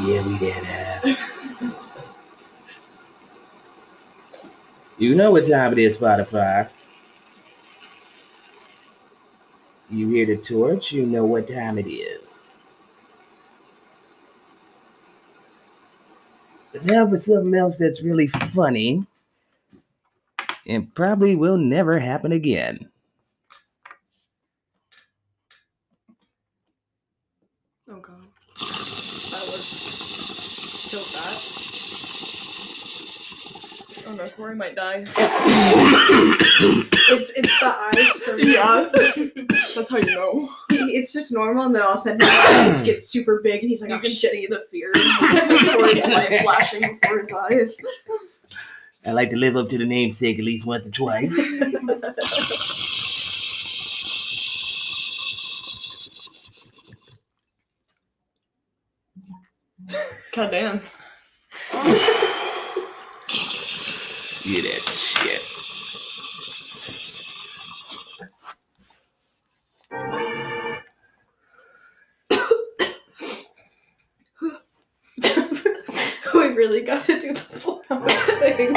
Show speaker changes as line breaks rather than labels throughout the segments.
Yeah, we did it. You know what time it is, Spotify. You hear the torch, you know what time it is. But now for something else that's really funny and probably will never happen again.
Oh god. That was so bad. Oh no, Corey might die.
It's it's the eyes for me.
yeah. That's how you know.
He- It's just normal, and then all of a sudden his eyes get super big, and he's like,
you
oh,
can
shit.
see the fear in Corey's light flashing before his eyes.
I like to live up to the namesake at least once or twice.
God damn.
Yeah, that's shit.
we really got to do the full house thing.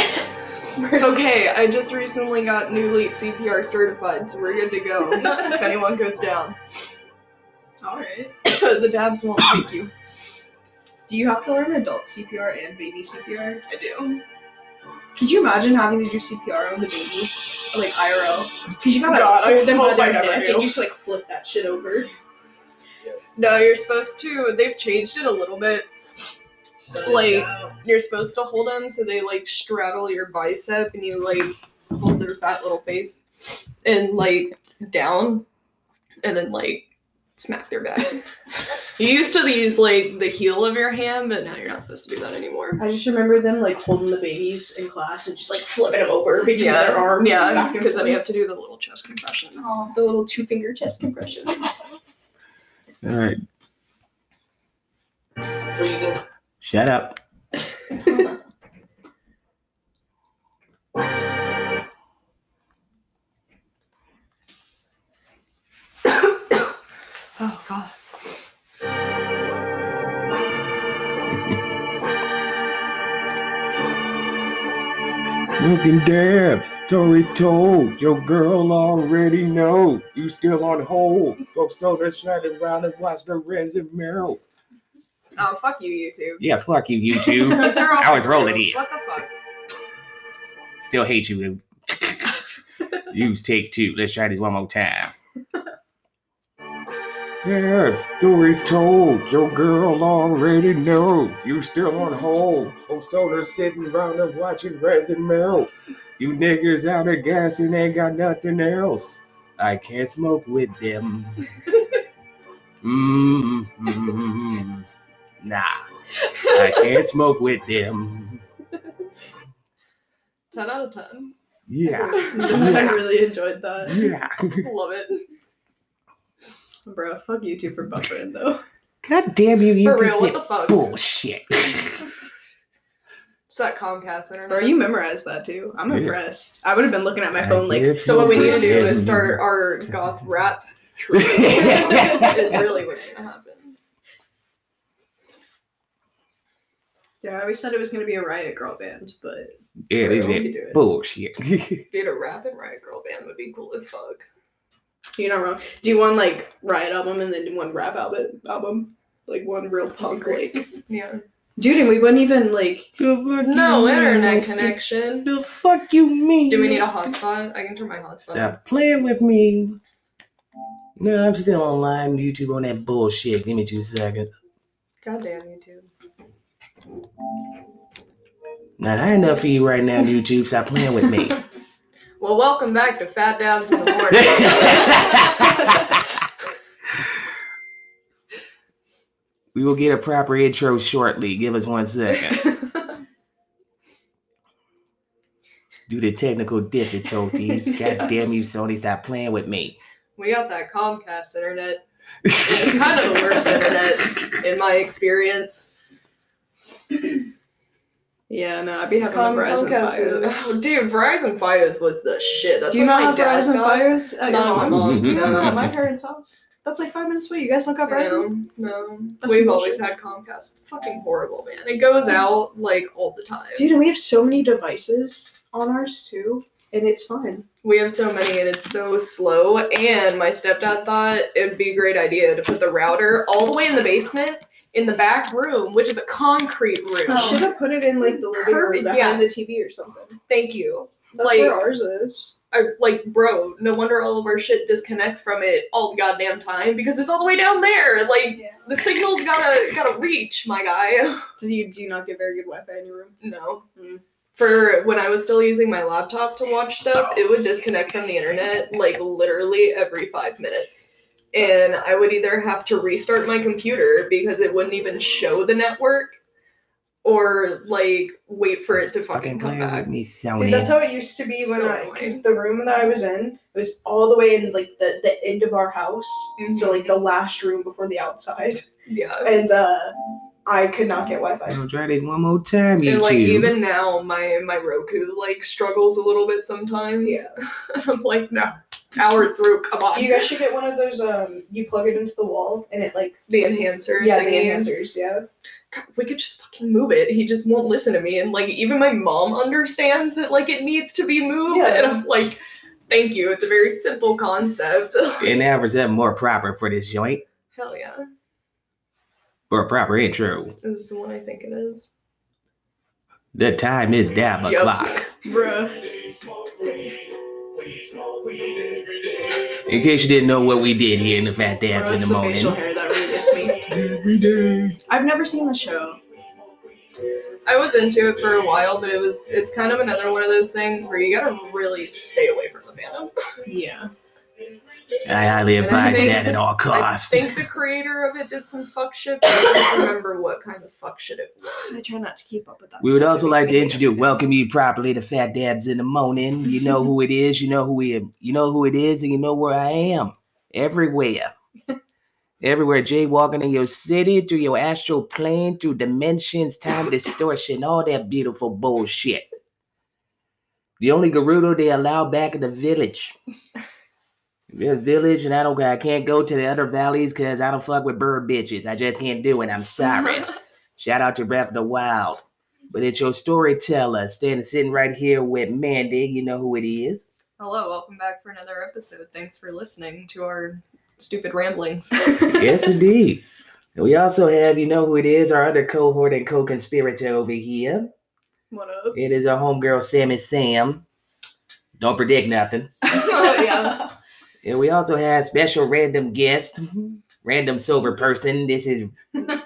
It's okay. I just recently got newly CPR certified, so we're good to go. if anyone goes down,
Alright.
the dabs won't take you.
Do you have to learn adult CPR and baby CPR?
I do.
Could you imagine having to do CPR on the babies? Like IRL? Because you gotta
God, I
hold them by
hope I
their
never
neck
do.
and you just like flip that shit over.
No, you're supposed to. They've changed it a little bit. Like you're supposed to hold them so they like straddle your bicep and you like hold their fat little face and like down and then like smack their back. you used to use like the heel of your hand, but now you're not supposed to do that anymore.
I just remember them like holding the babies in class and just like flipping them over between
yeah,
their arms.
yeah,
back and
because then you
forth.
have to do the little chest compressions.
Oh.
Aw, the little two finger chest compressions.
All right.
Freezing.
Shut up.
Oh god.
Looking dabs, stories told. Your girl already know. You still on hold. Folks told her shut around and watch the Reds and Merrill.
Oh fuck you, YouTube.
Yeah, fuck you, YouTube.
You threw off
I was
my
rolling
groove.
in.
What the fuck?
still hate you. Use take two. Let's try this one more time. Dabs, stories told. Your girl already know. You still on hold. Folks told her sitting around and watching Reds and Merrill. You niggas out of gas and ain't got nothing else. I can't smoke with them. Mm-mm-mm. Mm-hmm. Nah, I can't smoke with them.
Ten out of ten.
Yeah,
I really enjoyed that.
yeah.
Love it.
Bro, fuck YouTube for buffering though.
God damn you, you
For real, what
did
the fuck?
bullshit.
It's that Comcast internet.
Bro, you memorized that too. I'm
Yeah.
impressed. I would have been looking at my
I
phone like
did
so what we need to do
Yeah.
is start our goth rap troupe is really what's gonna happen.
Yeah, I always said it was gonna be a Riot Girl band, but
Yeah,
we
they
could
did
do it.
bullshit.
Dude, a rap and riot girl band would be cool as fuck.
You're not wrong. Do one like Riot album and then do one rap album album. Like one real punk like
Yeah.
Dude, and we wouldn't even like
No internet connection.
The fuck you mean?
Do we need a hotspot? I can turn my hotspot.
Stop playing with me. No, I'm still online. YouTube on that bullshit. Give me two seconds.
Goddamn YouTube.
Not high enough for you right now, YouTube. Stop playing with me.
Well, welcome back to Fat Dabs in the Morning.
we will get a proper intro shortly. Give us one second. Do the technical difficulties. God damn you, Sony. Stop playing with me.
we got that Comcast internet. It's kind of the worst internet in my experience.
Yeah, no, I'd be having
Com-
the Verizon
Comcast- Oh,
Fios.
Dude, Verizon Fios was the shit. That's
Do you
what
not
my
have
dad's
Verizon
got.
Fios?
Not on my
mom's.
No, no, at my parents' house. That's like five minutes away. You guys don't got Verizon?
No, no.
That's
We've
some
always had Comcast. It's fucking horrible, man. It goes out like all the time.
Dude, and we have so many devices on ours too, and it's fine.
We have so many and it's so slow. And my stepdad thought it'd be a great idea to put the router all the way in the basement in the back room, which is a concrete room.
You
Shit,
should have put it in like the living
Oh. Perfect,
room behind
yeah.
the TV or something.
Thank you.
That's
Like-
where ours is.
I, like, bro, no wonder all of our shit disconnects from it all the goddamn time because it's all the way down there. Like,
Yeah.
the signal's gotta gotta reach, my guy.
Do you do you not get very good Wi-Fi in your room?
No.
Mm.
For when I was still using my laptop to watch stuff, it would disconnect from the internet like literally every five minutes. And I would either have to restart my computer because it wouldn't even show the network or like wait for it to fucking come back.
me,
Dude, that's how it used to be when
So
I,
annoying.
because the room that I was in was all the way in like the the end of our house,
Mm-hmm.
so like the last room before the outside,
Yeah.
and uh I could not get Wi-Fi.
I'll try this one more time, you
And like
two.
even now my my Roku like struggles a little bit sometimes.
Yeah.
I'm like, no. Power through, come on.
You guys should get one of those. Um, you plug it into the wall, and it like
the enhancer
yeah, the
thingies.
answers. Yeah,
God, we could just fucking move it. He just won't listen to me. And like even my mom understands that like it needs to be moved.
Yeah.
And I'm like, thank you. It's a very simple concept.
And that was that more proper for this joint,
Hell yeah.
or proper intro.
This is the one I think it is.
The time is damn
Yup.
o'clock.
bruh.
In case you didn't know what we did here in the Fat Dabs in
It's
the
the facial
morning.
hair that really gets me.
Every day.
I've never seen the show.
I was into it for a while, but it was it's kind of another one of those things where you gotta really stay away from the fandom.
Yeah,
I highly
And I
advise
think-
that at all
I
costs.
think the creator of it did some fuck shit, but I don't remember what kind of fuck shit it was.
I try not to keep up with that.
We would
stuff.
also
It
like
makes
to
me-
introduce, welcome you properly to Fat Dabs in the morning. You know who it is. You know who we. You know who it is, and you know where I am. Everywhere, everywhere. Jaywalking in your city, through your astral plane, through dimensions, time distortion, all that beautiful bullshit. The only Gerudo they allow back in the village. The village, and I don't. I can't go to the other valleys because I don't fuck with bird bitches. I just can't do it. I'm sorry. Shout out to Rap the Wild. But it's your storyteller standing sitting right here with Mandy. You know who it is.
Hello, welcome back for another episode. Thanks for listening to our stupid ramblings.
Yes, indeed. And we also have, you know who it is, our other cohort and co-conspirator over here.
What up?
It is our homegirl Sammy Sam. Don't predict nothing.
oh, yeah.
And we also have special random guest, random sober person. This is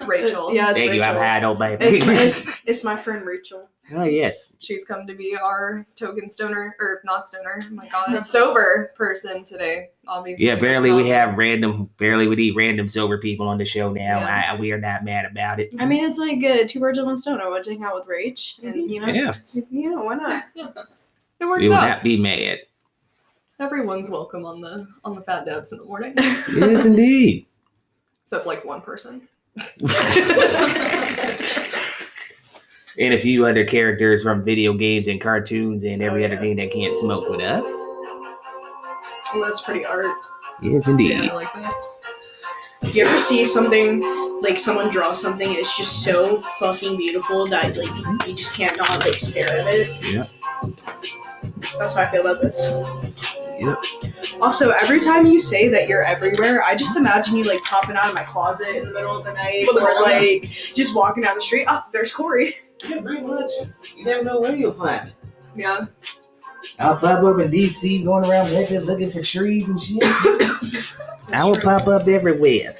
Rachel.
Yeah, it's
thank you.
Rachel.
I'm high, don't blame me.
It's, it's, it's my friend Rachel.
Oh yes,
She's come to be our token stoner, or not stoner, oh my god, sober person today, obviously.
yeah. Apparently,
That's
we
not-
have random. Barely we need random sober people on the show now.
Yeah.
I, we are not mad about it.
I mean, it's like uh, two birds with one stone. I went to hang out with Rach, and you know,
Yeah.
you know, why not?
It
We
works
will
out.
not be mad.
Everyone's welcome on the on the fat dabs in the morning,
Yes, indeed.
except like one person.
and a few other characters from video games and cartoons and every
Oh,
other
yeah.
thing that can't smoke with us.
Well, that's pretty art.
Yes, indeed.
Yeah, I like that.
You ever see something like someone draw something and it's just so fucking beautiful that like you just can't not like stare at it?
Yeah.
That's how I feel about this.
Yep.
Also, every time you say that you're everywhere, I just imagine you like popping out of my closet in the middle of the night
With a
or
bong.
like just walking down the street. Oh, there's Corey.
Yeah, pretty much. You never know where you'll find it.
Yeah,
I'll pop up in DC going around looking, looking for trees and shit. I will pop up everywhere.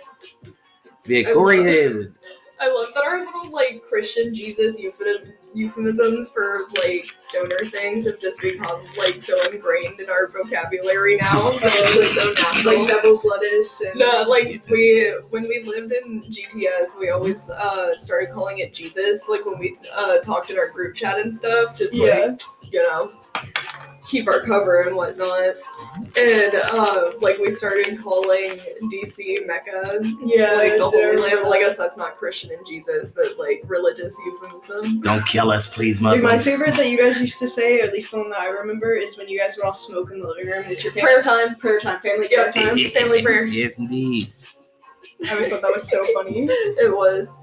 The
I
Corey
love-
is
I love that our little like Christian Jesus euphemism, euphemisms for like stoner things have just become like so ingrained in our vocabulary now. So it's just so natural.
Like devil's lettuce and
No, like we when we lived in GPS, we always uh started calling it Jesus. Like when we uh talked in our group chat and stuff, just
yeah.
like you know, keep our cover and whatnot. And uh, like we started calling DC Mecca,
Yeah,
like the Holy
they're-
Land. Well, I guess that's not Christian and Jesus, but like religious euphemism.
Don't kill us, please,
Dude, my
Muslims.
favorite that you guys used to say, or at least the one that I remember, is when you guys would all smoke in the living room. and It's your
Prayer
family,
time.
prayer time, family
Yeah.
prayer time.
Family prayer.
Yes, indeed.
I always thought that was so funny.
It was.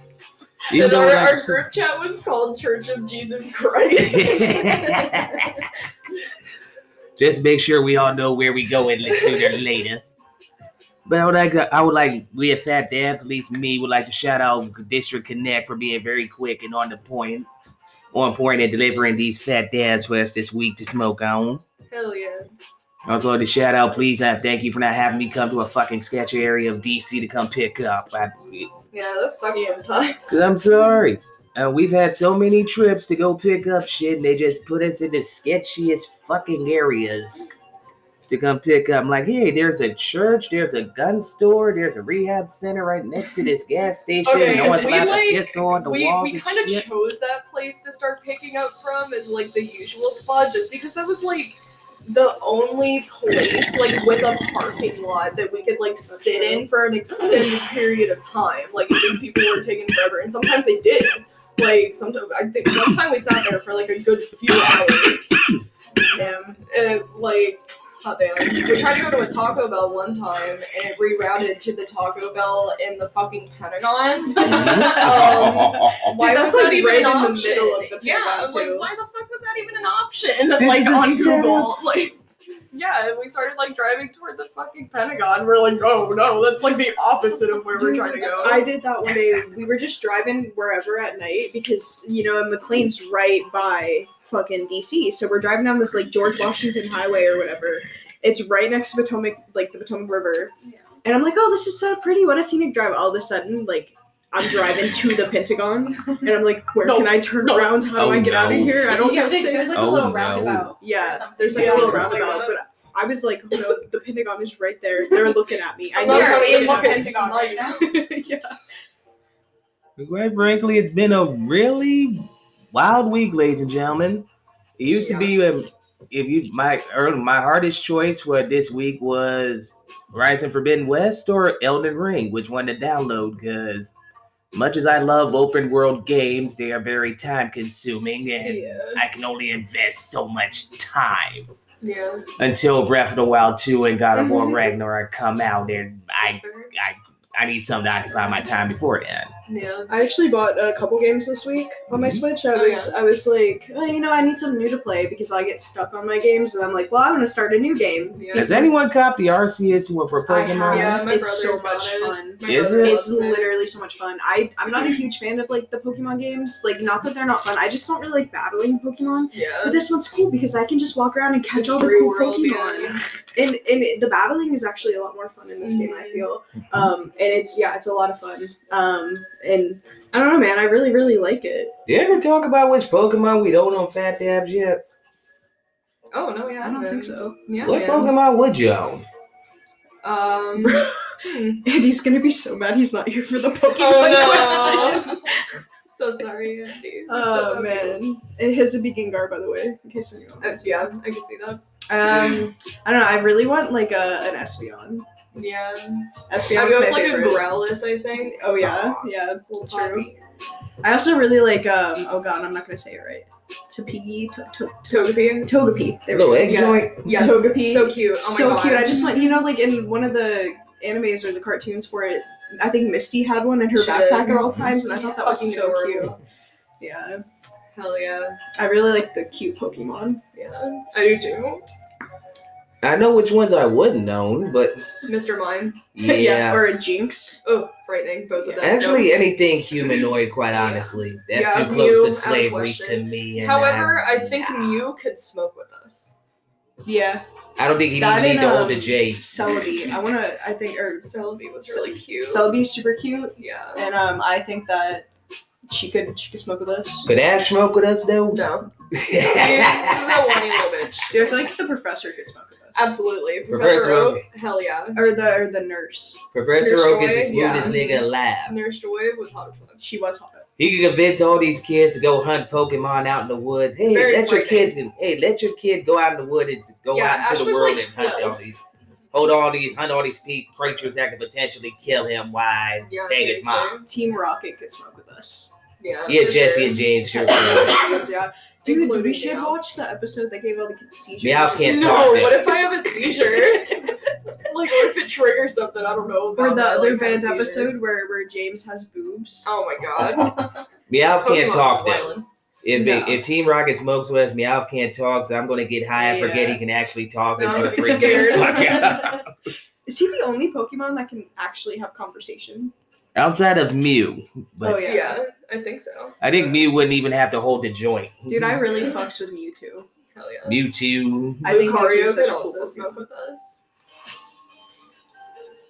Even
and
though
our,
like,
our group chat was called Church of Jesus Christ.
Just make sure we all know where we going like, sooner or later. But I would like to, I would like we at Fat Dabs, at least me, would like to shout out District Connect for being very quick and on the point, on point and delivering these Fat Dabs for us this week to smoke on.
Hell yeah.
Also, to shout out, please, and thank you for not having me come to a fucking sketchy area of DC to come pick up. I,
Yeah, that sucks
Yeah.
sometimes.
Cause I'm sorry. Uh, we've had so many trips to go pick up shit, and they just put us in the sketchiest fucking areas to come pick up. I'm like, hey, there's a church, there's a gun store, there's a rehab center right next to this gas station.
Okay,
no one's
we
allowed
like-
to piss on the
we
walls
we
and
kind of
shit.
chose that place to start picking up from as like the usual spot just because that was like the only place like with a parking lot that we could like sit in for an extended period of time like these people were taking forever and sometimes they did like sometimes i think one time we sat there for like a good few hours
Damn.
and like hot damn we tried to go to a taco bell one time and it rerouted to the taco bell in the fucking pentagon
Mhm.
um, why
that's,
was
like,
that even
right
an
in the
option?
middle of the
yeah,
paragraph,
I'm like,
too.
why the fuck was that even an option?
Um,
This
like
is a
on
setup.
Google, like. Yeah, and we started like driving toward the fucking Pentagon. We're like, oh no, that's like the opposite of where we're trying to go.
I did that one day. We were just driving wherever at night because you know McLean's right by fucking DC, so we're driving down this like George Washington Highway or whatever. It's right next to Potomac, like the Potomac River, and I'm like, oh, this is so pretty. What a scenic drive! All of a sudden, like. I'm driving to the Pentagon, and I'm like, "Where
No,
can I turn
no.
around? How do
Oh,
I get out of
no.
here? I don't
yeah,
feel
they-
safe."
there's like
Oh,
a little
no.
roundabout.
Yeah,
Or something.
there's like
Yeah,
a little
something like
roundabout,
that.
but I was like, oh, no, the Pentagon is right there. They're looking at me. I
I
know
love how
how
we
to
fucking
fucking
Pentagon. right now.
yeah.
Quite frankly, it's been a really wild week, ladies and gentlemen. It used to be um, if you my early, my hardest choice for this week was Horizon Forbidden West or Elden Ring, which one to download because much as I love open world games, they are very time consuming and I can only invest so much time
yeah,
until Breath of the Wild 2 and God of War
Mhm.
Ragnarok come out and I
that's fair.
I I need something to occupy my time before then.
yeah.
I actually bought a couple games this week on my Switch. I
Oh,
was I was like, oh, you know, I need something new to play because I get stuck on my games, and I'm like, well, I want to start a new game.
Yeah.
Has anyone caught the RCS one for
I
Pokemon?
have.
Yeah, my
it's
brother's
so
got
much
it.
fun.
My
Is
brother
it?
It's
loves Mm-hmm.
literally so much fun. I I'm not a huge fan of like the Pokemon games. Like, not that they're not fun. I just don't really like battling Pokemon. But
yeah.
this one's cool because I can just walk around and catch
It's
all the
free
cool
world,
Pokemon.
yeah.
and and it- the battling is actually a lot more fun in this game. I
Mhm.
feel, um, and it's yeah, it's a lot of fun. Um, and I don't know, man, I really really like it.
Did ever talk about which Pokemon we don't own Fat Dabs yet?
Oh no, yeah.
I don't think
haven't.
so.
Yeah.
what
yeah.
Pokemon would you own?
Um. hmm.
Andy's gonna be so mad he's not here for the Pokemon
Oh
question.
no. so sorry, Andy. We still
Oh
love you.
man, it has a Gengar by the way, in case anyone.
Uh, yeah, I can see that.
Um, I don't know. I really want like a an Espeon.
Yeah. I'd
Espeon's
go
my
with like
favorite.
a Growlithe, I think.
oh yeah, yeah.
Little
True.
Poppy.
I also really like um. Oh god, I'm not gonna say it right. Tapigi, to- to-
Togepi.
Togepi. There we
Little
go.
egg
Yes. Yes.
Togepi.
So cute. Oh my
so
God.
cute. I just want you know, like in one of the animes or the cartoons for it, I think Misty had one in her
She did.
backpack at all times, and I thought that was
Fucking
so cute.
adorable.
Yeah,
Hell yeah.
I really like the cute Pokemon.
Yeah. I do too.
I know which ones I wouldn't own, but
Mr. Mime.
yeah.
or a Jinx.
Oh, frightening. Both of them.
Actually, anything humanoid, quite honestly. That's
Yeah,
too close
Mew, out
to
of
slavery to
question.
me. And um,
However, I
I'm-
think Mew could smoke with us.
Yeah,
I don't think you
That
even need
and,
to
um,
own the J.
Celebi. I wanna. I think or
Celebi was really cute.
Celebi's super cute,
yeah.
and um, I think that she could she could smoke with us.
Could Ash smoke with us though?
No. He's a whiny little bitch.
Dude, I feel like the professor could smoke with us.
Absolutely.
Professor
Professor Oak, hell yeah.
or the or the nurse.
Professor
Mr.
Oak is the
Joy,
smoothest nigga alive.
Nurse Joy was hot as fuck.
She was hot.
He can convince all these kids to go hunt Pokemon out in the woods. Hey,
very
let your
frightening.
kids. Hey, let your kid go out in the woods and go
Yeah,
out
Ash
into
was
the world
like
and hunt
12.
all these, hold all these, hunt all these pe- creatures that could potentially kill him. Why?
Yeah,
Dang, it's mine.
seriously.
Team Rocket could smoke with us.
Yeah,
Yeah,
for
Jesse
sure.
and James sure. would.
yeah. Dude,
Including
we should
Meow.
watch the episode that gave all the kids seizures.
Meow can't
no,
talk now.
what if I have a seizure? like, what if it triggers something I don't know about?
Or the
that,
other
like, had
band
a seizure?
episode where, where James has boobs.
Oh my god.
Meowth can't
Pokemon
talk
Wild
now.
Island.
If,
No.
if Team Rocket smokes with us, Meowth can't talk, so I'm gonna get high and forget
Yeah.
he can actually talk. It's
No,
gonna
I'm
freak me the
scared.
fuck out.
Is he the only Pokemon that can actually have conversation?
Outside of Mew, but
oh
yeah.
yeah.
I think so.
I think Mew wouldn't even have to hold the joint.
Dude, I really fucks with Mewtwo.
Hell yeah.
Mewtwo.
I think
Lucario
Mewtwo's such
could
a cool
also
Pokemon.
smoke with us.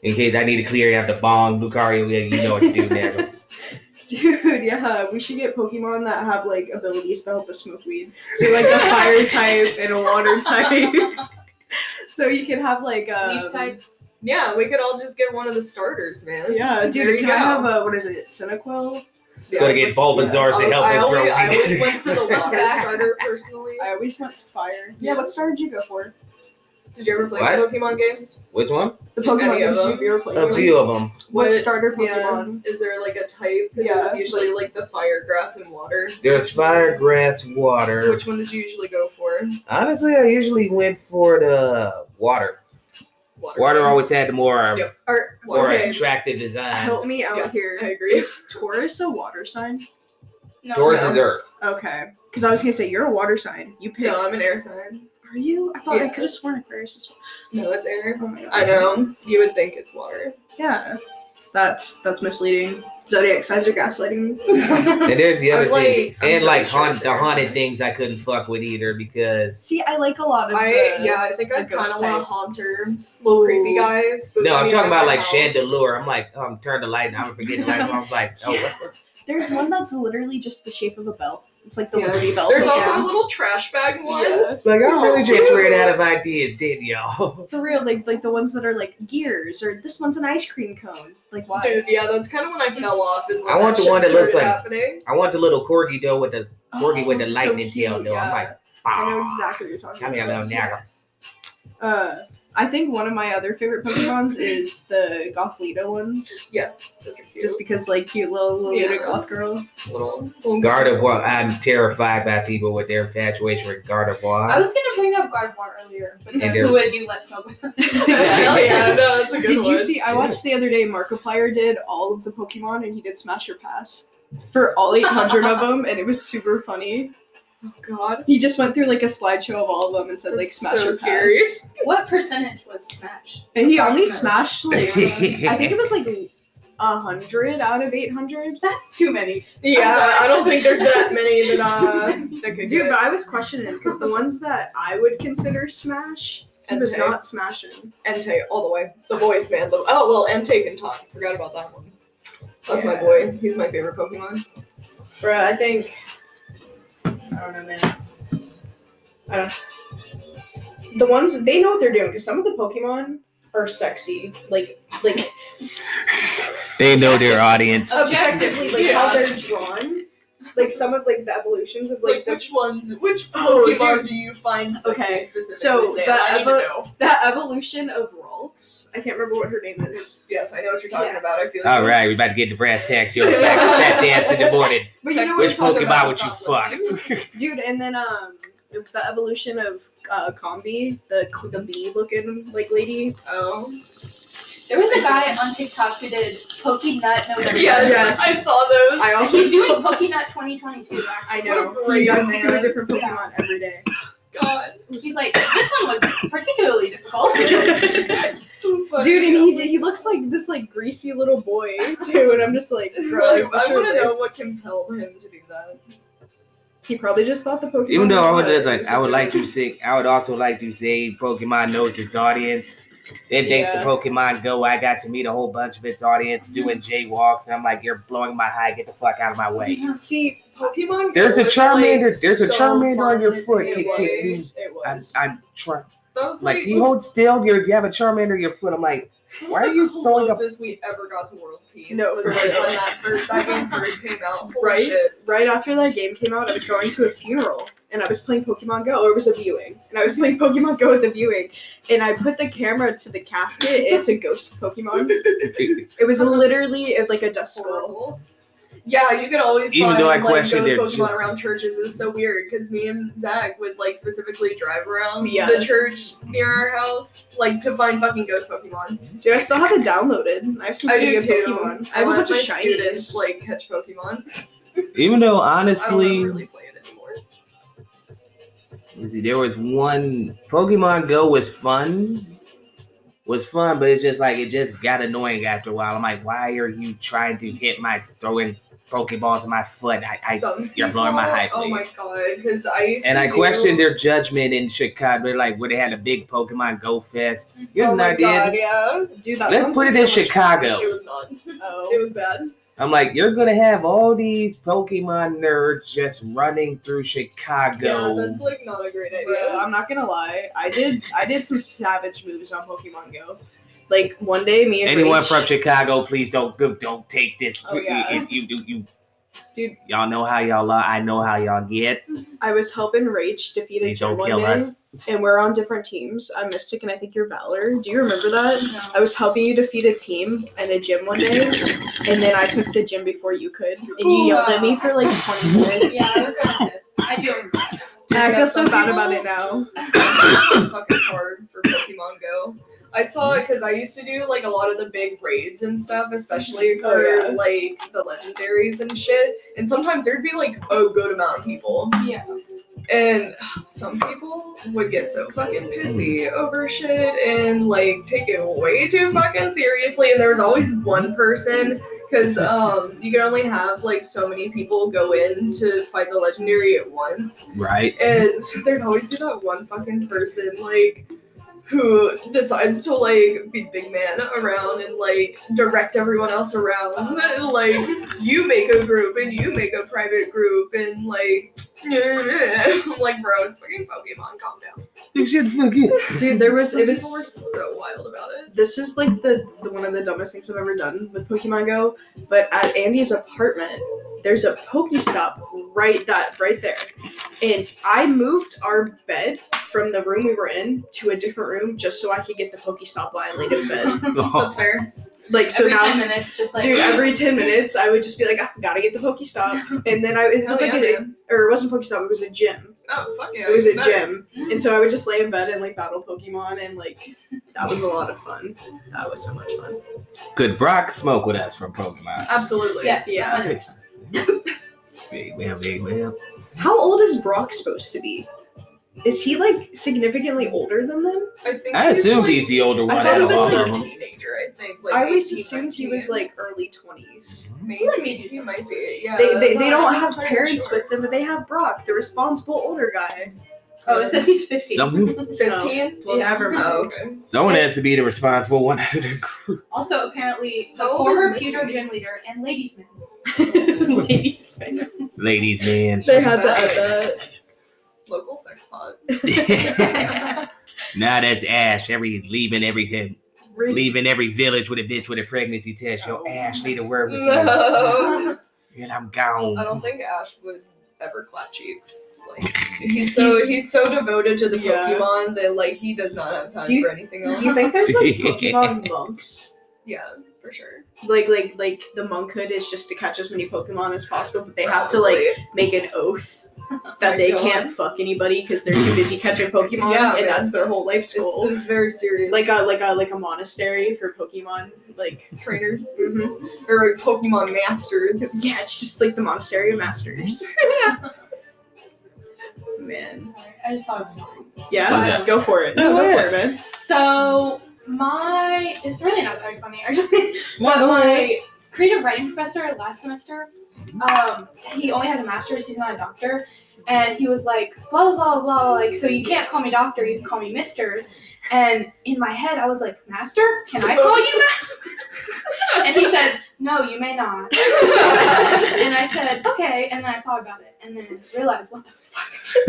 In case I need to clear out the bong, Lucario, yeah, you know what to do now.
Dude, yeah, we should get Pokemon that have like abilities to help us smoke weed. So like a fire type and a water type. so you can have like um,
Leaf type.
Yeah, we could all just get one of the starters, man.
Yeah,
There you
dude, can I
go.
have a what is it, Cinequil?
Yeah.
Gonna get Bulbasaur to
I,
help
I
us grow
always, I always
weed.
went for the water starter personally.
I always want fire. Yeah, what star did you go for?
Did you ever play
What?
Pokemon games?
Which one?
The
Any
Pokemon
of
games
them?
you- you were playing.
A few of them.
What,
What-
starter
yeah.
Pokemon?
Is there like a type? Because
Yeah,
it's usually like the fire, grass, and water.
There's fire, grass, water.
Which one did you usually go for?
Honestly, I usually went for the water.
Water.
Water always had the more,
Yep.
Or
Water.
more
okay,
attractive
help
designs.
me out
Yeah,
here.
I agree.
Is Taurus a water sign?
No,
Doors
no.
is Earth.
Okay, because I was gonna say you're a water sign. You pick.
No, I'm an air sign.
Are you? I thought I
Yeah.
could have sworn Aquarius is.
No, it's air.
Oh my god.
I know. You would think it's water.
Yeah, that's that's misleading. Zodiac signs are gaslighting me.
And there's the
I'm
other thing,
like- I'm
and like
pretty sure
haunt,
it's
the
Aries.
haunted things I couldn't fuck with either because
See, I like a lot of.
I
the-
yeah, I think I
the
kind of
ghost
want a
type.
haunter, little creepy
Ooh.
guy.
no, I'm
spooking me out
talking
of
about
my
like
house.
chandelier. I'm like, um, turn the light, and I'm forgetting the lights. So I was like, oh, what the-
There's one that's literally just the shape of a belt. It's like the
Yeah.
Liberty Bell.
There's
thing.
also a little trash bag one.
Yeah.
like
So
I really just
cute.
ran out of ideas, didn't y'all?
For real, like like the ones that are like gears, or this one's an ice cream cone. Like why?
Dude, yeah, that's kind of when I fell off. Is when
I want the
shit
one that looks
started
like-
happening.
I want the little corgi though with the
Oh,
corgi with the
so
lightning tail
cute,
though. I'm
yeah.
like,
I know
ah,
exactly what you're talking
I mean, I
about.
love Niagara.
Uh, I think one of my other favorite Pokemons is the Gothleeta ones,
Yes, those are cute.
just because like cute little little
Yeah.
bit of goth girl.
little.
Oh Gardevoir, I'm terrified by people with their infatuation with
I
Oh,
Gardevoir.
was gonna bring up Gardevoir earlier, but
And
then
they're-
who would you let smoke with?
Hell yeah, no, that's a good
Did
one.
you see? I watched the other day. Markiplier did all of the Pokemon, and he did Smash or Pass for all 800 of them, and it was super funny.
Oh God.
He just went through like a slideshow of all of them and said like
That's
Smash
so
or
scary.
Pass,
What percentage was Smash?
and he only
Approximately.
smashed like I think it was like a hundred out of 800.
That's too many.
Yeah, I don't think there's that many that uh that could
Dude,
get.
but I was questioning because the ones that I would consider smash, he was
Entei.
not smashing.
Entei all the way. The voice, man. The, oh well, Entei can talk. Forgot about that one. That's my boy. He's my favorite Pokemon.
Bro, I think. I don't know, man. I don't. The ones they know what they're doing because some of the Pokemon are sexy, like like
they know their audience.
objectively, like
Yeah.
how they're drawn. Like some of like the evolutions of
Like,
like the
which ones? Which
Oh,
Pokemon
dude.
do you find sexy
Okay,
specifically?
so
Sam?
the
I need to
evo-
know.
that evolution of Ralts. I can't remember what her name is,
Yes, I know what you're talking
Yeah.
about. I feel.
All right, we about to get the brass tacks here. Back tap dance in the morning.
but you know what
Which
I'm talking about,
Pokemon would you fuck?
dude. And then um, the evolution of uh, Combi, the the bee looking like lady.
Oh.
There was a guy on TikTok who did Pokey Nut November.
Yes,
Yes.
I saw those.
I also
He's doing
saw,
Pokey Nut 2022. actually.
I know.
What a
You
great
guys do a
man.
different Pokemon every day.
God.
He's like, this one was particularly difficult.
That's so funny.
Dude, and he he looks like this like greasy little boy too, and I'm just like, bro,
Like,
is this
I
your
want to
life?
know what compelled him to do that.
He probably just thought the Pokemon.
Even though I
was
would
hot.
like, I would like to say, I would also like to say, Pokemon knows its audience. And thanks
Yeah.
to Pokemon Go, I got to meet a whole bunch of its audience doing jaywalks, and I'm like, "You're blowing my high. Get the fuck out of my way."
See,
Pokemon.
There's
Go
a
was,
Charmander.
like,
there's a
so
Charmander on your
fun
foot.
in
Kick,
ways.
kick,
it
I'm,
was.
I'm trying.
That was
Like
like,
you hold still, you you have a charm under your foot. I'm like,
that was
why
the
are you throwing up-
closest we ever got to world peace.
No,
was
for
like
real.
when that first that game first came out. Holy
Right?
shit.
Right after that game came out, I was going to a funeral and I was playing Pokemon Go. Or it was a viewing. And I was playing Pokemon Go at the viewing. And I put the camera to the casket and it's a ghost Pokemon. It was literally uh, like a dust skull.
Horrible. Yeah, you could always
Even
find
though I
like
questioned
those
it,
Pokemon
ju-
around churches is so weird because me and Zach would like specifically drive around
Yeah.
the church near our house like to find fucking ghost Pokemon.
Dude, I still have it downloaded. I have some
I
pretty
do
good
too.
Pokemon.
I
I have a
let
bunch of
my
shinies.
students like catch Pokemon.
even though
I
honestly,
don't really play it anymore.
let me see, there was one Pokemon Go was fun, was fun, but it's just like it just got annoying after a while. I'm like, why are you trying to hit my throwing Pokeballs in my foot? I, I
Some
you're blowing my
people-
high,
Oh my
please.
god, because I used
and
to
I
do-
questioned their judgment in Chicago, like where they had a big Pokemon Go fest. Here's
oh
an
my
idea.
God, yeah.
Dude, that
Let's
sounds
put
like
it in
so much
Chicago.
It was not.
fun. Oh.
It was bad.
I'm like, you're gonna have all these Pokemon nerds just running through Chicago.
Yeah, that's like not a great idea.
Bro, I'm not gonna lie. I did I did some savage moves on Pokemon Go. Like one day, me and
Anyone
Rach-
from Chicago, please don't go- don't take this.
Oh, yeah.
you, you, you, you-
Dude.
y'all know how y'all are. I know how y'all get.
I was helping Rach defeat a
Please
gym
don't
one
kill
day,
us.
and we're on different teams. I'm Mystic, and I think you're Valor. Do you remember that?
No.
I was helping you defeat a team and a gym one day, and then I took the gym before you could, and you yelled at me for like 20 minutes.
Yeah, I was gonna miss. I do remember.
And I
Yeah,
feel so
some
bad about
people-
it now.
It's fucking hard for Pokemon Go. I saw it because I used to do like a lot of the big raids and stuff, especially for
Oh, yeah.
like the legendaries and shit. And sometimes there'd be like a good amount of people,
Yeah.
and some people would get so fucking pissy over shit and like take it way too fucking seriously. And there was always one person. Because um, you can only have like so many people go in to fight the legendary at once,
Right?
and so there'd always be that one fucking person, like, who decides to, like, be big man around and, like, direct everyone else around. Like, you make a group and you make a private group and, like, I'm like, bro, it's fucking Pokemon, calm down.
You should forget.
Dude, there was
Some
it was
people were so wild about it.
this is like the, the one of the dumbest things I've ever done with Pokemon Go. But at Andy's apartment, there's a Pokestop right that right there, and I moved our bed from the room we were in to a different room just so I could get the Pokestop while I laid in bed.
Oh.
That's fair.
Like so
Every
now.
ten minutes, just like
Dude, every ten minutes I would just be like, I gotta get the Pokestop, and then I it was
Oh,
like
yeah,
a or it wasn't Pokestop, it was a gym.
Oh, fuck yeah.
It was a
better.
gym, and so I would just lay in bed and like battle Pokemon, and like that was a lot of fun. That was so much fun.
Could Brock smoke with us from Pokemon?
Absolutely.
yeah,
Yeah.
yeah.
Big man, big man.
How old is Brock supposed to be? Is he like significantly older than them?
I think
I
he's,
assumed
like,
he's the older one
thought
out
he
of
was,
all
like,
of
a
them.
teenager, I think. Like,
I always
18,
assumed he
19.
was like early twenties.
Maybe he might be. Yeah.
They, they, they don't
I'm
have
not
parents
sure.
with them, but they have Brock, the responsible older guy.
Oh, it says he's fifty.
Someone,
Fifteen.
Well, never mind.
Oh, okay.
someone has to be the responsible one out of the group.
Also, apparently, the
How old
former
is Misty?
pewter gym leader and ladies' man.
Ladies, man.
Ladies, man.
They had to uh, add that.
Local sex pot.
now that's Ash. Every leaving everything,
Rich-
leaving every village with a bitch with a pregnancy test. Yo,
Oh.
Ash, lead a word with you.
no.
And I'm gone.
I don't think Ash would ever clap cheeks. Like he's so
He's-
he's, so devoted to the
Yeah.
Pokemon that like he does not have time
Do you-
for anything else.
Do you think there's like Pokemon monks?
yeah, for sure.
Like like like the monkhood is just to catch as many Pokemon as possible, but they have to like make an oath that
my
they
God.
can't fuck anybody because they're too busy catching Pokemon,
Yeah,
and
man.
that's their whole life's
This
goal.
is very serious.
like uh, a like a like a monastery for Pokemon. Like
trainers
Mm-hmm.
or like Pokemon masters.
yeah, it's just like the monastery of masters. man,
I just thought it was funny.
What's
yeah,
that?
go for it.
No,
No, go
yeah.
for it, man.
So my it's really not very funny actually.
No,
but
go ahead.
my creative writing professor last semester, um, he only has a master's, he's not a doctor. And he was like, blah blah blah blah, like, so you can't call me doctor, you can call me mister. And in my head I was like, Master, can I call you master? and he said, no, you may not. and I said, okay. And then I thought about it and then realized, what the fuck?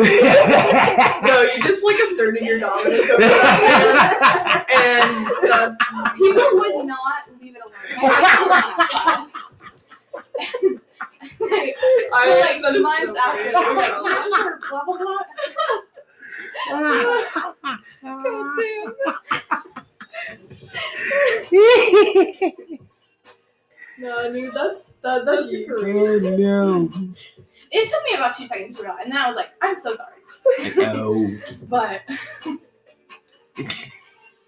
No, you just like asserted your dominance over that man, and that's
People would not leave it alone. I hate that. like, for,
I
like
that is
months
so
after
funny. Oh
that, I'm like master blah blah blah.
God damn. No, dude, that's that, that's a career.
Oh no.
It took me about two seconds to realize, and then I was like, I'm so sorry.
Oh.
But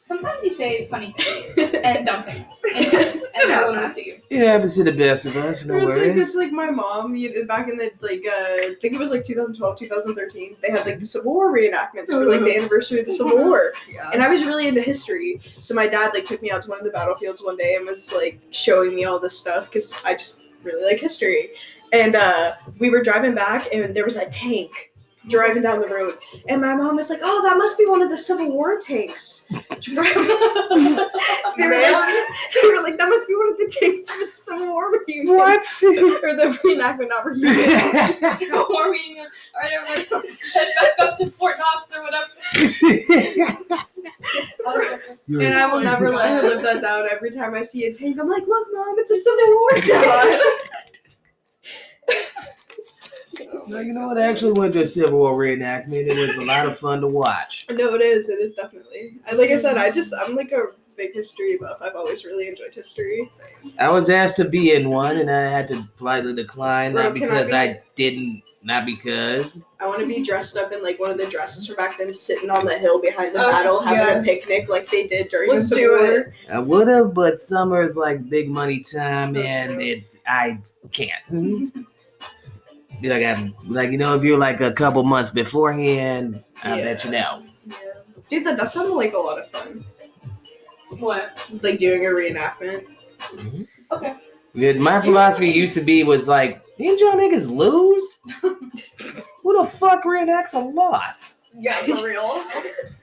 sometimes you say funny things and dumb things, in jest, and no one will see you.
It happens to the best of us, no
it's like
worries.
this, like my mom. You know, back in the like, uh, I think it was like 2012, 2013. They had like the Civil War reenactments for like the anniversary of the Civil War,
Yeah.
and I was really into history. So my dad like took me out to one of the battlefields one day and was like showing me all this stuff because I just really like history. And uh, we were driving back, and there was a tank driving down the road, and my mom was like, "Oh, that must be one of the Civil War tanks." Driving- they were like, they were like, that must be one of the tanks for the Civil War reunion. What? or the reenactment, not reunion.
Or we, all right, everyone, head back up to Fort Knox or whatever.
and I will never let her live that down. Every time I see a tank, I'm like, look, mom, it's a Civil War tank.
No, you know what? I actually went to a Civil War reenactment. It was a lot of fun to watch.
no, it is. It is definitely. I, like I said, I just, I'm like a big history buff. I've always really enjoyed history.
I was asked to be in one, and I had to politely decline, not
Well, can I
because
be-
I didn't, not because.
I want to be dressed up in like one of the dresses from back then, sitting on the hill behind the
Oh,
battle, having
yes.
a picnic like they did during
Let's
the
do
Civil
it.
War.
I would have, but summer is like big money time,
That's true.
and it I can't.
Mm-hmm.
Be like I'm like you know if you're like a couple months beforehand, I'll let you know.
Yeah. Dude, that does sound like a lot of fun.
What?
Like doing a reenactment.
Okay.
Because my philosophy used to be was like, didn't y'all niggas lose? Who the fuck reenacts a loss?
Yeah, for real.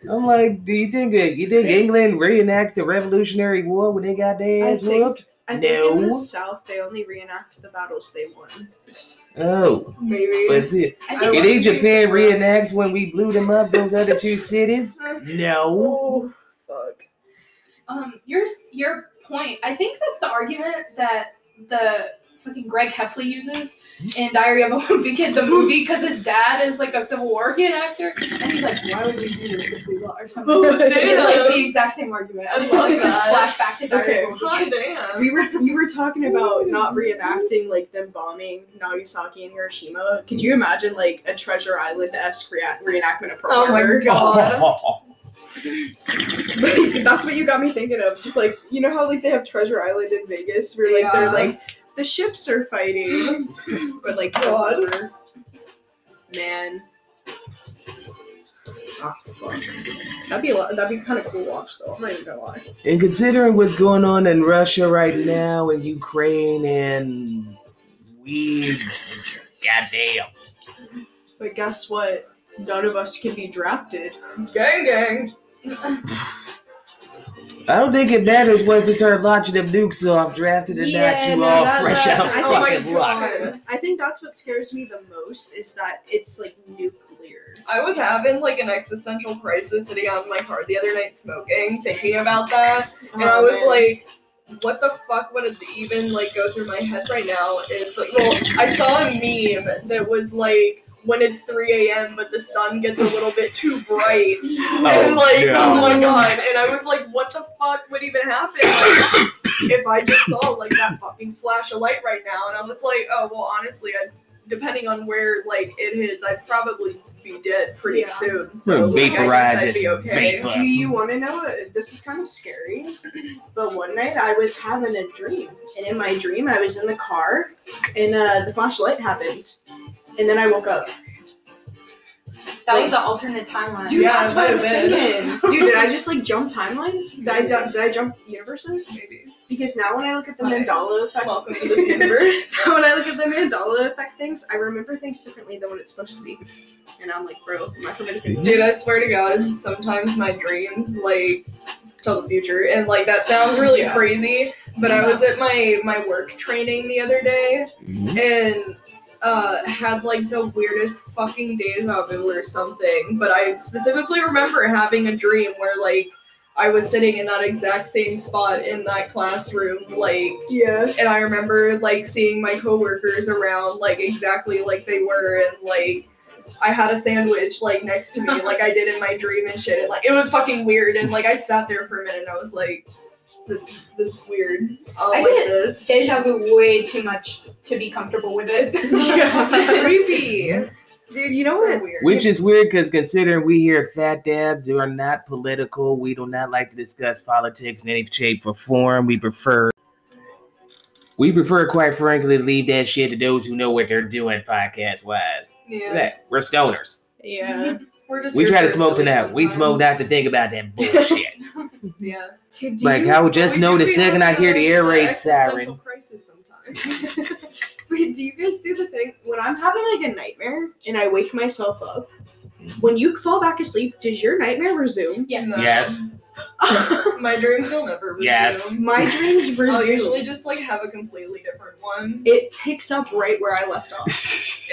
I'm like, do you think that you think England reenacts the Revolutionary War when they got their
I
ass
think-
whooped?
I think in
No.
the South they only reenact the battles they won.
Oh,
Maybe.
but see,
I
I
would-
you
think
think
wouldn't be
Japan
surprised.
reenacts when we blew them up? Those other two cities? No.
Oh, fuck.
um your your point. I think that's the argument that the fucking Greg Heffley uses in Diary of a Wimpy Kid, the movie, because his dad is like a Civil War reenactor, and he's like, why would we do this if we lost or
Oh,
something? It's like the exact same argument. I just want like, this flashback to Diary
Okay.
of a Wimpy Kid.
God damn.
We were t- we were talking about not reenacting like them bombing Nagasaki and Hiroshima. Could you imagine like a Treasure Island esque rea- reenactment of Pearl
Oh my
Harbor?
God.
Like, that's what you got me thinking of. Just like you know how like they have Treasure Island in Vegas, where like
Yeah.
they're like the ships are fighting, but like Pearl
God.
Harbor. Man. Ah, fuck. That'd be a lot, that'd be kind of cool to watch though. I'm not even gonna lie.
And considering what's going on in Russia right now and Ukraine and we goddamn.
But guess what? None of us can be drafted.
Gang gang.
I don't think it matters once it's her launching them nukes off drafted and not you all fresh out
I
oh my
fucking block.
God.
I think that's what scares me the most is that it's like nuclear.
I was having like an existential crisis sitting out in my car the other night smoking, thinking about that, and I
Oh,
was like, "What the fuck would it even like go through my head right now?" Is like, well, I saw a meme that was like, "When it's 3 a.m. but the sun gets a little bit too bright," and like,
no.
oh my god, and I was like, "What the fuck would even happen?" Like, if I just saw like that fucking flash of light right now, and I was like, "Oh well, honestly, I." Depending on where like it hits, I'd probably be dead pretty
Yeah.
soon. So
So
like, I guess
vaporized
I'd
its
be okay.
vapor.
Do you want to know? This is kind of scary, but one night I was having a dream, and in my dream I was in the car, and uh, the flashlight happened, and then I woke up.
That
Like-
was an alternate timeline.
Dude,
Yeah,
that's what I
it
was
would've been.
thinking. Dude, did I just like jump timelines? Did I, jump- did I jump universes?
Maybe.
Because now when I look at the
Okay.
mandala effect,
Welcome to this universe.
So when I look at the mandala effect things, I remember things differently than what it's supposed to be. And I'm like, bro, am I committed to
Dude, I swear to God, sometimes my dreams like tell the future, and like that sounds really
Yeah.
crazy. But I was at my my work training the other day, and uh, had like the weirdest fucking deja vu or something. But I specifically remember having a dream where like I was sitting in that exact same spot in that classroom, like
Yeah.
and I remember like seeing my coworkers around like exactly like they were and like I had a sandwich like next to me like I did in my dream and shit and, like it was fucking weird and like I sat there for a minute and I was like this this weird I don't
I
like
get
this
Deja vu way too much to be comfortable with it.
yeah, creepy
Dude, you know
So
what?
weird
Which is weird because considering we here at Fat Dabs who are not political, we do not like to discuss politics in any shape or form. We prefer, we prefer, quite frankly, to leave that shit to those who know what they're doing podcast wise.
yeah
That We're stoners.
Yeah.
we're just
We
here
try to
for a
smoke
silly
tonight.
fun
We
time.
smoke not to think about that bullshit.
yeah
Dude, do
like
you,
I would just
We
know
do
the
be
second I
having
hear
a
the air
little
raid
existential
siren.
crisis sometimes
wait, do you guys do the thing when I'm having like a nightmare and I wake myself up? When you fall back asleep, does your nightmare resume?
Yes.
No.
Yes.
my dreams don't ever resume
Yes.
My dreams resume.
I'll Oh, usually just like have a completely different one
it picks up right where I left off.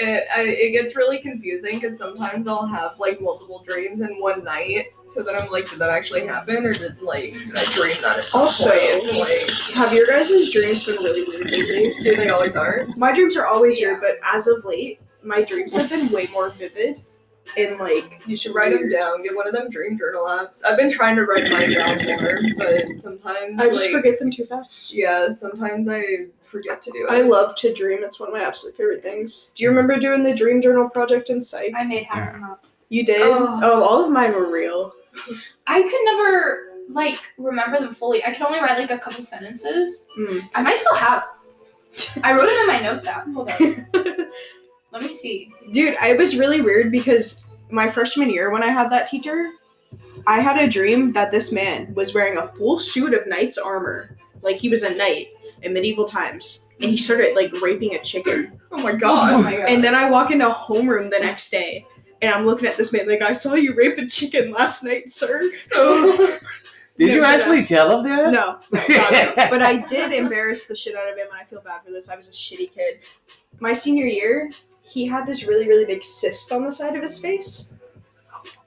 it, I, it gets really confusing because sometimes I'll have like multiple dreams in one night, so then I'm like, did that actually happen, or did like did I dream that? At some
Also-
point? like
Have your guys' dreams been really weird lately?
do they always are?
My dreams are always
Yeah.
weird, but as of late, my dreams have been way more vivid and like
You should write them
Weird.
down. Get one of them dream journal apps. I've been trying to write mine down more, but sometimes
I just
like
forget them too fast.
yeah, sometimes I forget to do it.
I love to dream. It's one of my absolute favorite things. Do you remember doing the dream journal project in psych?
I made half of them up.
You did?
Oh.
Oh, all of mine were real.
I could never like remember them fully. I could only write like a couple sentences.
Mm.
I might still have. I wrote it in my notes app. Hold on. Let me see.
Dude, I was really weird because my freshman year when I had that teacher, I had a dream that this man was wearing a full suit of knight's armor. Like he was a knight in medieval times. And he started like raping a chicken.
oh my god.
my god.
And then I walk into homeroom the next day, and I'm looking at this man like, I saw you rape a chicken last night, sir.
Oh.
Did
Yeah,
you
but
actually
that's-
tell them that?
No, no, God, no. but I did embarrass the shit out of him, and I feel bad for this. I was a shitty kid. My senior year, he had this really, really big cyst on the side of his face,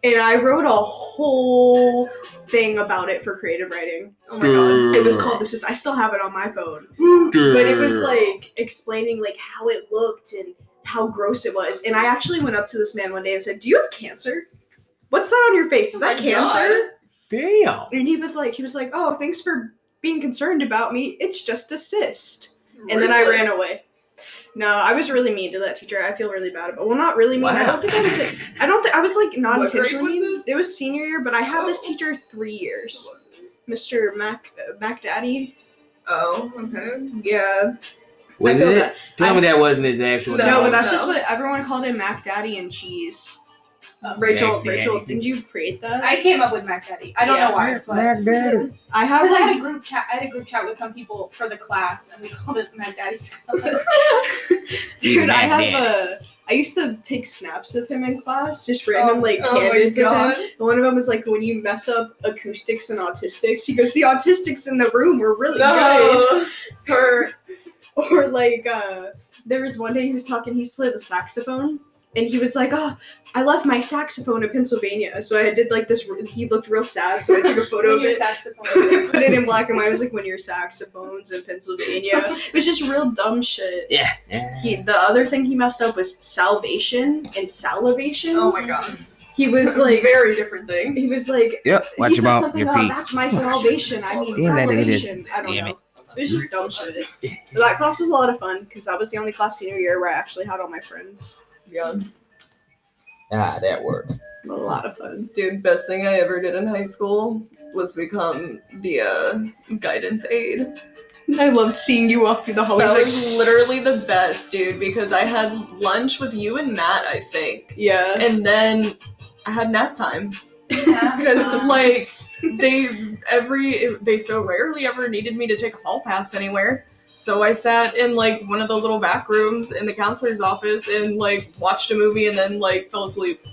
and I wrote a whole thing about it for creative writing.
oh my god.
It was called "The Cyst." I still have it on my phone. but it was like explaining like how it looked and how gross it was and i actually went up to this man one day and said do you have cancer what's that on your face is
Oh my
that cancer
damn.
and he was like he was like oh thanks for being concerned about me it's just a cyst and then i
Ruthless.
ran away no i was really mean to that teacher i feel really bad about well not really mean i
Wow.
don't think i was like, i don't think i was like not
What grade
intentionally
was
mean
this?
it was senior year but i had this
Oh.
teacher three years mr mac mac daddy
Oh, okay.
yeah I
Was
feel
it?
bad.
Tell
I-
me that wasn't his actual
No,
name.
No, but that's
no.
just what everyone called it Mac Daddy and Cheese.
Oh.
Rachel,
Mac Daddy.
Rachel, did you create that?
I came up with Mac Daddy. I don't
Yeah.
know why, but
Mac Daddy.
I have
Because I had a
like
group chat. I had a group chat with some people for the class, and we called it Mad Daddy's Club.
Dude,
dude, I
Mac
have a I used to take snaps of him in class, just random
Oh,
like
Oh my
candidates of him.
god.
And one of them was like, when you mess up acoustics and autistics, he goes, the autistics in the room were really good.
No, sir.
Or like uh there was one day he was talking, he used to play the saxophone. And he was like, "Oh, I left my saxophone in Pennsylvania." So I did like this. He looked real sad, so I took a photo
When
of
you're
it.
saxophone.
I put it in black and white. It was like when your saxophones in Pennsylvania. It was just real dumb shit.
Yeah. yeah.
He, the other thing he messed up was salvation and salivation.
Oh my god.
he was like,
very different things.
he was like,
Yep.
he said something about that's my salvation. I mean
Damn, that nigga did.
salvation. I don't
Damn
know. It was just dumb shit. That class was a lot of fun because that was the only class senior year where I actually had all my friends.
yeah.
Ah, that works.
A lot of fun.
Dude, best thing I ever did in high school was become the uh, guidance aide.
I loved seeing you walk through the hallways.
That
Like,
was literally the best, dude, because I had lunch with you and Matt, I think.
yeah.
And then I had nap time because
Because
like they every they so rarely ever needed me to take a hall pass anywhere. So I sat in like one of the little back rooms in the counselor's office and like watched a movie and then like fell asleep.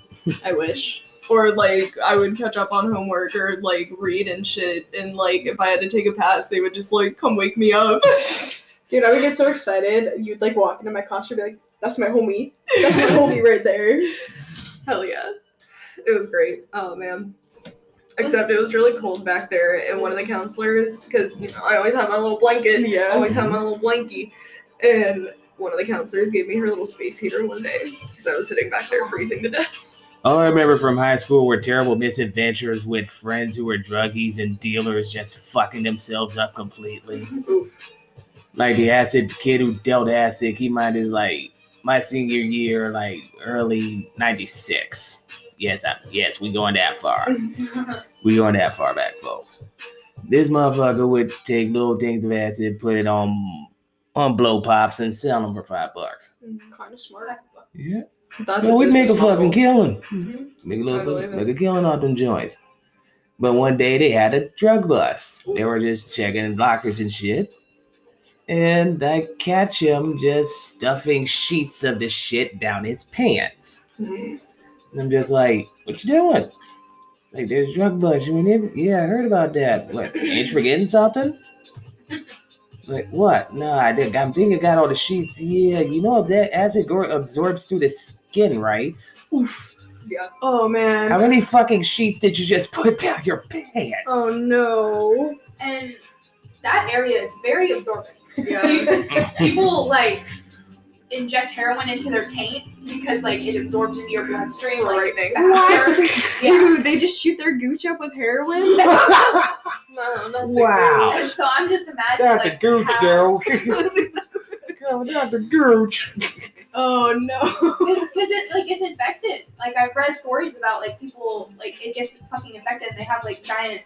I wish.
Or like I would catch up on homework or like read and shit and like if I had to take a pass they would just like come wake me up.
Dude, I would get so excited. You'd like walk into my class and be like, that's my homie. That's my homie right there.
Hell yeah. It was great. Oh man. Except it was really cold back there, and one of the counselors, because you know, I always have my little blanket, I
Yeah.
always have my little blankie, and one of the counselors gave me her little space heater one day because I was sitting back there freezing to death.
All I remember from high school were terrible misadventures with friends who were druggies and dealers just fucking themselves up completely.
Oof.
Like the acid kid who dealt acid, he might is like my senior year, like early '96. Yes, I, yes, we going that far. We going that far back, folks. This motherfucker would take little things of acid, put it on on blow pops, and sell them for five bucks.
Kind of smart.
Yeah,
That's
no, we make a
business model.
fucking killing. Make a
I
little,
believe it.
make a killing off them joints. But one day they had a drug bust. They were just checking lockers and shit. And I catch him just stuffing sheets of the shit down his pants.
Mm-hmm.
And I'm just like, what you doing? It's like, there's drug bust. You ain't ever, yeah, I heard about that. What, ain't you forgetting something? Like, what? No, I did. I'm thinking I got all the sheets. Yeah, you know that acid gor- absorbs through the skin, right?
Yeah.
Oh man.
How many fucking sheets did you just put down your pants?
Oh no.
and that area is very absorbent.
Yeah.
People like inject heroin into their taint because like it absorbs into your bloodstream like
Frightening.
faster. Yeah.
Dude, they just shoot their gooch up with heroin?
No, not the
Wow.
And so I'm just imagining
Not the
like
gooch,
how-
though.
girl. That's exactly-
Not the gooch.
Oh no.
Because it like it's infected. Like I've read stories about like people like it gets fucking infected and they have like giant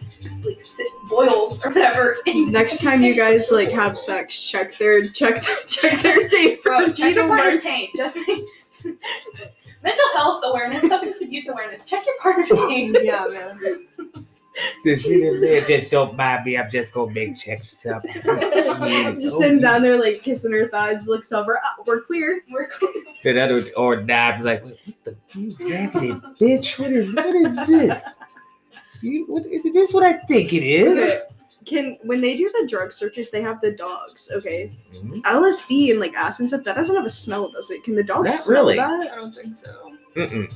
like si- boils or whatever. in-
Next time you guys like have sex, check their check their, check their tape for
Bro, check your
needle
partner's
marks.
taint. Just mental health awareness, substance abuse awareness. Check your partner's taint.
Yeah, man.
Just, sit in there,
Jesus.
just don't mind me. I'm just gonna make checks up.
Just sitting down there like kissing her thighs, looks over. Oh, we're clear.
We're
Then I would, or not, like, what the you raggedy bitch? What is what is this? You, what, is this what I think it is?
Okay. Can when they do the drug searches, they have the dogs. Okay,
Mhm.
LSD and like acid and stuff that doesn't have a smell, does it? Can the dogs
Not
smell
really.
that?
I don't think so.
Mm-mm.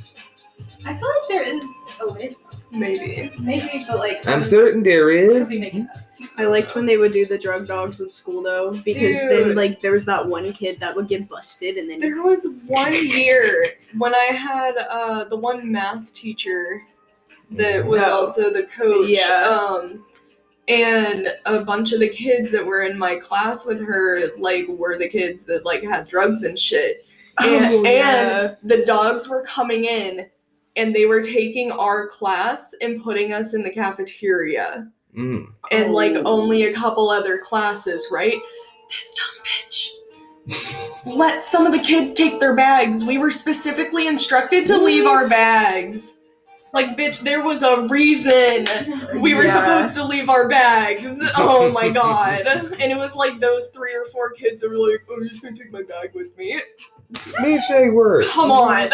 I feel like there is a way,
Maybe.
maybe, but like
I'm certain there
could
is.
be making up.
I liked when they would do the drug dogs in school though, because then
Dude.
like there was that one kid that would get busted and then
There was one year when I had uh, the one math teacher that was
Oh.
also the coach.
Yeah.
Um, and a bunch of the kids that were in my class with her, like, were the kids that like had drugs and shit. And,
Oh, yeah.
and the dogs were coming in, and they were taking our class and putting us in the cafeteria,
Mm.
and like
Oh.
only a couple other classes, right? This dumb bitch. Let some of the kids take their bags. We were specifically instructed to leave our bags. Like, bitch, there was a reason we were
Yeah.
supposed to leave our bags. Oh my god. And it was like those three or four kids that were like, oh, you're just gonna take my bag with me.
Me say word.
Come on.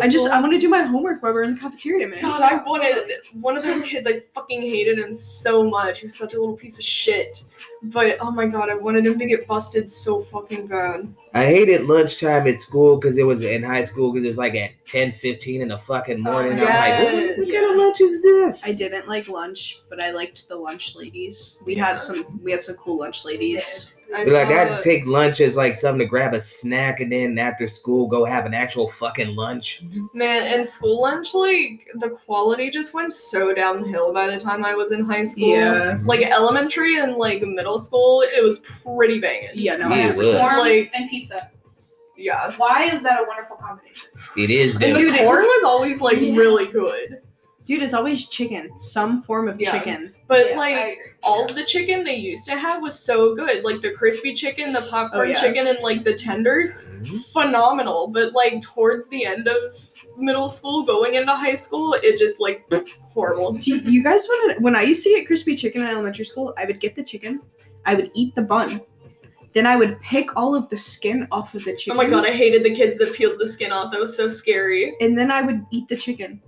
I just I want to do my homework while we're in the cafeteria, man.
God, I wanted one of those kids. I fucking hated him so much. He was such a little piece of shit. But oh my god, I wanted him to get busted so fucking bad.
I hated lunchtime at school because it was in high school because it was like at ten fifteen in the
Oh
fucking morning. I'm like, what, what
yes.
kind of lunch is this?
I didn't like lunch, but I liked the lunch ladies. We
Yeah.
had some we had some cool lunch ladies.
I
They're like,
saw
I'd
it.
take lunch as like something to grab a snack and then after school go have an actual fucking lunch.
Man, and school lunch, like, the quality just went so downhill by the time I was in high school. Like, elementary and, like, middle school, it was pretty banging.
Yeah, no,
Yeah,
I
it was.
Warm
Like-
and pizza.
Yeah.
Why is that a wonderful combination?
It is
And
good.
the
Dude, it-
corn was always, like,
Yeah.
really good.
Dude, it's always chicken. Some form of
Yeah.
chicken.
But,
Yeah, I
like,
agree.
all the chicken they used to have was so good. Like the crispy chicken, the popcorn
Oh, yeah.
chicken, and like the tenders, phenomenal. But like towards the end of middle school going into high school, it just like horrible.
Do you guys want to? When I used to get crispy chicken in elementary school, I would get the chicken, I would eat the bun, then I would pick all of the skin off of the
Oh
chicken.
my god, I hated the kids that peeled the skin off. That was so scary.
And then I would eat the chicken.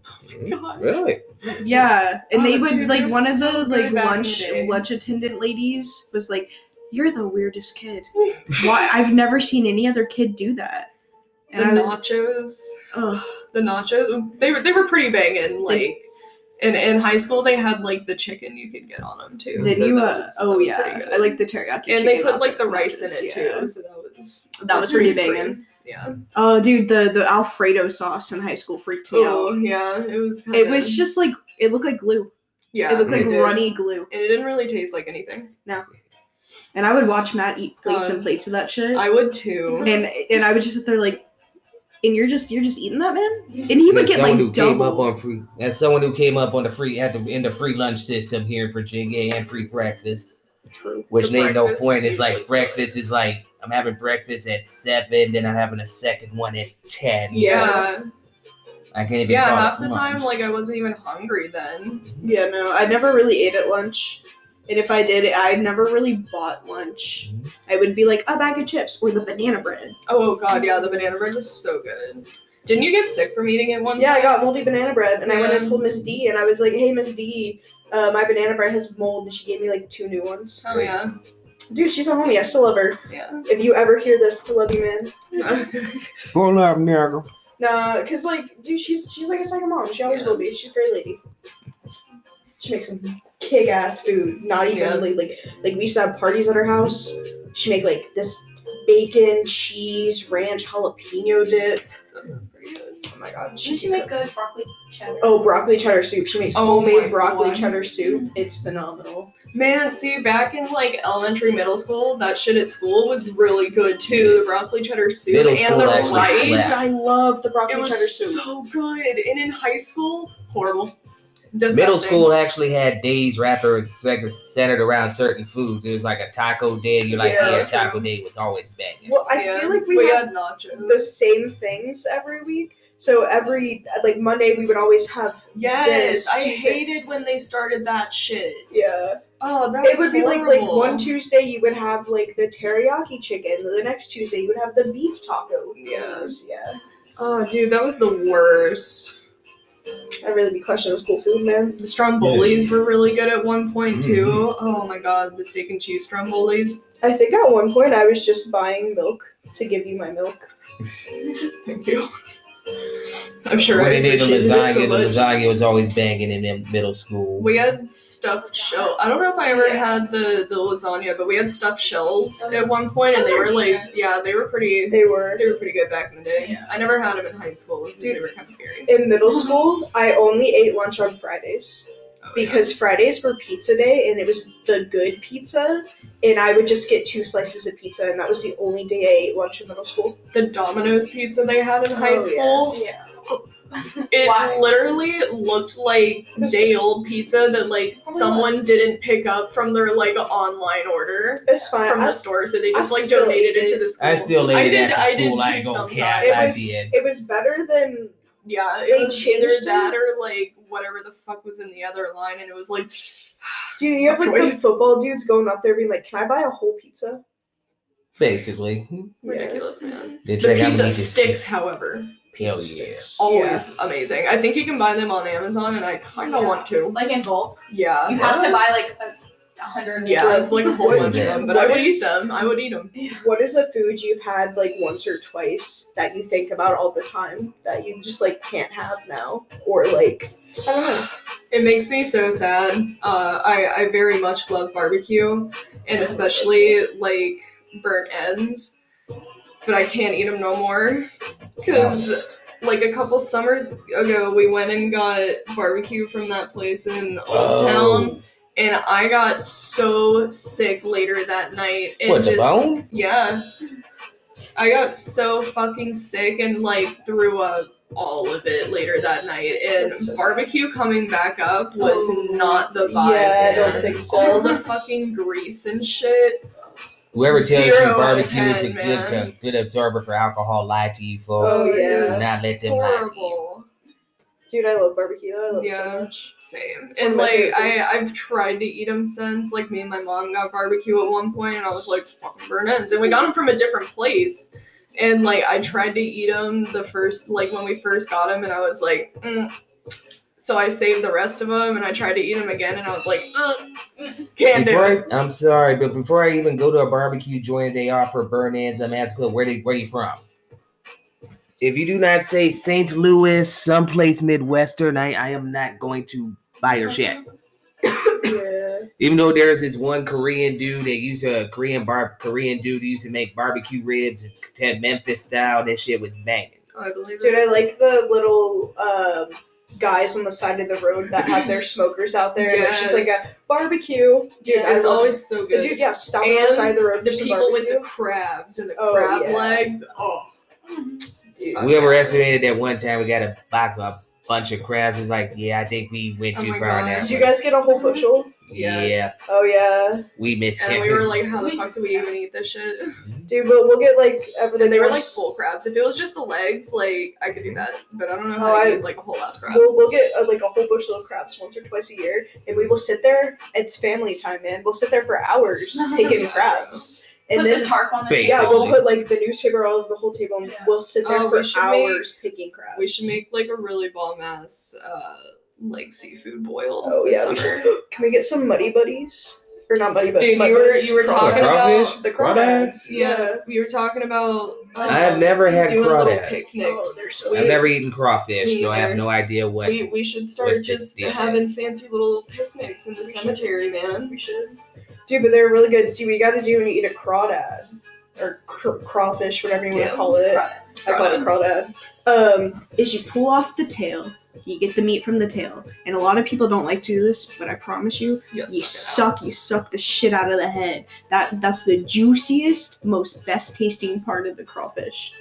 God.
Really?
Yeah, and they
Oh,
would
dude,
like
they're
one of
so
the
good
like
back in
lunch
the day.
lunch attendant ladies was like, "You're the weirdest kid. Why? I've never seen any other kid do that."
The
And I was,
nachos,
ugh,
the nachos, they were they were pretty banging. Like, and in high school they had like the chicken you could get on them too.
did
so
you?
that
uh,
was- that
oh
was
yeah,
pretty good.
I like the teriyaki.
and they
chicken
put
off
like
of
the rice in it
nachos, yeah.
too, so that was
That was pretty
spring.
banging.
Yeah.
Oh, dude, the the Alfredo sauce in high school freaked me
Oh
out.
yeah, it was. Kinda,
It was just like it looked like glue.
yeah,
it looked like
did.
runny glue.
and it didn't really taste like anything.
And I would watch Matt eat plates
God.
and plates of that shit.
Uh, I would too.
and and I would just sit there like, and you're just you're just eating that man. And he would
That's
get
someone
like
who came up
double.
on free. That's someone who came up on the free at the in the free lunch system here in Virginia and free breakfast,
True.
which
The
made no
breakfast is
point. It's
usually-
like breakfast is like I'm having breakfast at seven, then I'm having a second one at ten.
yeah,
I can't even.
yeah.
call it
Half the
lunch.
time, like I wasn't even hungry then.
Yeah, no, I never really ate at lunch. And if I did, I never really bought lunch. I would be like a bag of chips or the banana bread.
Oh god, yeah, the banana bread was so good. Didn't you get sick from eating it one?
Yeah, I
time?
got moldy banana bread, and I went and
Yeah.
told Miss D, and I was like, "Hey, Miss D, uh, my banana bread has mold," and she gave me like two new ones.
Oh yeah,
Dude, she's a homie. I still love her.
yeah.
If you ever hear this, I love you, man.
Pull up, nigga.
Nah, cause like, dude, she's she's like a second mom. She always
Yeah.
will be. She's a great lady. She makes some kick ass food. Not even
Yeah.
like like like we used to have parties at her house. She make like this bacon, cheese, ranch, jalapeno dip.
that sounds pretty good.
Oh my god,
Didn't
she's
she
a
make good broccoli cheddar?
Oh, broccoli cheddar soup. She makes
Oh my
homemade broccoli
God.
cheddar soup. It's phenomenal.
Man, see, back in like elementary, middle school, that shit at school was really good too. The broccoli cheddar soup
Middle
and
school
the
actually
rice.
slapped.
I love the
It
broccoli cheddar
was
soup.
so good. And in high school, horrible.
Middle
Disgusting.
school actually had days rappers seg- centered around certain foods. It was like a taco day. and You're like,
Yeah,
yeah,
true.
taco day was always banging.
Well, I
Yeah,
feel like we,
we
had
had nachos.
the same things every week. So every like Monday we would always have
yes,
this
I
Tuesday.
hated when they started that shit.
yeah.
Oh, that
It
was
would be like like
horrible.
one Tuesday you would have like the teriyaki chicken, the next Tuesday you would have the beef taco.
Yes.
yeah.
Oh, dude, that was the worst.
I really be questioning school food, man.
The strombolis were really good at one point
Mm-hmm.
too. Oh my god, the steak and cheese strombolis.
I think at one point I was just buying milk to give you my milk.
Thank you. I'm sure I
when they did the
appreciated it
lasagna,
so
the
much.
lasagna was always banging in them middle school.
We had stuffed shell. I don't know if I ever
Yeah.
had the the lasagna, but we had stuffed shells
Oh, yeah.
at one point, and they were like,
Yeah.
yeah, they were pretty.
They were
They were pretty good back in the day.
Yeah.
I never had them in high school because they
Dude.
were kind of scary.
in middle school. I only ate lunch on Fridays.
Oh, yeah.
because Fridays were pizza day and it was the good pizza. And I would just get two slices of pizza, and that was the only day I ate lunch in middle school.
the Domino's pizza they had in high
Oh, yeah.
school,
Yeah.
it
Why?
literally looked like
was-
day old pizza that like
Oh my
someone didn't pick up from their like online order
It's fine.
from
I-
the store, so they
I
just like
still
donated
ate
it to
it.
the school.
I still
I
ate
did-
it
I
after
did
school. I ain't
too
gonna cap.
sometimes.
it
I
was
did.
it was better than
Yeah, it
They
was either
changed
that or like whatever the fuck was in the other line, and it was like,
dude. You have like the
Choice.
football dudes going up there being like, "Can I buy a whole pizza?"
Basically,
ridiculous, man.
They
The
check out
pizza
meat.
sticks, however,
Hell
Pizza
yeah.
sticks.
always amazing. I think you can buy them on Amazon, and I kind of
Yeah.
want to.
Like in bulk.
Yeah.
You have to buy like a a hundred.
Yeah, it's like a whole bunch of them, but I would eat them. I would eat them.
Yeah. What is a food you've had like once or twice that you think about all the time that you just like can't have now, or like I don't know.
It makes me so sad. Uh, I, I very much love barbecue and especially like burnt ends, but I can't eat them no more. Because, like, a couple summers ago, we went and got barbecue from that place in Old Town,
Oh.
and I got so sick later that night. And
What the
just,
bone?
Yeah. I got so fucking sick and like threw up all of it later that night. And
That's so sad.
barbecue coming back up was
Oh,
not the vibe.
yeah, I
don't
man.
think so.
All the fucking grease and shit.
Whoever tells
Zero out
you
of
barbecue is a
10,
good uh,
man.
good absorber for alcohol lied to you folks.
Oh,
it
Do
was
yeah.
not let them lie to you.
Horrible.
Dude, I love barbecue. I love it
Yeah.
so much.
Same.
It's one
And
of my
like
favorite
I,
foods.
I've tried to eat them since. Like me and my mom got barbecue at one point, and I was like, "Fucking burn ends," and we got them from a different place. And like I tried to eat them the first, like when we first got them, and I was like, mm. so I saved the rest of them, and I tried to eat them again, and I was like, Ugh, mm, can't do it.
Before I, am sorry, but before I even go to a barbecue joint, they offer burn ins. I'm asking, where they, where you from?
If you do not say St. Louis, someplace Midwestern, I, I am not going to buy your shit.
Mm-hmm.
Yeah.
Even though there's this one Korean dude that used to Korean bar Korean dude used to make barbecue ribs to Memphis style. That shit was banging.
Oh, I believe
Dude, I
it.
like the little um, guys on the side of the road that have their smokers out there. and It's just like a
Yes.
barbecue. Dude,
Yeah,
I
it's
love
always so good.
Dude, yeah, stop on the
And
side of the road.
the
for some
people with the
barbecue.
crabs and the
Oh,
crab
yeah.
legs. Oh,
We overestimated that one time we got a box a bunch of crabs. It's like, yeah, I think we went
Oh
too
my
far on
gosh.
that.
Did
one.
you guys get a whole bushel?
yeah,
Yes.
Oh yeah,
we missed
And we were like, how the fuck do we even eat this shit?
dude. But we'll get like everything.
And they were like
else.
full crabs. If it was just the legs, like I could do that, but I don't know
Oh,
how I
I-
eat like a whole ass crab.
We'll, we'll get uh, like a whole bushel of crabs once or twice a year, and we will sit there. It's family time, man. We'll sit there for hours taking crabs, and
Put
then
the tarp on the
Base.
yeah,
table.
we'll put like the newspaper all over the whole table, and
Yeah.
we'll sit there
Oh, we
for
should
hours picking crabs.
We should make like a really bomb ass uh like seafood boil.
Oh
this
yeah, we
summer.
should. Can we get some muddy buddies or not muddy buddies?
Dude,
mud
you were
buddies?
you were talking
Crawfish?
about
the
Crawdads?
crawdads.
yeah, you were talking about um,
I have never had
doing little
crawdads.
Oh,
picnics.
they're so
We-
I've never eaten crawfish,
Me
so I have
either.
no idea what.
We, we should start
With the
just
deal
having
is.
fancy little picnics in the
We should.
cemetery, man.
We should. Dude, but they're really good. See, we got to do and eat a crawdad or cr- crawfish, whatever you want
Yeah,
to call it.
crawdad.
I call it crawdad. Um, is you pull off the tail, you get the meat from the tail, and a lot of people don't like to do this, but I promise you,
Yes,
you suck, you suck the shit out of the head. That that's the juiciest, most best tasting part of the crawfish.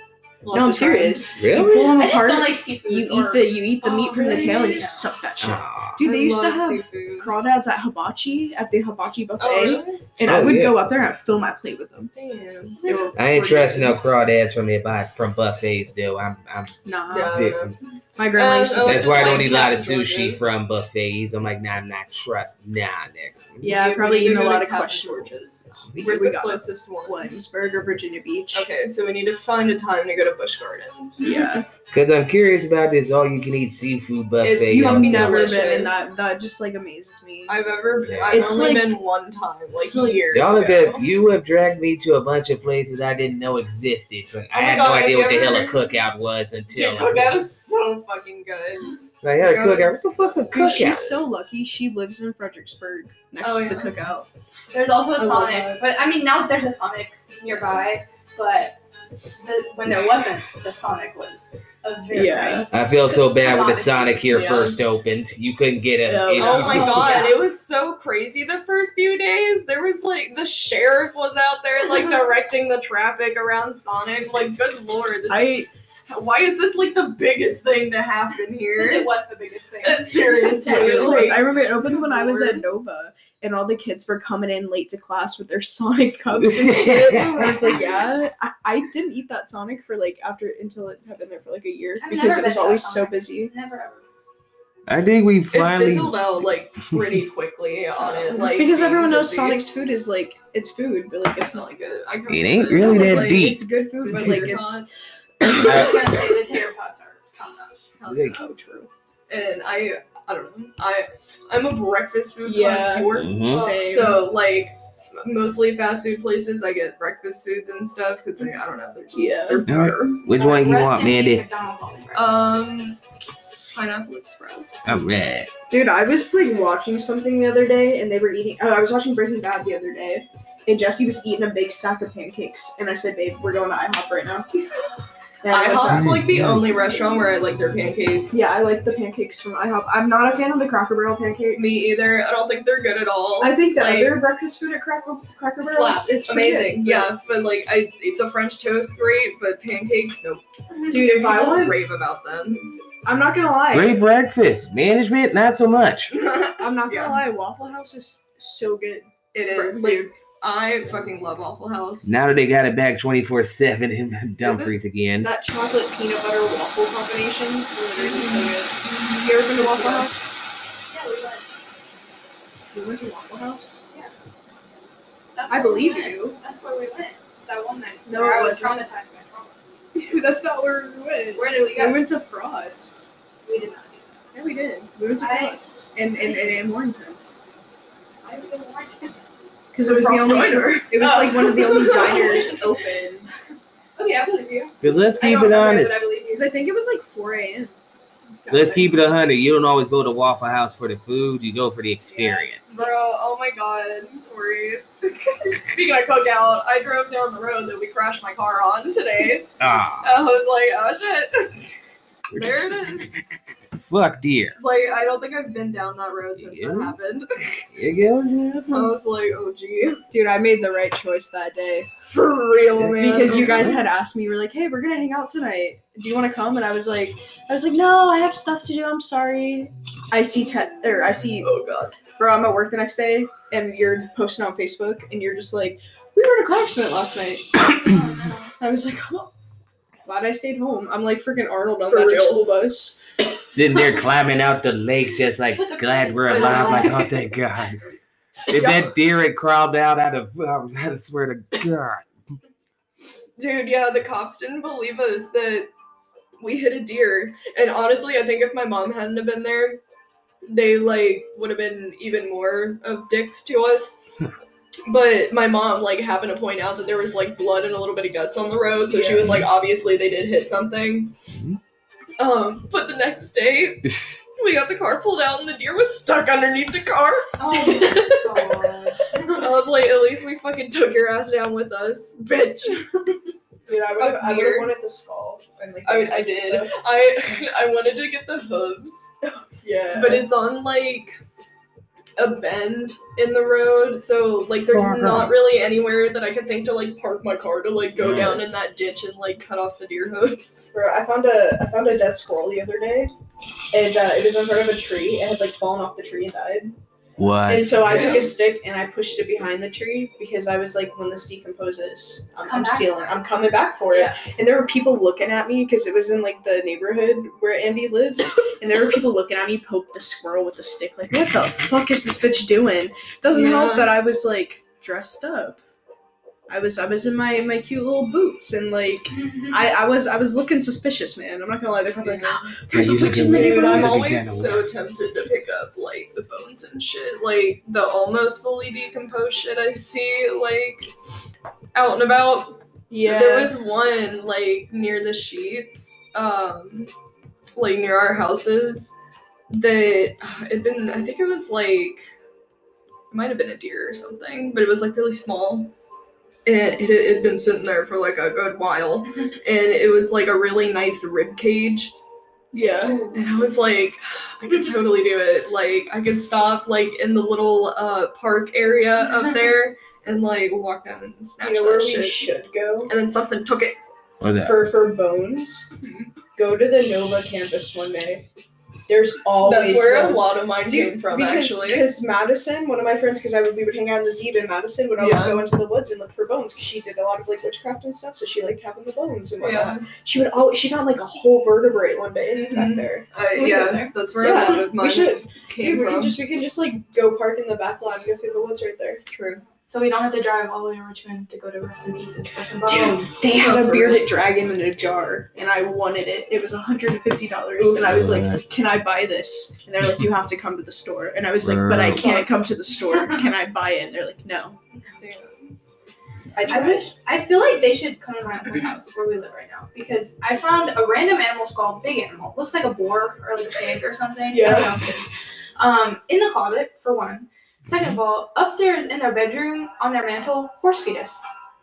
no, I'm serious. You
Really?
pull them
I just
apart.
don't like seafood.
You
or-
eat the you eat the
Oh,
meat from the
really?
tail and you
Yeah.
suck that shit.
Ah.
Dude, they
I
used to
love
have
seafood.
crawdads at hibachi at the hibachi buffet,
Oh, really?
and I
Oh,
would
yeah.
go up there and I'd fill my plate with them.
Damn.
They were
I ain't
Pretty
trusting
good.
no crawdads from the bu- from buffets though. I'm, I'm
nah.
Yeah.
victim.
My grandma
Um,
used to.
Uh, oh,
do
That's
it's
why I
like
don't eat a lot of
Captain
sushi
George's.
from buffets. I'm like, nah, I'm not trust. Nah, nigga.
Yeah, I've
We-
probably
we
eaten
do
a
go
lot
to
of
Captain
questionable-
George's.
We
Where's
we
the
got it.
closest one?
Williamsburg or Virginia Beach.
Okay, so we need to find a time to go to Busch Gardens.
Yeah,
Because I'm curious about this all you can eat seafood buffet.
It's
you
you
know
have
what
me
I'm saying?
never
delicious.
been, and that that just like amazes me.
I've ever,
Yeah.
I've
It's
only
like-
been one time, like
it's like-
years
Y'all have
ago.
done- you have dragged me to a bunch of places I didn't know existed. I
Oh my
had
God,
no idea
have
what the
you
hell a
ever-
cookout was until.
Dude, that is so fucking good.
Like, yeah, a
Girl,
cookout. What the fuck's a
Dude,
cookout?
she's so lucky. She lives in Fredericksburg next
Oh,
to the
yeah.
cookout.
There's also a
I love that.
Sonic, but I mean now there's a Sonic nearby, but the, when there wasn't, the Sonic was a very
Yeah.
nice.
I felt so bad when the
Honestly,
Sonic here
yeah.
first opened. You couldn't get a.
Yeah.
if
Oh
you-
my
Yeah.
god, it was so crazy the first few days. There was like the sheriff was out there like directing the traffic around Sonic. Like, good lord, this is,
I
why is this like the biggest thing to happen
'Cause It
here?
was the biggest thing.
Seriously,
it really
like-
was. I remember it opened when I was at
Lord.
Nova, and all the kids were coming in late to class with their Sonic cups and shit. I was like, yeah, I, I didn't eat that Sonic for like after until it had been there for like a year
I've
because
never
it was
been to
always
that
so
Sonic.
busy.
Never ever.
I think we
It
finally
fizzled out like pretty quickly on it.
It's
Like
because
being
everyone knows
busy.
Sonic's food is like it's food, but like it's not like
Good. I can-
It ain't really that
like,
deep.
it's good food, but like it's
I was
I-
gonna say the tater tots are top notch.
Like,
oh true.
and I I don't know. I I'm a breakfast food
Yeah.
connoisseur.
Mhm.
Same.
So like mostly fast food places, I get breakfast foods and stuff because like, I don't know, they're just,
Yeah.
they're better.
Which one you
Rest
want,
in peace,
Mandy?
McDonald's all the breakfast.
Um, Pineapple Express.
Oh,
All right.
Dude, I was like watching something the other day, and they were eating. Oh, I was watching Breaking Bad the other day, and Jesse was eating a big stack of pancakes, and I said, "Babe, we're going to IHOP right now." And I went to
IHOP's
that.
like the only restaurant where I like their pancakes.
Yeah, I like the pancakes from IHOP. I'm not a fan of the Cracker Barrel pancakes.
Me either. I don't think they're good at all.
I think the
Like-
other breakfast food at Cracker Cracker Barrel is-
Slaps.
it's pretty
amazing.
good.
yeah, but like I eat the French toast great, but pancakes nope.
dude, if I
People
wanted,
rave about them.
I'm not gonna lie.
Great breakfast. Management, not so much.
it
I'm not gonna
Yeah.
lie. Waffle House is so good.
is
Like,
dude. I fucking love Waffle House.
Now that they got it back 24 7 in Dumfries again.
That chocolate peanut butter waffle combination. Literally so good. You ever been to Waffle House?
Yeah, we went.
You went to Waffle House?
That's
I
where we
believe
went.
you.
That's where we went. That one night.
No,
where
it
I was
wasn't.
traumatized by trauma.
That's not where we went.
Where did we
We
go?
went to Frost.
We did not do
Yeah, we did. We went to
I-
Frost. And and, and, and Warrington.
that. Why did we go to Warrington?
Because it was the
Frost
only
diner.
it was
Oh.
like one of the only diners open.
Okay, I believe you.
Because let's
I
keep
don't
it
remember, but
honest.
I believe you.
Because I think it was like 4 a.m.
Let's keep it 100. You don't always go to Waffle House for the food, you go for the experience.
Bro, oh my god. Worry. Speaking of cookout, I drove down the road that we crashed my car on today.
Ah,
I was like, oh shit. There it is.
fuck dear.
Like, I don't think I've been down that road since
Yeah.
that happened.
It goes
I
up.
was like, oh gee.
Dude, I made the right choice that day.
For real, man.
Because you guys had asked me, you were like, hey, we're gonna hang out tonight. Do you wanna come? And I was like, I was like, no, I have stuff to do, I'm sorry. I see te- or I see
Oh god.
bro, I'm at work the next day and you're posting on Facebook and you're just like, we were in a car accident last night.
Oh,
I was like, oh, glad I stayed home. I'm like freaking Arnold on
For
that
real?
school bus.
Sitting there climbing out the lake, just like glad we're alive. Like, oh, thank God.
If that deer had crawled out, I'd have, I was- I'd have swear to God.
Dude, yeah, the cops didn't believe us that we hit a deer. And honestly, I think if my mom hadn't have been there, they like would have been even more of dicks to us. But my mom like happened to point out that there was like blood and a little bit of guts on the road, so she was like, obviously they did hit something.
Mhm.
Um, but the next day, we got the car pulled out and the deer was stuck underneath the car. Oh,
my God.
I was like, at least we fucking took your ass down with us, bitch.
Dude, I
would've- I would've Weird.
wanted the skull. And like,
I, I did. I I wanted to get the hooves,
Yeah.
but it's on like a bend in the road, so like there's
Fuck
not
off.
really anywhere that I could think to like park my car to like go
Yeah.
down in that ditch and like cut off the deer hooves.
Bro, I found a I found a dead squirrel the other day, and uh, it was in front of a tree and had like fallen off the tree and died.
What?
And so I took
Yeah.
a stick and I pushed it behind the tree because I was like, when this decomposes, I'm,
Come
I'm
back
stealing.
for it.
I'm coming back for it.
Yeah.
And there were people looking at me because it was in like the neighborhood where Andy lives. and there were people looking at me poke the squirrel with the stick, like, what the fuck is this bitch doing? Doesn't
Yeah.
help that I was like dressed up. I was I was in my my cute little boots and like I I was I was looking suspicious, man. I'm not gonna lie. They're probably like, there's a
you
witch
look
in the
good.
Dude, I'm
Gotta
neighborhood.
be
always so
kinda
tempted to pick up like the bones and shit, like the almost fully decomposed shit I see like out and about.
Yeah.
There was one like near the sheets, um, like near our houses that uh, it'd been I think it was like it might have been a deer or something, but it was like really small. And it it had been sitting there for like a good while. And it was like a really nice rib cage.
yeah.
And I was like, I could totally do it. Like I could stop like in the little uh park area up there and like walk down and snatch
You know where
that
we
shit.
should go
And then something took it.
Or that?
for for bones? Go to the Nova campus one day. There's always
That's where a
bones.
lot of mine
Dude,
came from,
because,
actually.
Because Madison, one of my friends, because I would we would hang out in the Zeeb in Madison, would always
Yeah.
go into the woods and look for bones because she did a lot of like witchcraft and stuff, so she liked having the bones and whatnot.
Yeah,
She would always she found like a whole vertebrate one day back
Mhm.
there.
I,
We go
yeah,
there.
that's where
Yeah,
a lot of
we
mine
should.
came
Dude, we
from.
can just we can just like go park in the back lot and go through the woods right there.
True.
So we don't have to drive all the way to Richmond to go to Rest in Pieces for some
Dude,
bones.
They
had a bearded
dragon in a jar, and I wanted it. It was $150,
and
I was like,
"Can I buy this?" And they're like, "You have to come to the store." And I was
like, "But I
can't
come to the store. Can I buy it?" And they're like, "No."
I wish. I feel like they should come to my uncle's house where we live right now because I found a random animal skull, big animal, looks like a boar or like a pig or something. I don't know if it's- um, in the closet for one. Second of all, upstairs in their bedroom on their mantle, horse fetus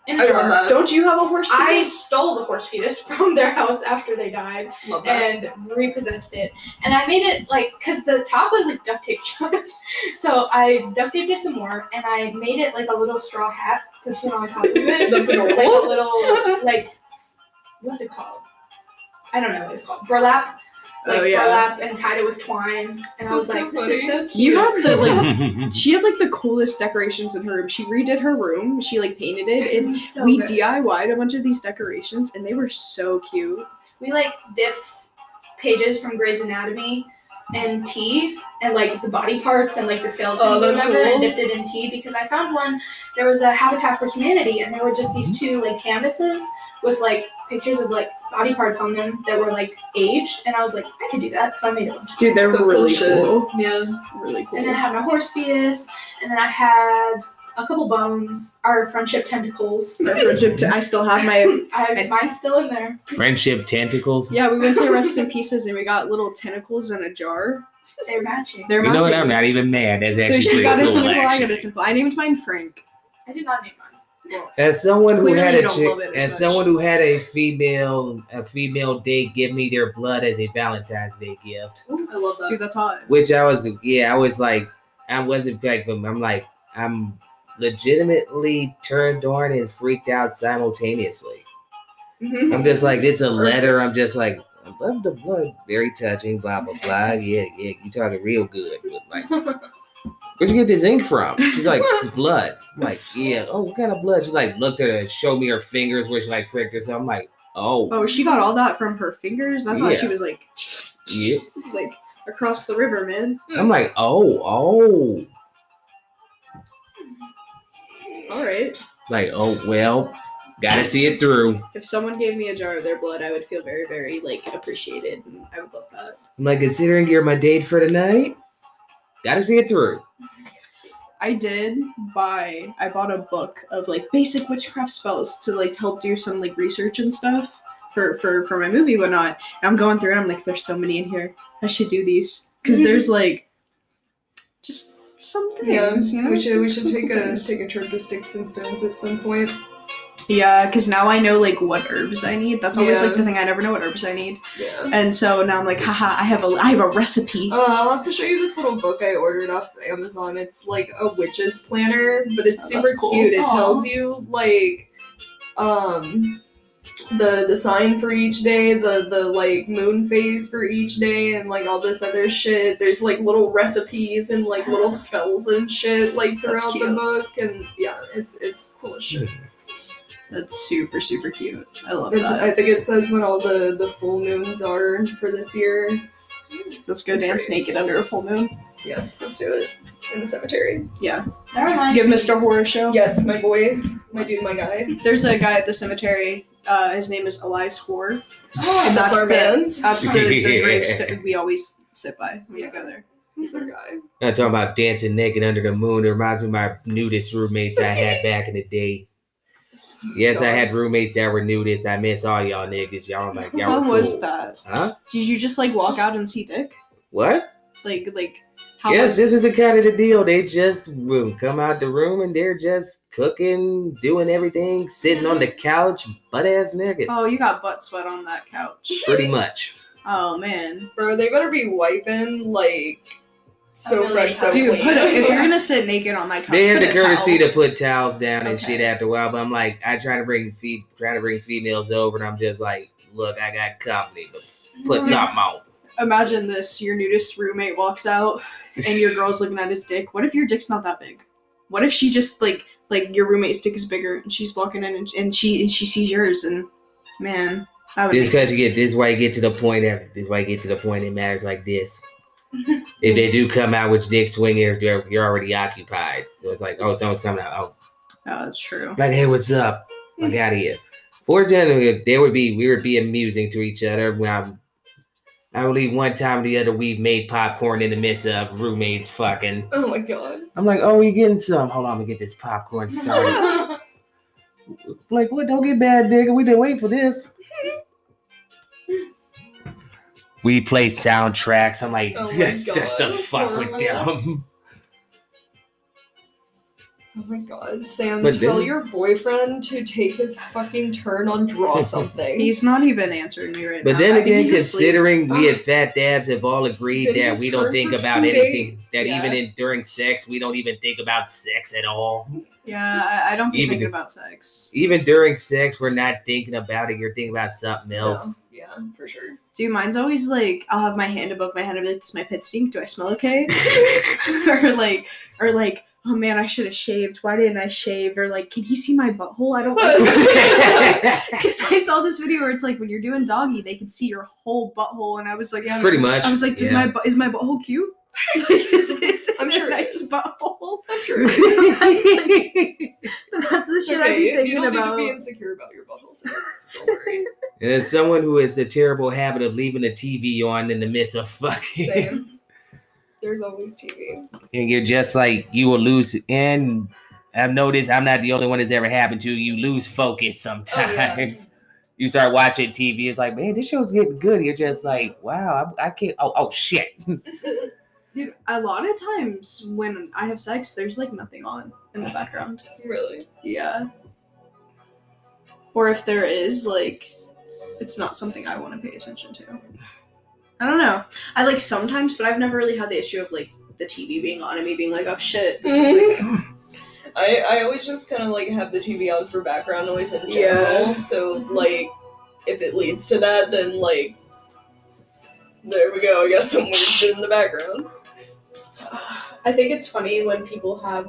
in
I
a
love
jar.
that.
Don't you have a horse?
I stole the horse fetus from their house after they died
Love that.
and repossessed it. And I made it like because the top was like duct tape shut. so I duct taped it some more, and I made it like a little straw hat to put on top of it.
That's adorable.
Like a little like what's it called? I don't know what it's called. Burlap. like
Oh, yeah.
roll up and tied it with twine. And I was
That's so
like, this is so cute.
You had the like. She had like the coolest decorations in her room. She redid her room. She like painted it,
It
and
was so
we
good.
DIY'd a bunch of these decorations, and they were so cute.
we like dipped pages from Grey's Anatomy and tea and like the body parts and like the skeletons
Oh,
or
that's
whatever
cool.
and dipped it in tea because I found one there was a Habitat for Humanity and there were just these
Mm-hmm.
two like canvases with like pictures of like body parts on them that were like aged and I was like I could do that so I made a bunch.
Dude, they're
That's
really
bullshit.
cool.
Yeah.
Really cool.
And then I had my horse fetus and then I had a couple bones, our friendship tentacles.
Our friendship t- I still have my.
I mine's still in there.
Friendship tentacles.
Yeah, we went to Rest in Pieces, and we got little tentacles in a jar.
They're matching.
They're
You know what?
magic.
I'm not even mad. That's
So
actually
she got a
pretty
tentacle.
cool.
I got
Actually.
a tentacle. I named mine Frank.
I did not name mine.
As someone who
Clearly
had
you
a
don't
chick,
love it as
as
much.
someone who had a female a female date give me their blood as a Valentine's Day gift,
I love that.
Dude, that's hot.
which I was yeah, I was like I wasn't like but I'm like I'm legitimately turned on and freaked out simultaneously. I'm just like it's a letter. I'm just like I love the blood, very touching. Blah blah blah. Yeah, yeah, you talking real good. But like, where'd you get this ink from? She's like, it's blood. I'm like, yeah. Oh, what kind of blood? She like looked at it, and showed me her fingers where she like pricked herself. I'm like, oh,
Oh, she got all that from her fingers. I thought
Yeah.
she was like,
yeah.
like across the river, man.
I'm like, oh, oh.
All right.
Like, oh well, gotta see it through.
If someone gave me a jar of their blood, I would feel very, very like appreciated, and I would love that.
I'm like, considering you're my date for tonight, gotta see it through.
I did buy. I bought a book of like basic witchcraft spells to like help do some like research and stuff for for for my movie, whatnot. And I'm going through it. I'm like, there's so many in here. I should do these because there's like just some
Yeah,
things. you know,
we should
some-
we should
some
take
cool
a
things.
take a trip to Sticks and Stones at some point.
Yeah, because now I know like what herbs I need. That's always like
Yeah.
the thing I never know what herbs I need,
Yeah.
and so now I'm like, haha, I have a I have a recipe.
Uh, I'll have to show you this little book I ordered off of Amazon. It's like a witch's planner, but it's
Oh,
super
that's cool.
cute. It
Aw.
tells you like um the the sign for each day, the the like moon phase for each day, and like all this other shit. There's like little recipes and like little spells and shit like
That's
throughout the
cute.
book, and yeah, it's it's cool as shit.
That's super super cute. I love
It,
that.
I think it says when all the the full moons are for this year.
Let's go
it's
dance
great.
naked under a full moon.
Yes, let's do it in the cemetery.
That reminds
Give
me-
Mr. Horror a show.
Yes, my boy, my dude, my guy.
There's a guy at the cemetery. Uh, his name is Elias Hoare.
Oh,
That's
And that's
our
the-
man's.
That's the, the gravestone we always sit by when we go there.
He's our guy.
I'm talking about dancing naked under the moon. It reminds me of my nudist roommates I had back in the day. Yes, I had roommates that were nudists. I miss all y'all niggas. Y'all were like, y'all
How
were
was
cool.
that?
Huh?
Did you just like walk out and see Dick?
What?
Like like how
yes,
was
this is the kind of the deal. They just will come out the room and they're just cooking, doing everything, sitting on the couch, butt ass naked,
Oh, you got butt sweat on that couch.
pretty much.
Oh man.
Bro, they better be wiping like so
really
fresh, so
hot
Dude,
clean.
put a, if you're gonna sit naked on my couch,
They have
put
the
a
courtesy
towel.
to put towels down and
Okay.
shit after a while, but I'm like, I try to bring feet, try to bring females over, and I'm just like, look, I got company, but
Mm-hmm.
put something on.
Imagine this: your nudist roommate walks out, and your girl's looking at his dick. What if your dick's not that big? What if she just like like your roommate's dick is bigger, and she's walking in, and, and she and she sees yours, and man, that would
This
be
because you get this is why you get to the point that this is why you get to the point it matters like this. if they do come out with dick swinging, you're, you're already occupied. So it's like, oh, someone's coming out. Oh,
oh, that's true.
like, hey, what's up? Like out of here. Fortunately, they would be we would be amusing to each other. When I'm, I believe one time or the other we made popcorn in the midst of roommates fucking.
oh my god.
I'm like, oh, we getting some. Hold on, I'm gonna get this popcorn started. like, what? Don't get bad, nigga. We've been waiting for this. We play soundtracks. I'm like,
Oh my
just, just to
God.
fuck with them.
Oh my god. Sam,
But
tell
then-
your boyfriend to take his fucking turn on draw something.
He's not even answering me right now.
But then
I think
again,
he's asleep.
considering we
Ah.
at Fat Dabs have all agreed
been
that
his
we don't
turn
think
for
about
two
anything,
days.
that
Yeah.
even in during sex, we don't even think about sex at all.
yeah, I, I don't be
Even-
thinking about sex.
Even during sex, we're not thinking about it. You're thinking about something
Yeah,
else.
yeah, for sure.
Dude, mine's always like I'll have my hand above my head. I'm like, does my pit stink? Do I smell okay? or like, or like, oh man, I should have shaved. Why didn't I shave? Or like, can he see my butthole? I don't. Because I saw this video where it's like when you're doing doggy, they can see your whole butthole, and I was like,
Pretty much.
I was like, does
Yeah.
my bu- is my butthole cute? like, is, is it
I'm
a
sure it
nice
is.
butthole?
I'm sure.
that's, like, that's the
It's
shit I
okay.
be
you
thinking
don't
about.
need to be insecure about your buttholes. Don't worry.
And as someone who has the terrible habit of leaving the TV on in the midst of fucking,
Same. There's always TV.
and you're just like you will lose. And I've noticed I'm not the only one that's ever happened to you. Lose focus sometimes.
Oh, yeah.
You start watching TV. It's like, man, this show's getting good. You're just like, wow, I, I can't. Oh, oh, shit.
Dude, a lot of times when I have sex, there's like nothing on in the background.
Really.
Yeah. Or if there is, like, it's not something I want to pay attention to. I don't know. I like sometimes, but I've never really had the issue of like the TV being on and me being like, oh shit, this is like
I, I always just kind of like have the TV on for background noise in general.
Yeah.
So like, if it leads to that, then like, there we go. I got some weird shit in the background.
I think it's funny when people have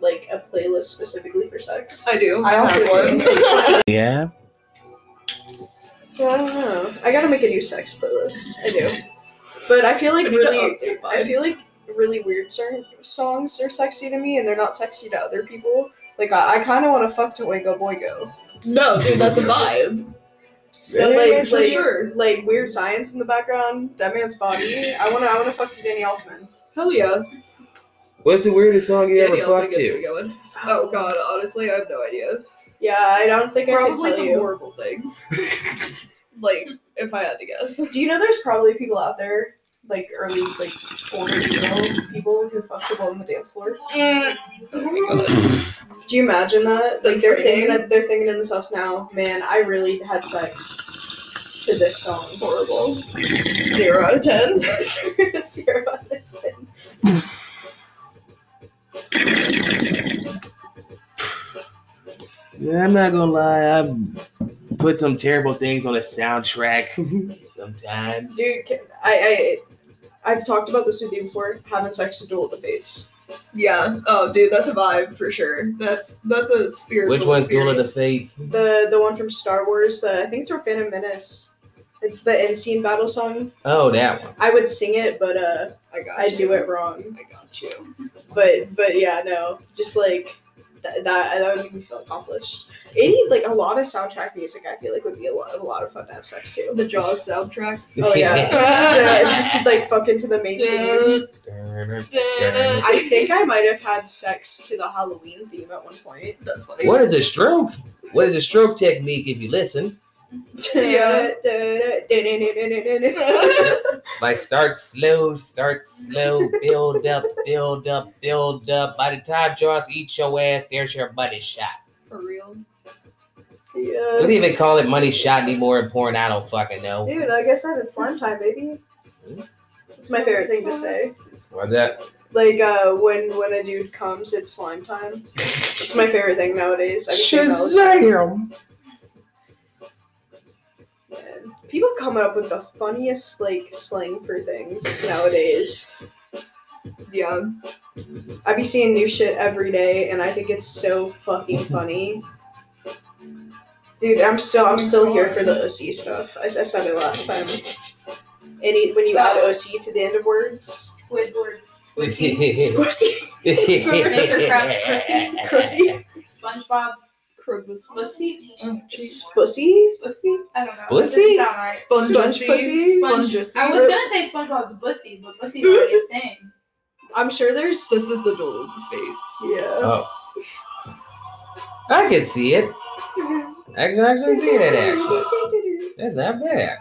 like a playlist specifically for sex.
I do. I
I
have
also
one.
Yeah.
Yeah, I don't know. I gotta make a new sex playlist. I do, but I feel like really, I feel like really weird certain songs are sexy to me, and they're not sexy to other people. Like I, I kind of want to fuck to Oingo Boingo,
no, dude, that's a vibe.
but like,
for
like,
sure.
like weird science in the background, Dead Man's Body. I wanna, I wanna fuck to Danny Elfman.
Hell yeah.
What's the weirdest song you ever
Danielle, I
fucked
guess
to?
we're going. Oh god, honestly, I have no idea.
Yeah, I don't think I can
Probably
tell
some
you.
horrible things. like, if I had to guess.
Do you know there's probably people out there, like early, like older people, people who fuck to blow on the dance floor? Do you imagine that? Like
That's
they're
frightening.
thinking, they're thinking to themselves now, man, I really had sex to this song.
horrible. Zero out of ten.
Zero out of ten.
Yeah, I'm not gonna lie. I put some terrible things on a soundtrack sometimes.
Dude, can- I, I, I've talked about this with you before. Having sex to dual debates.
yeah. Oh, dude, that's a vibe for sure. That's that's a spiritual.
Which one's Duel of the
experience.
Fates?
The the one from Star Wars. Uh, I think it's from Phantom Menace. It's the end scene battle song.
Oh, that one.
I would sing it, but uh,
I got
I
you.
do it wrong.
I got you.
but but yeah, no, just like th- that that would make me feel accomplished. Any like a lot of soundtrack music, I feel like would be a lot, a lot of fun to have sex to.
The Jaws soundtrack.
Oh yeah, Yeah, just like fuck into the main theme. I think I might have had sex to the Halloween theme at one point.
that's funny.
what is a stroke? What is a stroke technique? If you listen,
Yeah.
like start slow, start slow, build up, build up, build up. By the time Jaws eats your ass, there's your money shot.
For real.
We don't
Yeah.
even call it money shot anymore in porn. I don't fucking know.
Dude, like I said, it's slime time, baby. It's my favorite thing to say.
What's that?
Like uh, when when a dude comes, it's slime time. It's my favorite thing nowadays. I just think that was- Man, People come up with the funniest like slang for things nowadays.
Yeah.
I be seeing new shit every day, and I think it's so fucking funny. Dude, I'm still I'm still here for the OC stuff. I, I said it last time. Any when you add OC to the end of words,
Squidward's
squishy,
Mr. Krabs pussy.
squishy,
SpongeBob's
Cribs.
pussy.
spussy,
Pussy? I don't know.
Pussy?
That doesn't sound right.
sponge pussy.
Sponge-
Sponge.
I was gonna say SpongeBob's pussy, but pussy's already a thing.
I'm sure there's
This is the duel of the fates.
yeah.
Oh. I can see it. I can actually see that actually. That's not bad.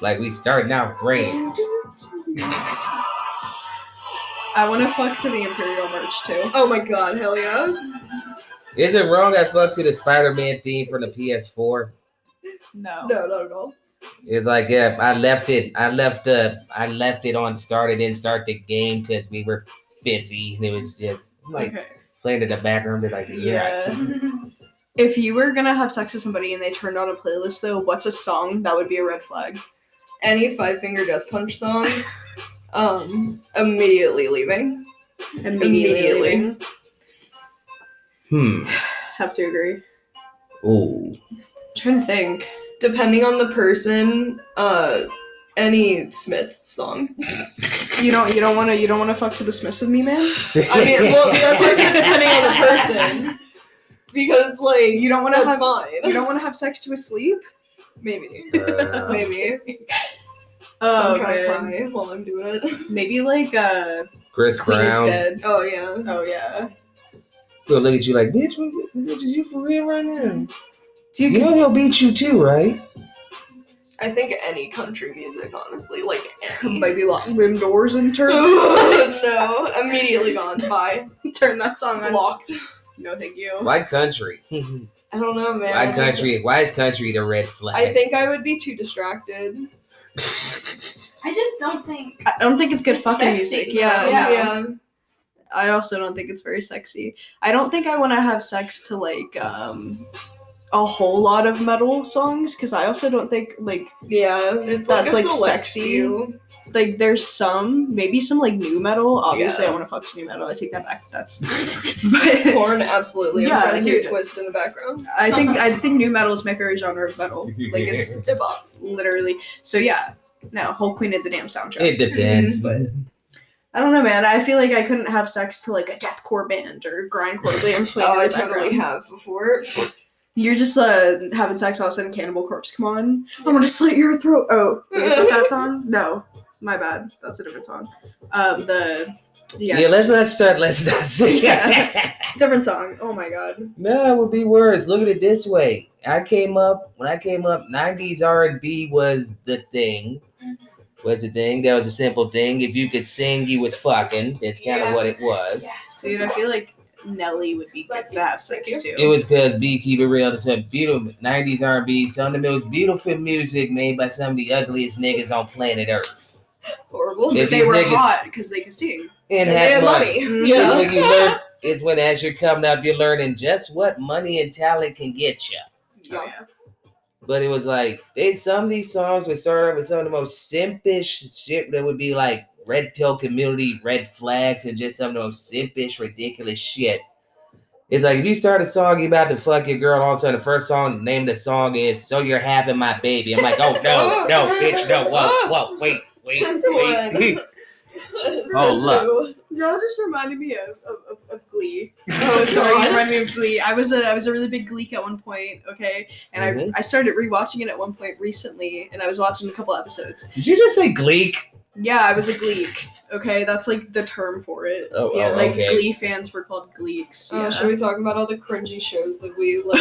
Like we starting out great.
I want to fuck to the Imperial merch too.
Oh my god, hell yeah.
Is it wrong I fucked to the Spider-Man theme from the PS4?
No.
No, not at all.
It's like yeah, I left it. I left the. I left it on start. I didn't start the game because we were busy. And it was just like
Okay.
playing in the background. They're like, yes.
Yeah.
If you were gonna have sex with somebody and they turned on a playlist though, what's a song that would be a red flag?
Any Five Finger Death Punch song. Um, immediately leaving. Immediately leaving.
Hmm.
Have to agree.
Ooh.
trying to think. Depending on the person, uh, any Smith song.
You don't. You don't want to. You don't want to fuck to the Smiths with me, man.
I mean, well, that's what I said. Depending on the person, because like
You
you
don't want to
that's
have.
fine.
You don't want to have sex to a sleep.
maybe,
Uh,
maybe.
Oh
I'm trying to
man.
cry while I'm doing it.
Maybe like uh.
Chris
Queen is
Brown.
dead.
Oh yeah.
Oh yeah.
He'll look at you like, bitch, what, what is you for real right now?
Do you,
You know he'll beat you too, right?
I think any country music, honestly, like any.
maybe lock room doors and turn
no, immediately gone. Bye.
turn that song on?
Blocked.
No, thank you.
Why country?
I don't know, man.
Why
I just-
country? Why is country the red
I
flag?
think I would be too distracted.
I just don't think.
I don't think it's good
It's
fucking
sexy,
music.
though.
Yeah,
Yeah.
yeah.
I also don't think it's very sexy. I don't think I want to have sex to like um a whole lot of metal songs because I also don't think like
Yeah, it's
That's,
like, a
like,
select
sexy.
few.
like there's some maybe some like new metal. Obviously, I
Yeah.
want to fuck to new metal. I take that back. That's but
Porn, absolutely.
Yeah,
I'm trying to hear
dude.
twist in the background.
I think I think new metal is my favorite genre of metal. Like it's
It's a box.
literally so yeah. No, whole Queen of the Damn soundtrack.
it depends,
I don't know, man. I feel like I couldn't have sex to like a deathcore band or grindcore band playing.
Oh,
in
I
the
totally
background.
have before.
You're just uh having sex all of a sudden Cannibal Corpse, come on. I'm gonna slit your throat. Oh, wait, is that that song? No. My bad. That's a different song. Um the
but
yeah,
yeah, let's not start. Let's not think.
Yeah. different song. Oh my god.
No, it would be worse. Look at it this way. I came up when I came up, '90s R&B was the thing. Was the thing that was a simple thing. If you could sing, you was fucking. That's kind of
Yeah.
what it was.
Yes.
Dude, I feel like Nelly would be good to have sex too.
It was because B keep it real. It's a beautiful '90s R&B, some of the most beautiful music made by some of the ugliest niggas on planet Earth,
Horrible.
Yeah.
But
if
they
these
were
niggas-
hot because they could sing.
and,
And they
had
had
money.
money.
Mm-hmm.
It's
Yeah.
when you learn. It's when as you're coming up, you're learning just what money and talent can get you.
Yeah.
But it was like they some of these songs would start off with some of the most simpish shit that would be like red pill community red flags and just some of the most simpish ridiculous shit. It's like if you start a song, you about to fuck your girl. All of a sudden, the first song, the name of the song is "So You're Having My Baby." I'm like, oh no, no, bitch, no, whoa, whoa, wait, wait,
Since
wait.
when?
Oh,
look.
Y'all just reminded me of, of, of, of Glee.
Oh,
Oh, sorry, you
God.
reminded me of Glee. I was a I was a really big Gleek at one point, okay, and
Mhm.
I I started rewatching it at one point recently, and I was watching a couple episodes.
Did you just say Gleek?
Yeah, I was a Gleek. Okay, that's like the term for it.
Oh,
yeah,
oh,
like
okay.
Glee fans were called Gleeks.
Oh,
yeah.
should we talk about all the cringy shows that we like,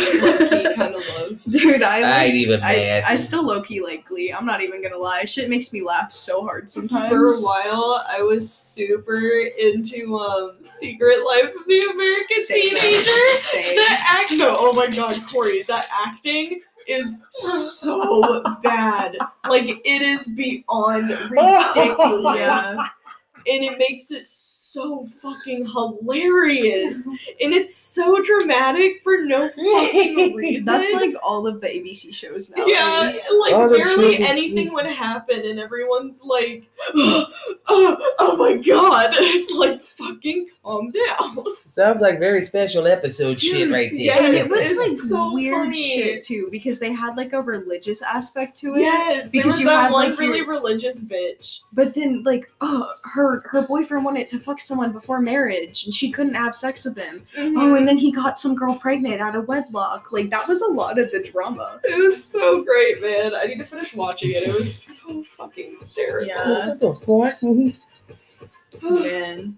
low kind of love?
Dude, I
I
like,
ain't even
I,
mad.
I still low key like Glee. I'm not even gonna lie. Shit makes me laugh so hard sometimes.
For a while, I was super into um, Secret Life of the American
Same.
Teenager.
Same.
That act, no, oh my god, Corey, that acting is so bad. Like it is beyond
Oh
ridiculous,
Yeah.
and it makes it so fucking hilarious, and it's so dramatic for no fucking reason.
That's like all of the ABC shows now.
Yeah,
It's-
like
All the
barely
children-
anything would happen, and everyone's like, oh, oh my god. It's like, fucking calm down.
Sounds like very special episode shit right there.
yeah,
And it was
It's
like
so
weird
funny.
shit too, because they had like a religious aspect to it.
Yes,
because
because
you
you that
had,
one
like,
really
your-
religious bitch.
But then, like, oh, her her boyfriend wanted to fuck someone before marriage, and she couldn't have sex with him. Oh, and then he got some girl pregnant out of wedlock. Like that was a lot of the drama.
It was so great, man. I need to finish watching it. It was so fucking hysterical.
Yeah.
What the fuck?
Man,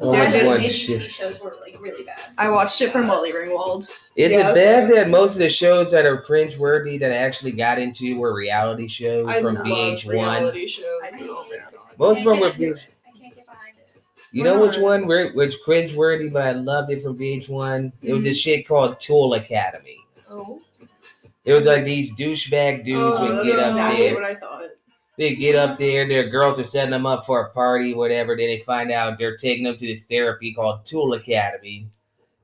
Oh,
Dude,
Yeah,
it's
those
one shit.
ABC shows were like really bad.
I watched it from Molly Ringwald.
Is
Yeah,
it
so-
bad that most of the shows that are cringe worthy that I actually got into were reality shows
I
from
love
VH1?
reality shows.
I do.
Oh my god.
Most of them
I
were
can't get-
VH1.
I can't get behind it.
You know which
Right.
one? were- Which cringe worthy, but I loved it from VH1? It was
Mm-hmm.
this shit called Tool Academy.
Oh.
It was like these douchebag dudes
Oh,
would
that's
get up
exactly
there.
what I thought.
They get up there, their girls are setting them up for a party, whatever. Then they find out they're taking them to this therapy called Tool Academy.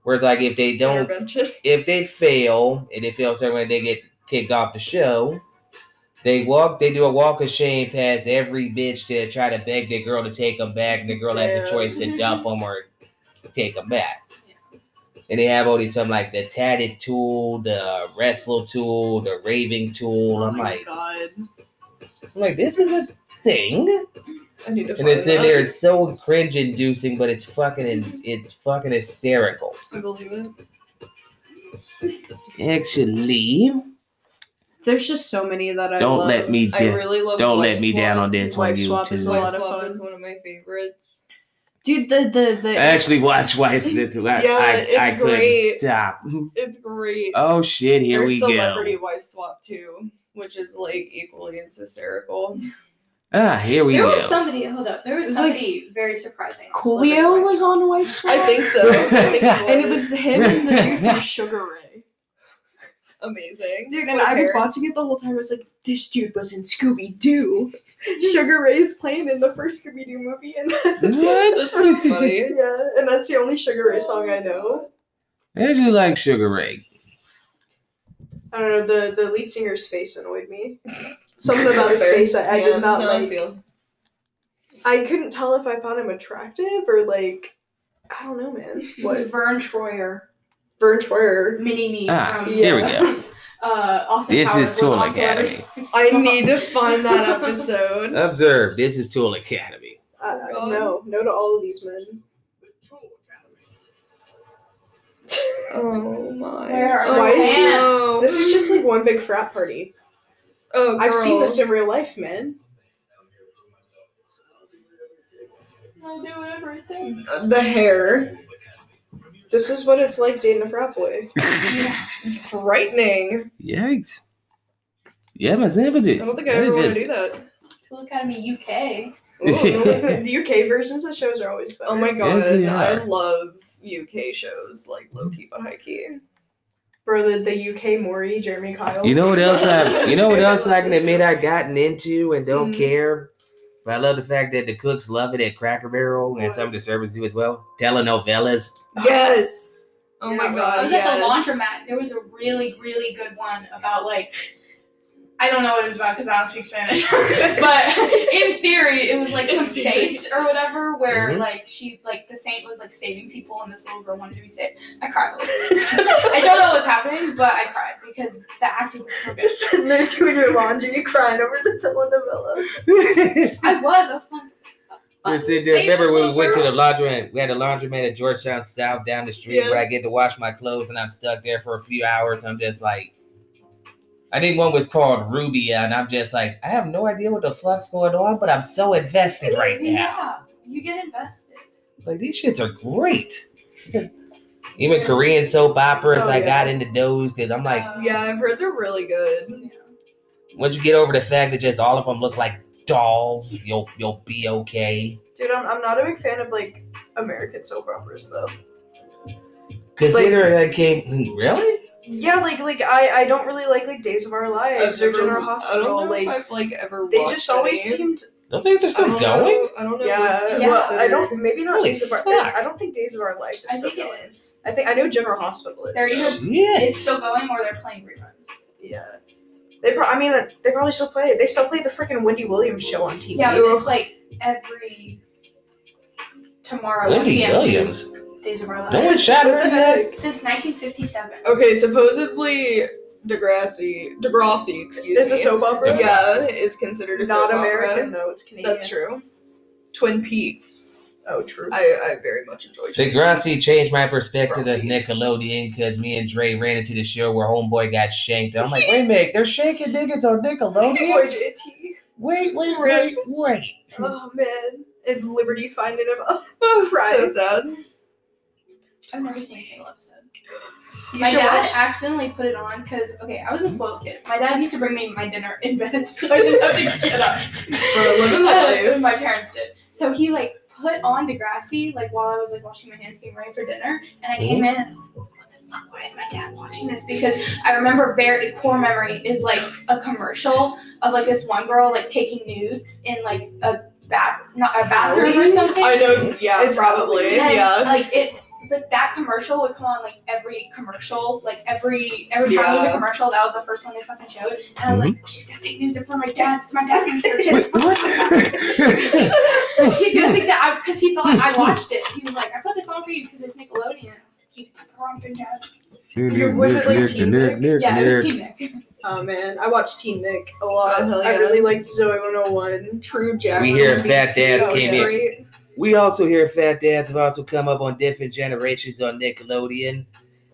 Whereas like if they don't
Intervention.
if they fail and they fail certain they get kicked off the show. They walk. They do a walk of shame past every bitch to try to beg the girl to take them back. And the girl has
Yeah.
a choice to dump them or take them back. And they have all these something like the tatted tool, the wrestler tool, the raving tool. I'm like,
God,
I'm like, this is a thing,
I need to.
and it's
find
in there.
that.
It's so cringe-inducing, but it's fucking, it's fucking hysterical.
I believe it.
Actually,
There's just so many that I
Don't
love.
let me
I
down.
really love.
Don't
Wife
let me down
Swap.
on this one,
Wife
you
swap is
two.
a lot
Wife
of
Swap
fun.
is one of my favorites.
dude. The the the
Actually, watch wife. I,
Yeah,
I,
it's
I couldn't
great.
stop.
It's great.
Oh shit! Here
There's
we
Celebrity
go.
Wife Swap too, which is like equally as hysterical.
Ah, here we
There was
go.
somebody. Hold up. There was,
It was, like,
somebody very surprising. on Celebrity
Coolio was on Wife Swap.
I think so. I think
and it was him and the dude from Sugar Ray.
amazing.
Dude,
What
and
a
I was
pair.
watching it the whole time. I was like, this dude was in Scooby Doo. Sugar Ray's playing in the first Scooby Doo movie, and
That's so funny.
yeah, and that's the only Sugar Ray song I know.
Actually, like Sugar Ray.
I don't know. The the lead singer's face annoyed me. Something about
That's
his
fair.
face I, I
Yeah,
did not
no, I
like.
feel.
I couldn't tell if I found him attractive or like, I don't know, man.
Wife. It was
What
Vern Troyer,
Vern Troyer?
mini me.
Ah,
from,
here we
go.
Uh, Austin
This
Powers
is Tool
was on
Academy.
Celebrity.
I need to find that episode.
Observe. This is Tool Academy.
Uh,
God.
no, no to all of these men.
Oh my.
Where are
Why
my
is she-
pants?
This is just like one big frat party.
Oh,
I've seen
girl.
this in real life, man.
I'll do whatever it takes.
uh,
the hair.
This is what it's like dating a frat boy.
Frightening.
Yikes. Yeah, my
I
sympathies.
don't think I
That
ever
is
want to
just-
do that.
Tool Academy UK.
Ooh, the UK versions of shows are always better.
Oh my god,
Yes, they
I
are.
love UK shows like low key but high key.
Bro, the, the UK Maury, Jeremy Kyle.
You know what else I you know what else I can
This
admit I gotten into and don't
Mm.
care? But I love the fact that the cooks love it at Cracker Barrel and some of the servers do as well. Telenovelas.
Yes. Oh my
I
god.
was
yes.
at the laundromat. There was a really, really good one about like I don't know what it was about because I don't speak Spanish. but in theory, it was like
In
some
theory.
saint or whatever, where
Mhm.
like she like the saint was like saving people and this little girl wanted to be saved. I cried. a little bit. I don't know what's happening, but I cried because the acting was so good.
Just sitting there doing your laundry, crying over the telenovela.
I was. I was fun.
We sit there. Remember when we went to the laundromat? We had a laundromat at Georgetown South down the street
Yeah.
where I get to wash my clothes and I'm stuck there for a few hours. I'm just like, I think one was called Rubia, and I'm just like, I have no idea what the fuck's going on, but I'm so invested right now.
Yeah, you get invested.
Like these shits are great. Even Korean soap operas,
Oh,
I
yeah.
got into those because I'm like,
Um,
Yeah, I've heard they're really good.
yeah.
once you get over the fact that just all of them look like dolls, you'll you'll be okay.
Dude, I'm, I'm not a big fan of like American soap operas though.
Considering I came, really?
Yeah, like like I I don't really like like Days of Our Lives or
I've never-
General
I don't
Hospital.
know if
Like
I've like ever
they
watched
just always
any.
seemed
Those things are still
I don't
going.
Know, I don't know.
yeah.
What's
Well, I
considered-
don't maybe not
Holy
Days of Our
fuck.
I don't think Days of Our Life is
I
still
think
going.
it is.
I think I know General Hospital is.
They're
though.
either
Yes.
it's still going or they're playing reruns.
Yeah. They pro- I mean they probably still play it. They still play the freaking Wendy Williams show on TV.
Yeah, but it's like every tomorrow. 1
Wendy
p.m.
Williams.
Days of our
No
lives.
one shot
What
her
the
yet.
heck?
Since 1957.
Okay, supposedly Degrassi, Degrassi, excuse
It's
me,
a soap opera.
yeah, is considered a
Not
soap
American
opera.
though. It's Canadian.
That's true. Twin Peaks.
Oh, true.
I, I very much enjoy. Twin
Degrassi changed my perspective of
Degrassi.
Nickelodeon because me and Dre ran into the show where Homeboy got shanked. I'm like, wait a minute, they're shanking niggas on Nickelodeon?
JT.
Wait, wait, wait, wait.
Oh man, and Liberty finding him. Oh,
Oh, so
Right.
sad.
I've never seen a single episode.
you
my
should
dad
watch.
accidentally put it on because okay, I was a spoiled kid. My dad used to bring me my dinner in bed, so I didn't have to get up.
Bro, living the life.
my parents did. So he like put on Degrassi like while I was like washing my hands, getting ready for dinner, and I
Oh.
came in. and I was like, what the fuck? Why is my dad watching this? Because I remember very core memory is like a commercial of like this one girl like taking nudes in like a bath, not a bathroom or
Really?
something.
I know. Yeah,
It's
probably.
And,
Yeah.
Like it like that commercial would come on like every commercial, like every every time there was a
Yeah. Mm-hmm.
commercial, that was the first one they fucking showed, and I was like, she's gonna take music from my dad. My dad's gonna search his He's gonna think that I because he thought I watched it. He was like, I put this on for you because it's Nickelodeon. I was like, you put the wrong thing down.
was it like Teen Nick?
Yeah, it was Team Nick.
Oh man, I watched Teen Nick a lot.
Oh, hell
I
yeah.
really liked Zoe 101.
True Jackson.
hear
beat
fat dads
Beatles,
came in.
right?
We also hear fat dads have also come up on different generations on Nickelodeon.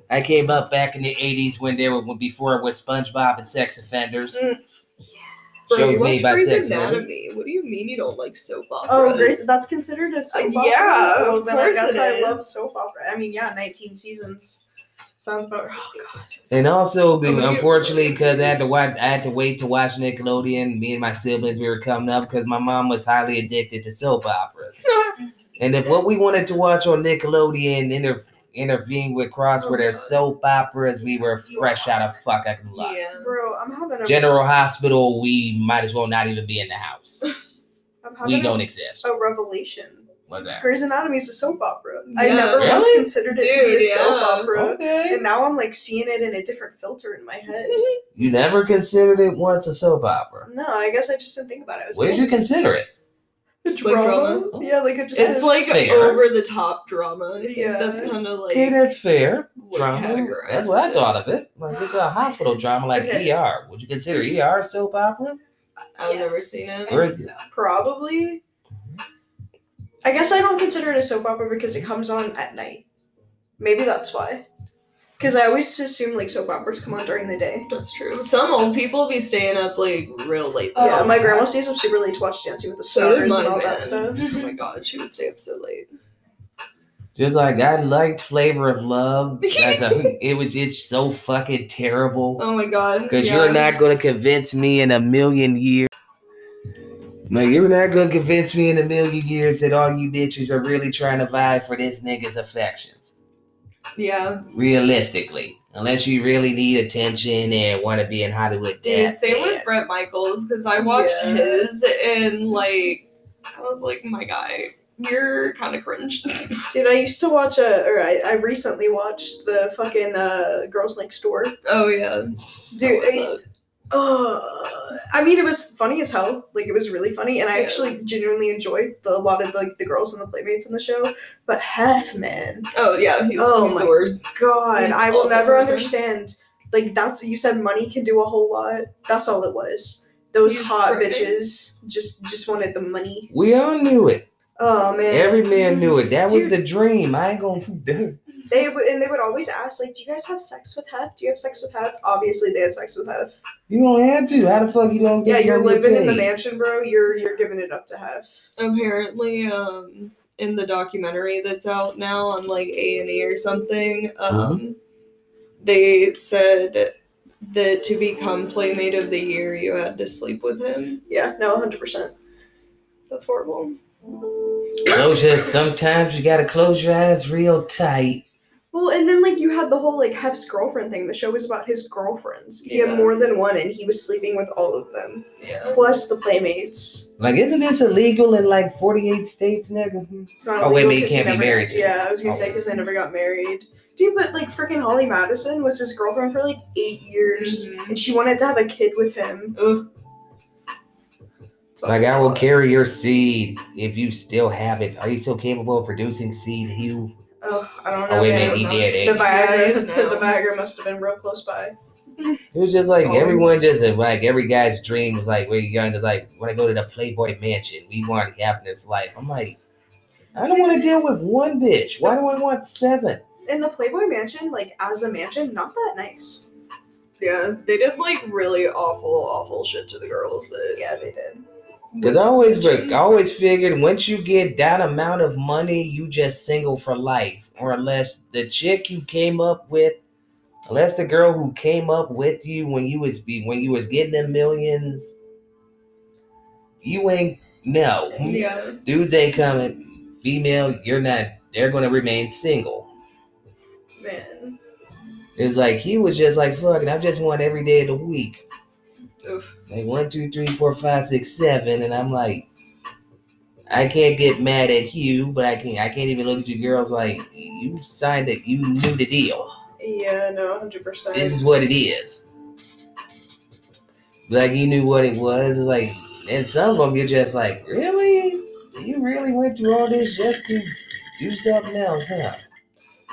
I came up back in the '80s when they were before it was SpongeBob and Sex Offenders.
Mm. Bro, you
Shows made
watch
by
Grey's
sex members.
Anatomy. What do you mean you don't like soap operas?
Oh, Grace, that's considered a
Uh,
soap opera.
yeah,
Well,
of
then I
course
guess
it
I love
is.
soap opera. I mean, yeah, 19 seasons. Sounds about. Oh god.
And also, be-
Oh, yeah.
unfortunately, because I had to watch, I had to wait to watch Nickelodeon. Me and my siblings, we were coming up because my mom was highly addicted to soap operas. and if what we wanted to watch on Nickelodeon inter- intervened with
Oh,
Crossword or
God.
soap operas, we were fresh out of fucking luck.
Yeah.
Bro, I'm having a.
General Hospital, we might as well not even be in the house.
I'm having
We
a-
don't exist.
a revelation.
What's that?
Grey's Anatomy is a soap opera. I
Yeah.
never once
Really?
considered it to
Dude,
be a soap
yeah.
opera.
Okay.
And now I'm like seeing it in a different filter in my head.
You never considered it once a soap opera.
No, I guess I just didn't think about it. I was
What did you
like,
consider it?
It's
Like
drama.
drama?
Yeah, like it just
It's like
fair.
over the top drama. I think
Yeah.
that's kind of like
Okay, that's fair.
what
drama.
categorizes
That's what I
it.
thought of it. Like it's a hospital drama, like
Okay.
ER. Would you consider ER a soap opera?
I've
Yes.
never seen it.
Where is
So,
probably. I guess I don't consider it a soap opera because it comes on at night. Maybe that's why. Because I always assume like soap operas come on during the day.
That's true. Some old people be staying up like real late.
Oh,
yeah, my
yeah.
grandma stays up super late to watch Dancing with the
so did
Stars
my
and all
man.
that stuff.
Oh my god, she would stay up so late.
Just like I liked Flavor of Love. That's a, it was just so fucking terrible.
Oh my god.
Because
yeah.
you're not gonna convince me in a million years. No, you're not gonna convince me in a million years that all you bitches are really trying to vie for this nigga's affections.
Yeah,
Realistically. Unless you really need attention and wanna be in Hollywood.
dude.
that
same
bad.
with Brett Michaels because I watched
Yeah.
his and like I was like, my guy, you're kind of cringe.
Dude, I used to watch a, or I, I recently watched the fucking uh, Girls Next Door.
oh yeah, That
Dude,
was
I,
a-
uh, I mean, it was funny as hell. Like, it was really funny, and I
Yeah.
actually genuinely enjoyed the, a lot of like the girls and the playmates in the show. But Hef, man,
oh yeah, he's,
Oh
he's
my
the worst.
God,
An
I will
awful
never
person.
understand. Like, that's you said money can do a whole lot. That's all it was. Those
He's
hot
frightening.
bitches just just wanted the money.
We all knew it.
Oh man,
Every man knew it. That was
Dude.
the dream. I ain't gonna.
They would and they would always ask like, "Do you guys have sex with Hef? Do you have sex with Hef?" Obviously, they had sex with Hef.
You don't have to. How the fuck you don't
Yeah,
get?
you're
don't get
living in the
paid?
mansion, bro. You're you're giving it up to Hef.
Apparently, um, in the documentary that's out now on like A and E or something, um, they said that to become Playmate of the Year, you had to sleep with him.
Yeah, no, hundred percent.
That's horrible.
Close your- sometimes you gotta close your eyes real tight.
Well, and then like you had the whole like Hef's girlfriend thing. The show was about his girlfriends. He
Yeah.
had more than one, and he was sleeping with all of them,
Yeah.
plus the playmates.
Like, isn't this illegal in like 48 states, nigga?
It's not.
Oh, wait,
illegal
but you
'cause he
can't be
never-
married to
Yeah, I was gonna
Oh.
say because they never got married. Dude, but like freaking Holly Madison was his girlfriend for like eight years,
Mhm.
and she wanted to have a kid with him.
Ugh.
It's
Like,
awful.
I will carry your seed if you still have it. Are you still capable of producing seed, Hugh?
Ugh, I don't know.
Oh, wait,
man.
man, he
no.
did
The
it.
Yeah,
Viagra,
it is
the
now.
Viagra must have been real close by.
It was just like
Always.
everyone just like every guy's dream was like when you're young, just like when I go to the Playboy Mansion, we want happiness life. I'm like, I don't want to deal with one bitch. Why do I want seven?
And the Playboy Mansion, like as a mansion, not that nice.
Yeah, they did like really awful, awful shit to the girls. That
Yeah, they did.
Because I always, I always figured once you get that amount of money, you just single for life, or unless the chick you came up with, unless the girl who came up with you when you was be when you was getting the millions, you ain't no
yeah,
dudes ain't coming. Female, you're not. They're gonna remain single.
Man.
It's like he was just like fuck it. I just want every day of the week.
Oof.
Like one, two, three, four, five, six, seven, and I'm like, I can't get mad at Hugh, but I can not I can't even look at you girls like you signed it. You knew the deal.
Yeah, no, hundred percent.
This is what it is. Like you knew what it was. It's like, and some of them you're just like, really? You really went through all this just to do something else, huh?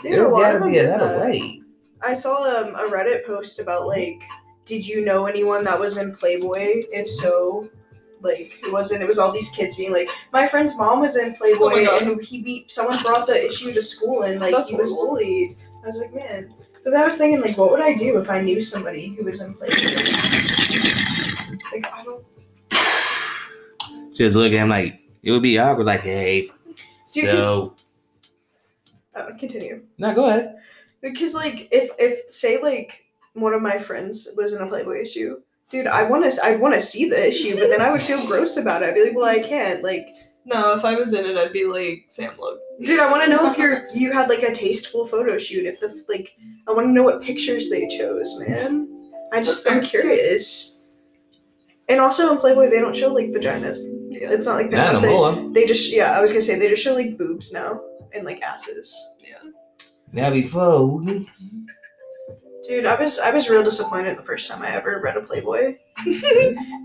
Dude,
There's
a lot
got
of
to
them
be
did
another
that.
way.
I saw um, a Reddit post about like, did you know anyone that was in Playboy? If so, like it wasn't. It was all these kids being like, my friend's mom was in
Oh my
Playboy,
God.
and he beat someone brought the issue to school, and like
That's
he was
horrible.
bullied. I was like, man. But then I was thinking, like, what would I do if I knew somebody who was in Playboy? Like, I don't.
Just look at him like it would be awkward. Like, hey,
Dude,
so
Uh, continue.
no, go ahead.
Because like if if say like one of my friends was in a Playboy issue, dude, I want to I'd want to see the issue, but then I would feel gross about it. I'd be like, well, I can't. Like,
No, if I was in it, I'd be like Sam Look.
dude, I want to know if you're you had like a tasteful photo shoot. If the like, I want to know what pictures they chose, man. I just I'm curious. And also in Playboy, they don't show like vaginas.
Yeah.
It's not like
Not
they,
no more.
they just yeah. I was gonna say they just show like boobs now and like asses.
Now before
Dude, I was I was real disappointed the first time I ever read a Playboy.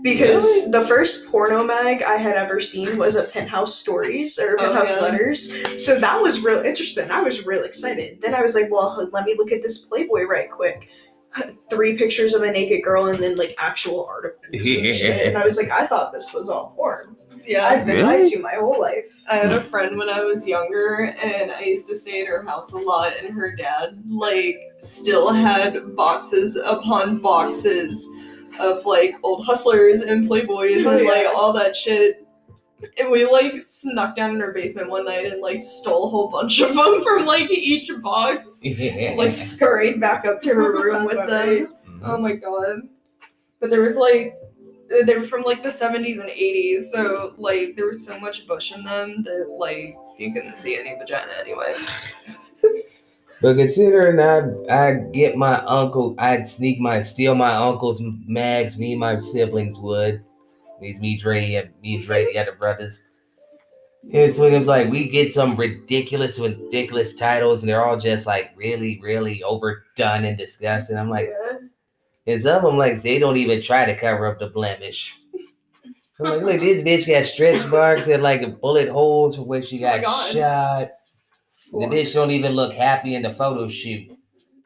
because the first porno mag I had ever seen was a Penthouse Stories or
Oh,
Penthouse
yeah.
Letters. So that was real interesting. I was real excited. Then I was like, well, let me look at this Playboy right quick. Three pictures of a naked girl and then like actual articles and shit. And I was like, I thought this was all porn.
Yeah.
I've been lied to my whole life.
I had a friend when I was younger, and I used to stay at her house a lot, and her dad, like, still had boxes upon boxes of, like, old hustlers and Playboys and, like,
Yeah.
all that shit. And we, like, snuck down in her basement one night and, like, stole a whole bunch of them from, like, each box. Like, scurried back up to her room
Sounds
with
about
them.
right.
Oh my god. But there was like they were from like the 70s and 80s, so like there was so much bush in them that like you couldn't see any vagina anyway.
But considering I I get my uncle, I'd sneak my steal my uncle's mags. Me and my siblings would. These me Dre and me and Dre the other brothers. And so it's like we get some ridiculous, ridiculous titles, and they're all just like really, really overdone and disgusting. I'm like,
Yeah.
and some of them like they don't even try to cover up the blemish. I'm like, look, this bitch got stretch marks and like bullet holes from where she
Oh my
got
God.
shot. The bitch don't even look happy in the photo shoot.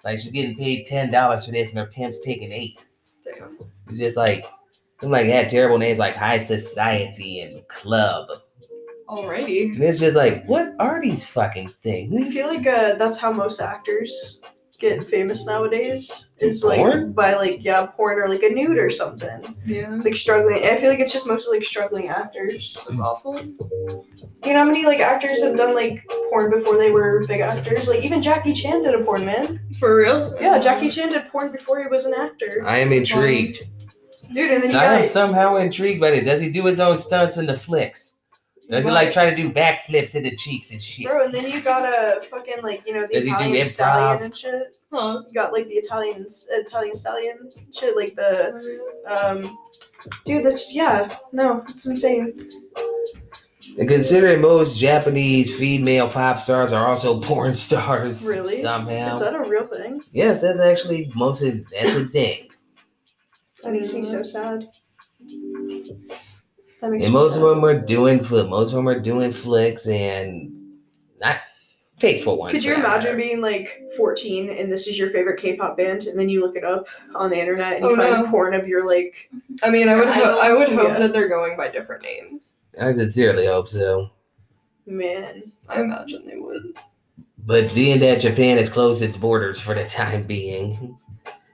Like she's getting paid ten dollars for this, and her pimp's taking eight.
Damn.
It's just like, I'm like, it had terrible names like High Society and Club.
Alrighty.
And it's just like, what are these fucking
I
things?
feel like uh, that's how most actors get famous nowadays. Is like
Porn?
by like yeah, porn or like a nude or something.
Yeah.
Like struggling. I feel like it's just mostly like struggling actors.
That's awful.
You know how many like actors have done like porn before they were big actors? Like even Jackie Chan did a porn, man.
For real?
Yeah, Jackie Chan did porn before he was an actor.
I am
um,
intrigued.
Dude, and then you
I am
got
somehow intrigued by it. Does he do his own stunts in the flicks? Does he like
Right.
try to do backflips in the cheeks and shit?
bro, and then you got a fucking like you know the
Does he do
Italian
improv?
stallion and shit.
Huh.
You got like the Italian Italian stallion shit, like the um. Dude, that's yeah, no, it's insane.
And considering most Japanese female pop stars are also porn stars,
Really?
Somehow,
Is that a real thing?
yes, that's actually most of that's a thing.
That makes me
Mm-hmm.
so sad. That makes
and
me
most
sad.
of them are doing foot. Most of them are doing flicks and not tasteful ones.
Could you
for that
imagine
matter.
being like 14 and this is your favorite K-pop band, and then you look it up on the internet and you
Oh,
find
no.
porn of your like?
I mean I would ho- I would hope
Yeah.
that they're going by different names.
I sincerely hope so.
Man,
I imagine they would.
But being that Japan has closed its borders for the time being,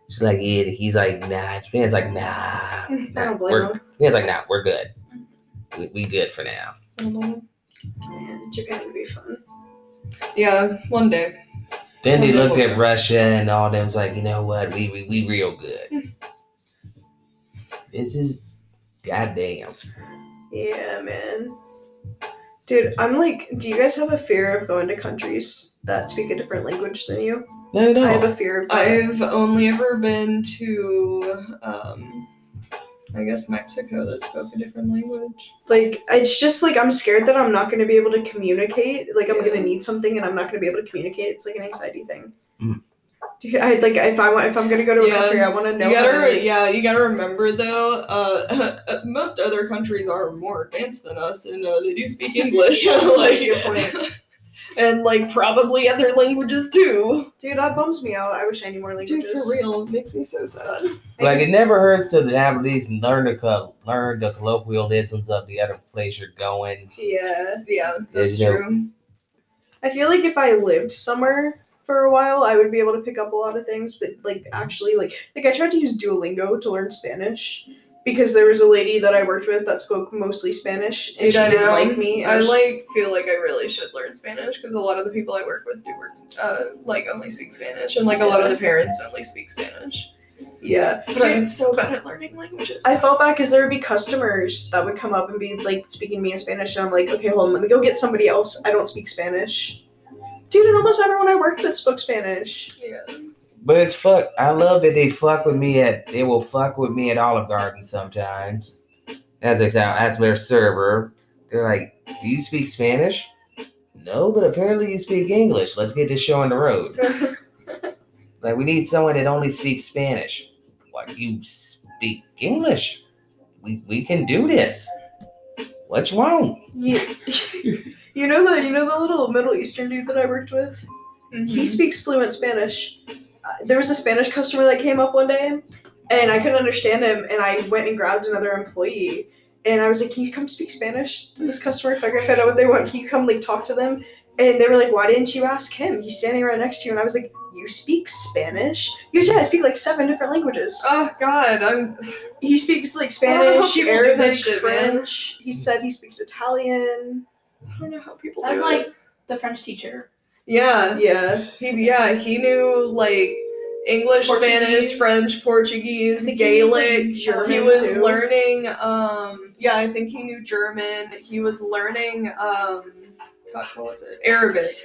she's like, yeah, he's like, nah. Japan's like, nah.
I
nah
don't blame
we're,
them.
Japan's like, nah, we're good. We, we good for now.
Mm-hmm. Man, Japan would be fun.
Yeah, one day.
Then they
Oh, no.
looked at Russia and all them's like, you know what, we we, we real good. this is goddamn.
Yeah, man. Dude, I'm like, do you guys have a fear of going to countries that speak a different language than you?
Not at
I have
all.
a fear of. that.
I've only ever been to um
I guess Mexico that spoke a different language.
Like it's just like I'm scared that I'm not going to be able to communicate. Like I'm going to need something and I'm not going to be able to communicate. It's like an anxiety thing.
Mm.
Dude, I like if I want if I'm going to go to a
Yeah.
country, I want to know.
you
how
gotta,
to, like-
yeah, you gotta remember though. Uh, most other countries are more advanced than us, and uh, they do speak English.
That's a
like,
good point.
and like probably other languages too.
Dude, that bums me out. I wish I knew more languages.
real, it makes me so sad.
Like it never hurts to have at least learn the col- learn the colloquialisms of the other place you're going.
Yeah.
Yeah, that's
Yeah, you know.
true.
I feel like if I lived somewhere for a while, I would be able to pick up a lot of things, but like actually like like I tried to use Duolingo to learn Spanish because there was a lady that I worked with that spoke mostly Spanish and
Dude,
she
I
didn't
know.
like me. and
I
was-
like feel like I really should learn Spanish because a lot of the people I work with do work uh, like only speak Spanish, and like a lot of the parents only speak Spanish.
yeah.
But I'm so bad at learning languages.
I felt bad because there would be customers that would come up and be like speaking to me in Spanish, and I'm like, okay, hold on, let me go get somebody else. I don't speak Spanish. Dude, and almost everyone I worked with spoke Spanish.
yeah.
But it's fuck. I love that they fuck with me at. They will fuck with me at Olive Garden sometimes. As a as their server, they're like, "Do you speak Spanish?" No, but apparently you speak English. Let's get this show on the road. like we need someone that only speaks Spanish. Why you speak English? We we can do this. What's wrong?
Yeah. you know the you know the little Middle Eastern dude that I worked with.
Mm-hmm.
He speaks fluent Spanish. Uh, there was a Spanish customer that came up one day, and I couldn't understand him, and I went and grabbed another employee. And I was like, "Can you come speak Spanish to this customer? If I can find out what they want, can you come like talk to them?" And they were like, "Why didn't you ask him? He's standing right next to you." And I was like, "You speak Spanish?" He goes, "Yeah, I speak like seven different languages."
Oh God, I'm
He speaks like
I don't know how
Spanish,
people do that
Arabic,
shit, man.
French. He said he speaks Italian.
I don't know how people.
That's
do
like
it.
the French teacher.
yeah,
Yeah,
he yeah he knew like English, Spanish,
Portuguese.
French,
I
Portuguese,
think he knew, like,
Gaelic. he
German,
was
too.
learning. Um, yeah, I think he knew German. He was learning. Um, fuck, what was it? Arabic.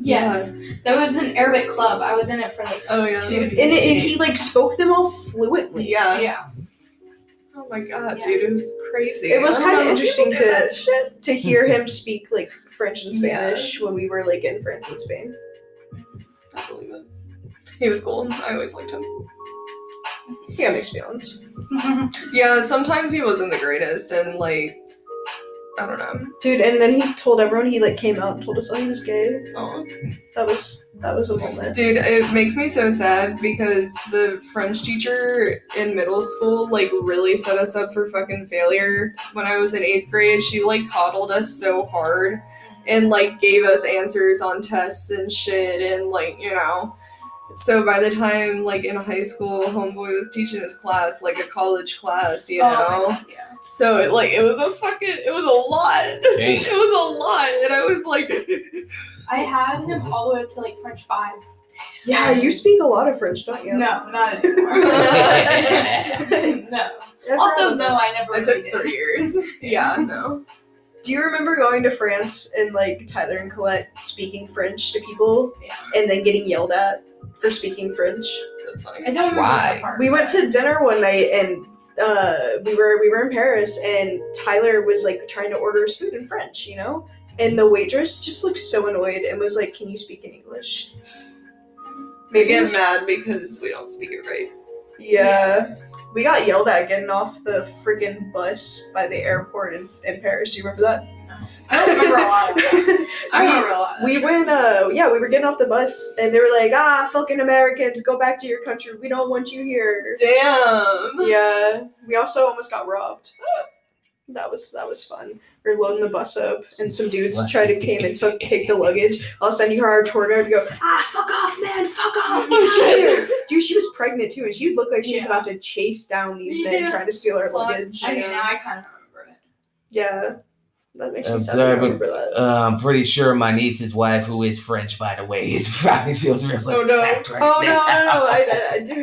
Yes. There was an Arabic club. I was in it for like
Oh yeah.
dude, and, it, and he like spoke them all fluently.
Yeah.
yeah.
Oh my God,
Yeah.
dude, it was crazy.
It was
I don't
kind of
know how
interesting
people do
to
that shit.
to hear him speak like French and
Yeah.
Spanish when we were like in France and Spain.
I believe it. He was cool. I always liked him.
Yeah, makes feelings.
Oh
Yeah, sometimes he wasn't the greatest, and like, I don't know.
Dude, and then he told everyone he like came out and told us all he was gay.
Oh.
That was that was a moment.
Dude, it makes me so sad because the French teacher in middle school like really set us up for fucking failure. When I was in eighth grade, she like coddled us so hard and like gave us answers on tests and shit and like, you know. So by the time like in high school, homeboy was teaching his class, like a college class, you
Oh,
know.
my God, yeah.
So it like it was a fucking it was a lot.
Dang.
it was a lot and I was like
I had him all the way up to like French five.
Yeah, you speak a lot of French, don't you?
No, not anymore.
Uh,
no.
Yeah,
Also,
probably.
no, I never.
I took
really did.
three years. Yeah, no.
Do you remember going to France and like Tyler and Colette speaking French to people
Yeah.
and then getting yelled at for speaking French?
That's funny.
I don't remember
Why?
that part.
We went to dinner one night and uh, we were we were in Paris and Tyler was like trying to order his food in French, you know, and the waitress just looked so annoyed and was like, "Can you speak in English?"
We
Maybe
get
it's-
mad because we don't speak it right.
yeah. We got yelled at getting off the freaking bus by the airport in, in Paris. You remember that?
I don't remember a lot of that. I
We-
remember a lot.
we went uh yeah we were getting off the bus and they were like ah fucking americans go back to your country we don't want you here
Damn.
yeah we also almost got robbed that was that was fun we were loading the bus up and some dudes tried to came and took take the luggage all of a sudden you heard our tour guide go ah fuck off man fuck off get out of here dude she was pregnant too and she looked like she was
Yeah.
about to chase down these men
Yeah.
trying to steal our
Lot-
luggage
I mean, now I kind of remember it.
yeah that makes me
I'm
sad
sorry,
that I
but-
remember that
Uh, I'm pretty sure my niece's wife, who is French, by the way, is probably feels real.
Oh, no.
attacked right
oh no no no i, I, I do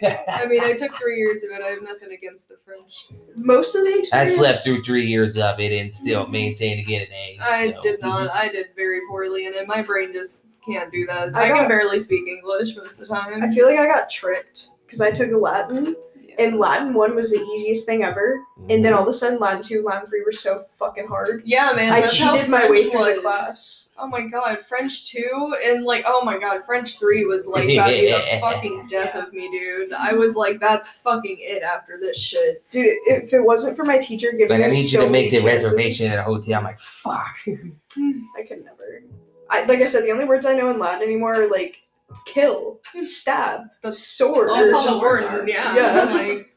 now.
I mean, I took three years of it. I have nothing against the French.
most of the experience
I slept through three years of it and still maintained to get an A.
I
so.
did not. I did very poorly in it. My brain just can't do that.
I
I,
got-
can barely speak English most of the time.
I feel like I got tricked because I took Latin
yeah.
and Latin one was the easiest thing ever.
Mm.
And then all of a sudden, Latin two, Latin three were so fucking hard.
Yeah, man.
I
that's
cheated
how
my
French
way through the
was.
class.
Oh my god, French two and like oh my god, French three was like that'd be the fucking death of me, dude. I was like, that's fucking it after this shit.
Dude, if it wasn't for my teacher giving
Like I
us
need
so
you to make
many
the reservation
chances-
at a hotel. I'm like, fuck.
I could never. I like I said, the only words I know in Latin anymore are like kill, stab, the sword.
That's all the
all words
words
are.
Yeah.
Yeah.
Like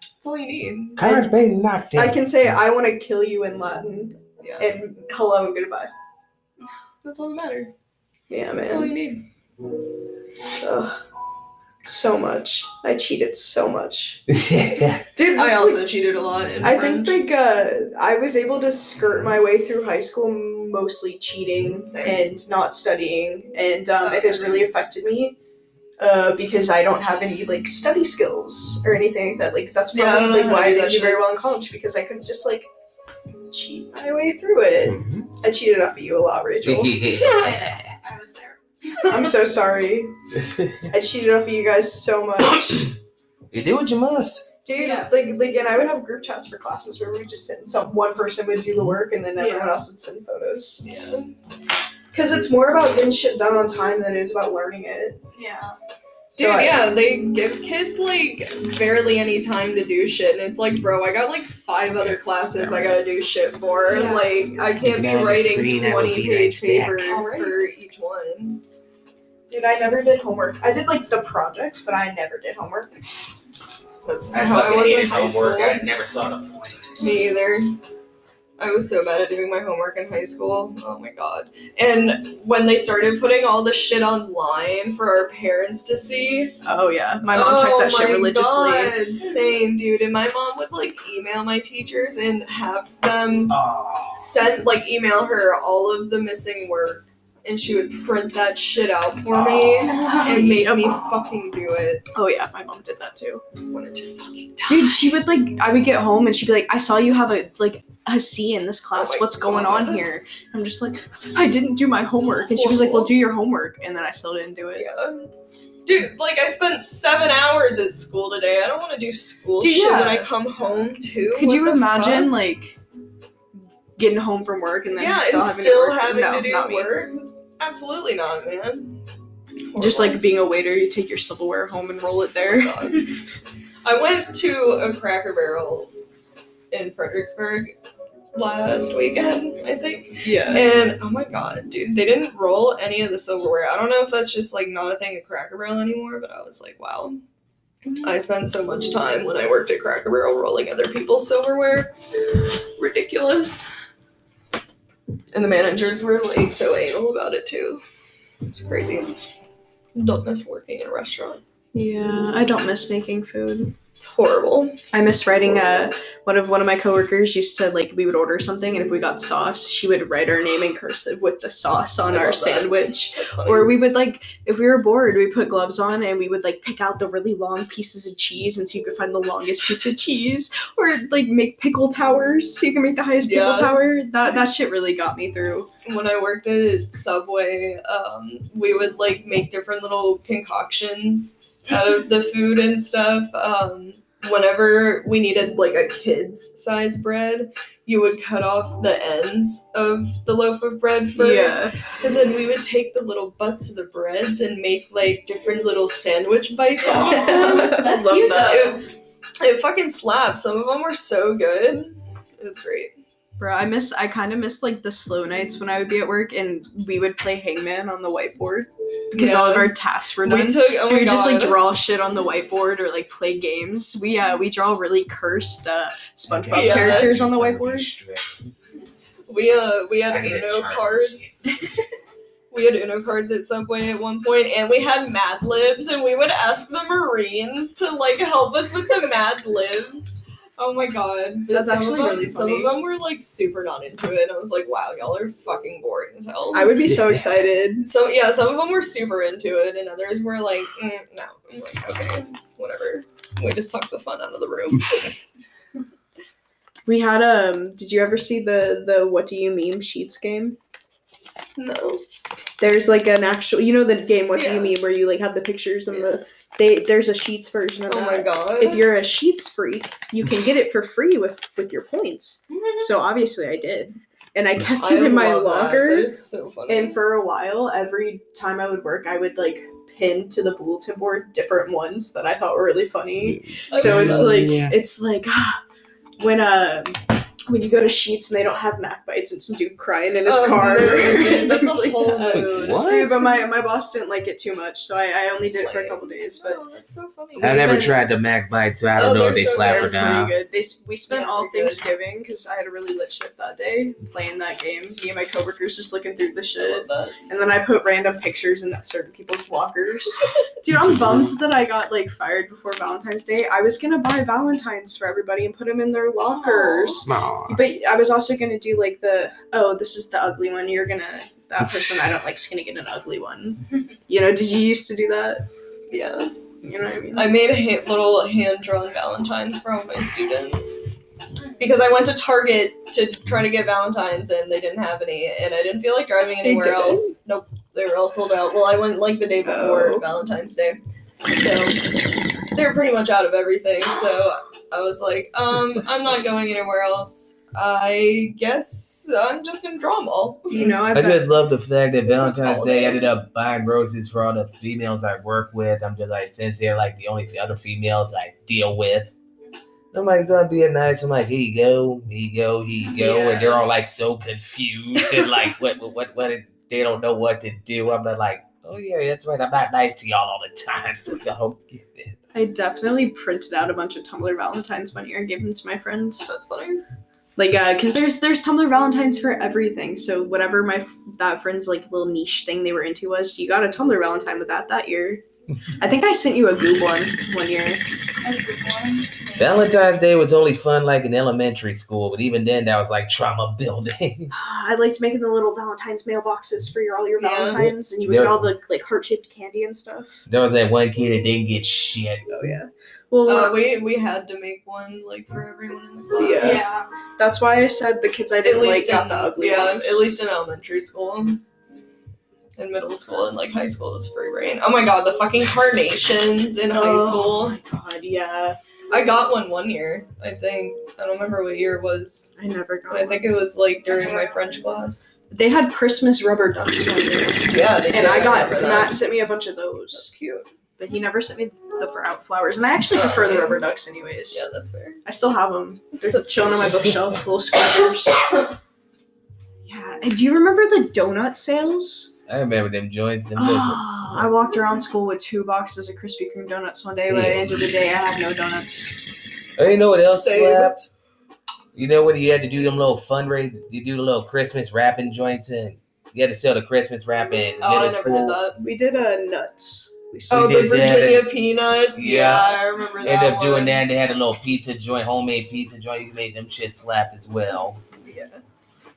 that's all you need.
Cards been knocked
I can say I want to kill you in Latin
Yeah.
and hello and goodbye.
That's all that matters.
Yeah,
That's all
man.
you need.
Ugh. So much. I cheated so much, dude.
I
that's,
also cheated a lot in
I
French.
think like uh, I was able to skirt my way through high school mostly cheating
Same.
and not studying, and um, it has
Okay.
really affected me uh, because I don't have any like study skills or anything like that. Like that's
Yeah, I don't
probably
know how
why
to
I
do
didn't
that
do very
shit.
well in college because I couldn't just like cheat my way through it. I cheated off of you a lot, Rachel.
I was there.
I'm so sorry. I cheated off of you guys so much.
you do what you must.
Dude,
Yeah.
like, like, and I would have group chats for classes where we would just sit and some one person would do the work and then everyone
Yeah.
else would send photos.
yeah.
Because it's more about getting shit done on time than it is about learning it.
Yeah.
So
Dude,
I-
yeah, they give kids like barely any time to do shit, and it's like, bro, I got like five other classes I gotta do shit for.
Yeah.
Like, I can't be
Man, the
writing
screen, I will
twenty
be
page
right back.
papers
Alright.
for each one.
Dude, I never did homework. I did like the projects, but I never did homework.
That's how I
fucking
was in
hated
high
homework.
school.
I never saw the point.
Me either. I was so bad at doing my homework in high school. Oh my god. And when they started putting all this shit online for our parents to see,
Oh yeah, my
Oh my God. Same, dude. And my mom would like email my teachers and have them send like email her all of the missing work, and she would print that shit out for me and made me fucking do it.
Oh yeah, my mom did that too.
Wanted to fucking die.
Dude, she would like. I would get home and she'd be like, "I saw you have a like a C in this class.
Oh my
What's going
God.
on here?" I'm just like, "I didn't do my homework," and she was like, "Well, do your homework," and then I still didn't do it.
Yeah. Dude, like I spent seven hours at school today. I don't want to do school
Dude,
shit
yeah.
when I come home too.
Could
What
you
the
imagine
fuck?
like getting home from work and then
Yeah,
still
and
having
still
to work?
having
No,
to do
not me.
work? Absolutely not, man.
Just
Horrible.
like being a waiter, you take your silverware home and roll it there.
God. I went to a Cracker Barrel in Fredericksburg last weekend, I think.
Yeah.
And oh my god, dude, they didn't roll any of the silverware. I don't know if that's just like not a thing at Cracker Barrel anymore, but I was like, wow. I spent so much time when I worked at Cracker Barrel rolling other people's silverware. Ridiculous. And the managers were like so anal about it too. It's crazy. Don't miss working in a restaurant.
Yeah, I don't miss making food.
It's horrible.
I miss writing uh one of one of my coworkers used to like we would order something and if we got sauce, she would write our name in cursive with the sauce on
I
our
love that.
sandwich.
That's funny.
Or we would like if we were bored, we put gloves on and we would like pick out the really long pieces of cheese and so you could find the longest piece of cheese. Or like make pickle towers so you can make the highest pickle
Yeah.
tower. That that shit really got me through.
when I worked at Subway, um, we would like make different little concoctions out of the
Mm-hmm.
food and stuff. Um, whenever we needed like a kid's size bread, you would cut off the ends of the loaf of bread first.
Yeah.
So then we would take the little butts of the breads and make like different little sandwich bites out of them.
That's
Love
cute
that.
though.
It fucking slapped. Some of them were so good. It was great.
Bro, I miss I kind of miss like the slow nights when I would be at work and we would play hangman on the whiteboard because all of
Yeah.
our tasks were done.
we took oh
so
my
we just like
God.
draw shit on the whiteboard or like play games. We uh we draw really cursed uh SpongeBob
Yeah.
characters on the whiteboard.
We uh we had
I need a
Uno
charger.
cards. we had Uno cards at Subway at one point, and we had Mad Libs, and we would ask the Marines to like help us with the Mad Libs. Oh my god, But
That's
some
actually
of them,
really
Some
funny.
of them were like super not into it, and I was like, wow, y'all are fucking boring as hell.
I would be so
Yeah.
excited.
so yeah, some of them were super into it, and others were like, mm, no. I'm like, okay, whatever. We just sucked the fun out of the room.
We had um did you ever see the the what do you meme sheets game?
no.
There's like an actual you know the game what do
Yeah.
you meme where you like have the pictures and the They there's a sheets version of
Oh
that.
my god.
If you're a sheets freak, you can get it for free with with your points. So obviously I did. And I kept
I
it in my
love that.
locker.
That is so funny.
And for a while, every time I would work, I would like pin to the bulletin board different ones that I thought were really funny. So it's like
yeah.
it's like ah, when uh when you go to Sheets and they don't have Mac bites and some dude crying in his
Oh,
car.
no, dude, that's a
It's like,
whole
uh,
mood.
What?
Dude, but my, my boss didn't like it too much, so I, I only did it for a couple days. But
Oh, that's so funny.
I never
spend-
tried the Mac Bite, so I don't
Oh,
know
they're
if they
so
slap or
they're
not.
pretty good. They s- we spent
Yeah,
all
they're good.
Thanksgiving because I had a really lit shift that day playing that game. Me and my coworkers just looking through the
I
shit.
love that.
and then I put random pictures in certain people's lockers. Dude, I'm bummed that I got like fired before Valentine's Day. I was gonna buy Valentines for everybody and put them in their lockers.
Aw.
But I was also gonna do like the oh, this is the ugly one. You're gonna that person I don't like's gonna get an ugly one. You know, did you used to do that?
Yeah.
You know what I mean?
I made ha- little hand drawn Valentines for all my students because I went to Target to try to get Valentines and they didn't have any, and I didn't feel like driving anywhere
didn't?
else. Nope, they were all sold out. Well, I went like the day before
Oh.
Valentine's Day, so they were pretty much out of everything. So I was like, um, I'm not going anywhere else. I guess I'm just gonna draw them all.
you know, I've
I just love the fact that
It's a
Valentine's
holiday.
Day ended up buying roses for all the females I work with. I'm just like, since they're like the only other females I deal with. I'm like, it's gonna be a nice. I'm like, here you go, here you go, here you go, and they're all like so confused and like, what, what, what, what? They don't know what to do. I'm not like, oh yeah, that's right. I'm not nice to y'all all the time, so y'all don't get it.
I definitely printed out a bunch of Tumblr Valentines one year and gave them to my friends.
That's funny.
like uh because there's there's tumblr valentines for everything so whatever my f- that friend's like little niche thing they were into was you got a tumblr valentine with that that year i think i sent you a goob one one year
Valentine's Day was only fun like in elementary school, but even then, that was like trauma building.
i liked making the little valentines mailboxes for your all your
Yeah.
valentines and you would
Yeah.
get all the like heart-shaped candy and stuff
there was that one kid that didn't get shit.
oh yeah well
Uh,
uh,
we we had to make one like for everyone in the class.
Yeah.
Yeah.
that's why i said the kids i
at
didn't like
least
got
in,
the ugly
yeah,
ones
at least in elementary school, in middle school, and like high school, it's free reign. Oh my god, the fucking carnations in high
Oh
school.
my god, yeah.
I got one one year, I think. I don't remember what year it was.
I never got
I
one.
think it was like during my French class.
They had Christmas rubber ducks one year.
Yeah, they did.
And I got
remember
Matt sent me a bunch of those.
That's cute.
but he never sent me the fr- flowers. And I actually prefer the rubber ducks, anyways.
Yeah, that's fair.
I still have them. They're chilling on my bookshelf, little squares. yeah. And do you remember the donut sales?
I remember them joints. Them
Ah, I
oh,
walked around school with two boxes of Krispy Kreme donuts one day. By the end of the day, I had no donuts.
you know what else
Saved.
slapped? You know when you had to do them little fundraise, you do the little Christmas wrapping joints, and you had to sell the Christmas wrap in
Oh, I
middle
never
school.
did that.
We did uh, nuts. We sold-
Oh, the
did that
Virginia peanuts. Yeah,
Yeah.
I remember that.
Ended up
one.
doing that, and they had a little pizza joint, homemade pizza joint. You made them shit slap as well.
Yeah.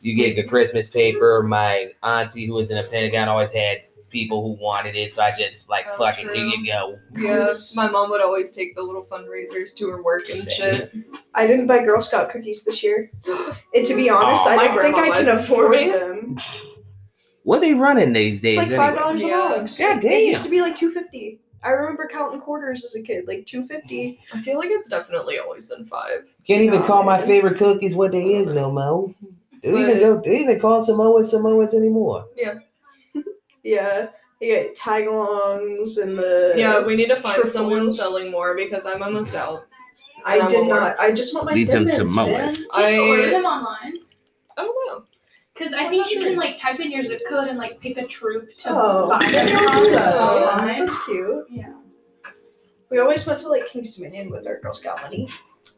You get the Christmas paper. My auntie, who was in the Pentagon, always had people who wanted it, so I just like,
Oh,
fuck it, here
true.
you go.
Yeah,
Yes.
my mom would always take the little fundraisers to her work and
Same.
shit.
I didn't buy Girl Scout cookies this year. And to be honest,
Aw, my
I don't think
grandma
I can
was
afford
free.
them.
What they running these days?
It's like five
anyway?
dollars a
Yeah.
box.
God
It used
damn.
to be like two fifty. I remember counting quarters as a kid, like two fifty.
I feel like it's definitely always been five.
Can't even call my favorite cookies what they is no more. Do
But-
even go? Do even call Samoans Samoans anymore?
Yeah, you get tag alongs and the.
Yeah, we need to find
Triples.
someone selling more because I'm almost out.
I
I'm
did
aware.
not. I just want my
Need some
Fitbits, man.
Samoas.
Can you order
I-
them online?
I don't know.
Because I think you can like type in your zip code and like pick a troop to
Oh,
buy
I
them
never
from
do that.
online.
That's cute.
Yeah.
We always went to like Kings Dominion with our Girl Scout money.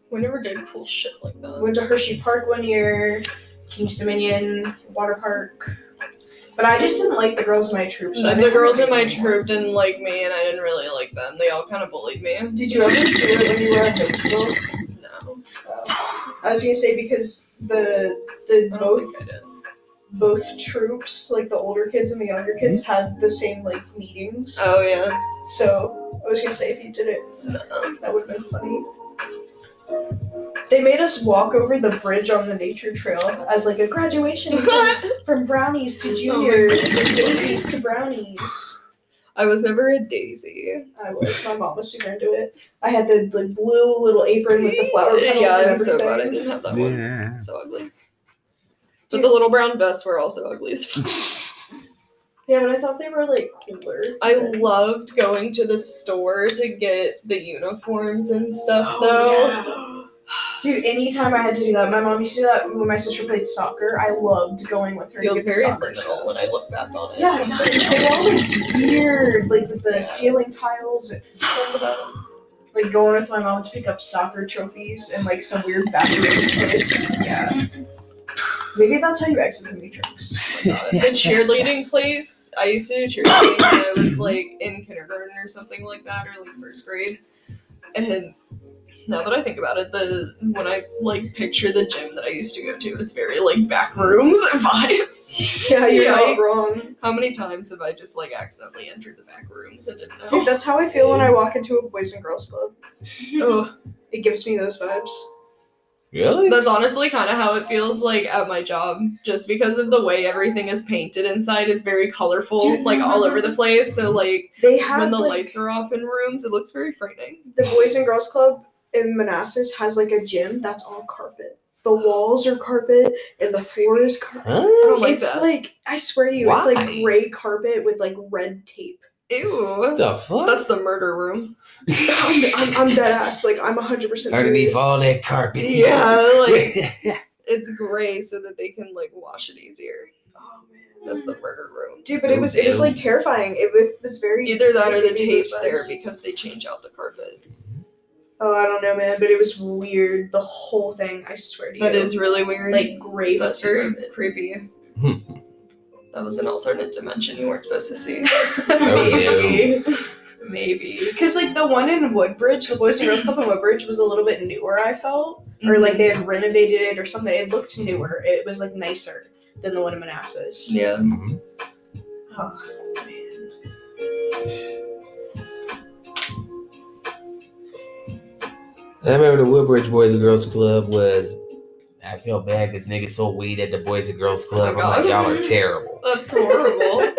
We never did cool shit like that.
went to Hershey Park one year, Kings Dominion Water Park. But I just didn't like the girls in my troop. So I
the
didn't
girls in
really
my
do it.
troop didn't like me, and I didn't really like them. They all kind of bullied me.
Did you ever do it when you were at Hicksville?
No,
I was gonna say because the the
I don't
both
think I did.
both troops, like the older kids and the younger kids, had the same like meetings.
Oh yeah,
So I was gonna say if you did it,
no.
that would have been funny. They made us walk over the bridge on the nature trail as like a graduation from, from brownies to
Oh my
juniors,
goodness,
and
that's funny.
daisies to brownies.
I was never a daisy.
I was. My mom was super into it. I had the like blue little apron with the flower petals.
yeah,
and
I'm so glad I
everything.
didn't have that one.
Yeah.
So ugly. But the little brown vests were also ugly as fuck.
Yeah, but I thought they were like cooler.
I
than-
loved going to the store to get the uniforms and stuff, though.
Oh, yeah. Dude, anytime I had to do that, my mom used to do that when my sister played soccer. I loved going with her. to
Feels
get the
very
soccer stuff.
liminal when I look back on it.
Yeah, it
sometimes.
does. They're all like weird, like with the ceiling tiles and stuff about like going with my mom to pick up soccer trophies and like some weird backwards place. Yeah. Maybe that's how you exit the matrix.
the cheerleading place. I used to do cheerleading when I was like in kindergarten or something like that, or like first grade. And now that I think about it, the when I like picture the gym that I used to go to, it's very like back rooms vibes.
Yeah, you're
Yikes.
not wrong.
How many times have I just like accidentally entered the back rooms and didn't
Dude,
know?
that's how I feel when I walk into a boys and girls club.
Oh,
It gives me those vibes.
Really?
that's honestly kind of how it feels like at my job, just because of the way everything is painted inside. It's very colorful,
Dude,
like all over the place. So like
They have
when the
like,
lights are off in rooms, it looks very frightening.
the boys and girls club in Manassas has like a gym that's all carpet. The walls are carpet and the floor is carpet.
I
Huh?
don't like
it's
that.
like I swear to you, it's like
Why?
gray carpet with like red tape.
Ew.
What the fuck?
That's the murder room.
I'm, I'm, I'm dead ass. Like I'm hundred percent serious.
Underneath all that carpet.
Yeah, like it's gray so that they can like wash it easier.
Oh, man.
That's the murder room.
Dude, but it was it was like terrifying. It, it was very
Either that or the
it gave me
tapes there
goosebumps.
because they change out the carpet.
Oh, I don't know, man, but it was weird. The whole thing. I swear to
That
you.
is really weird.
like gray.
that's very
carpet.
creepy.
Hmm.
that was an alternate dimension you weren't supposed to see.
maybe. Maybe. Because, like, the one in Woodbridge, the Boys and Girls Club in Woodbridge was a little bit newer, I felt. Or, like, they had renovated it or something. It looked newer. It was, like, nicer than the one in Manassas.
yeah.
Mhm. I remember the Woodbridge Boys and Girls Club was. I feel bad because niggas sold weed at the Boys and Girls Club. I'm like, y'all are terrible.
That's horrible.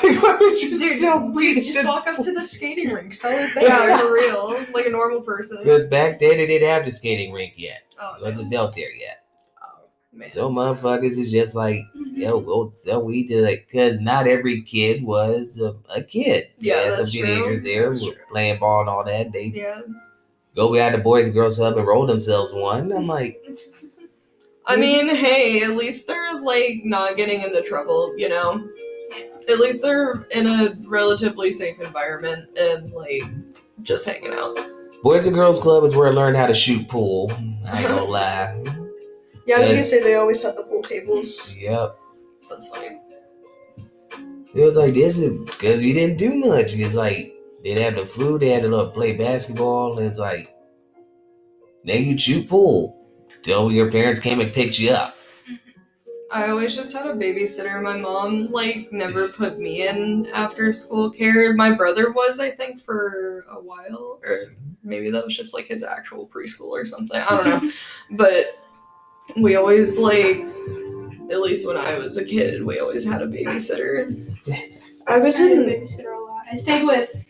Dude,
please
just
walk up to the skating rink. So
yeah, for real. Like a normal person.
Because back then they didn't have the skating rink yet. It
Oh,
wasn't built there yet.
man.
So motherfuckers is just like,
Mm-hmm.
yo, go sell weed to like, because not every kid was a, a kid.
Yeah,
You had
that's
some
true.
teenagers there
That's
were
true.
playing ball and all that. They
yeah.
go behind the Boys and Girls Club and roll themselves one. I'm like,
I mean, hey, at least they're like not getting into trouble, you know. At least they're in a relatively safe environment and like just hanging out.
Boys and Girls Club is where I learned how to shoot pool. I ain't gonna lie.
Yeah, I was going to say they always had the pool tables.
Yep.
That's funny.
It was like this is because we didn't do much. It's like they would have the food, they had to like, play basketball, and it's like now you shoot pool. Till your parents came and picked you up.
I always just had a babysitter. My mom like never put me in after school care. My brother was, I think, for a while, or maybe that was just like his actual preschool or something. I don't know. but we always like, at least when I was a kid, we always had a babysitter.
I was
I had a
in.
babysitter a lot. I stayed with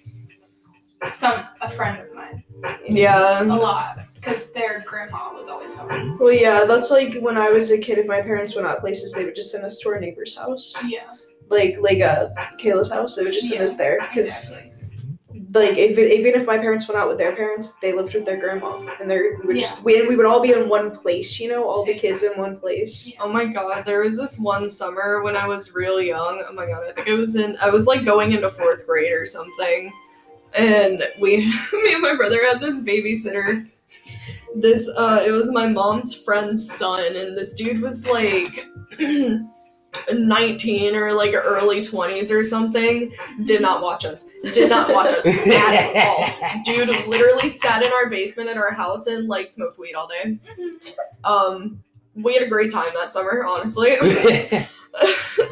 some a friend of mine
Yeah.
Mm-hmm.
a lot because their grandma was always home.
Well, yeah, that's like when I was a kid. If my parents went out places, they would just send us to our neighbor's house,
Yeah,
like like uh, Kayla's house. They would just send
Yeah,
us there because
exactly.
like if, even if my parents went out with their parents, they lived with their grandma, and they we would just we, we would all be in one place, you know, all the kids in one place.
Oh my god, there was this one summer when I was real young. Oh my god, I think I was in I was like going into fourth grade or something. And we me and my brother had this babysitter. This uh it was my mom's friend's son, and this dude was like 19 or like early 20s or something. Did not watch us. Did not watch us at all. Dude literally sat in our basement at our house and like smoked weed all day. Um, we had a great time that summer, honestly.
like,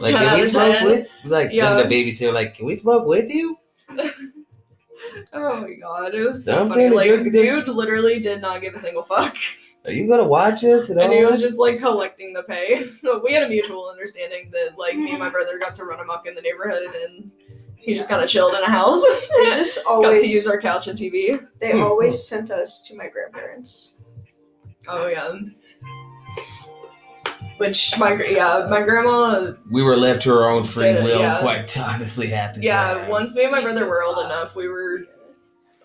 can
out
we
of
smoke
10.
with? Like,
Yeah.
yeah. the babysitter, like, can we smoke with you?
oh my god, it was so
Don't
funny.
do it,
Like,
you're-
dude literally did not give a single fuck,
Are you gonna watch us? And,
and
all
he was
that?
just like collecting the pay. we had a mutual understanding that like me and my brother got to run amok in the neighborhood, and He just kind of chilled in a house.
They just
Got
always
to use our couch and TV.
They always sent us to my grandparents.
Oh yeah,
Which
my gr- yeah my grandma.
We were left to our own free
Did it,
will,
yeah.
quite honestly, half the
Yeah,
time.
once me and my
Me
brother
too.
were old enough, we were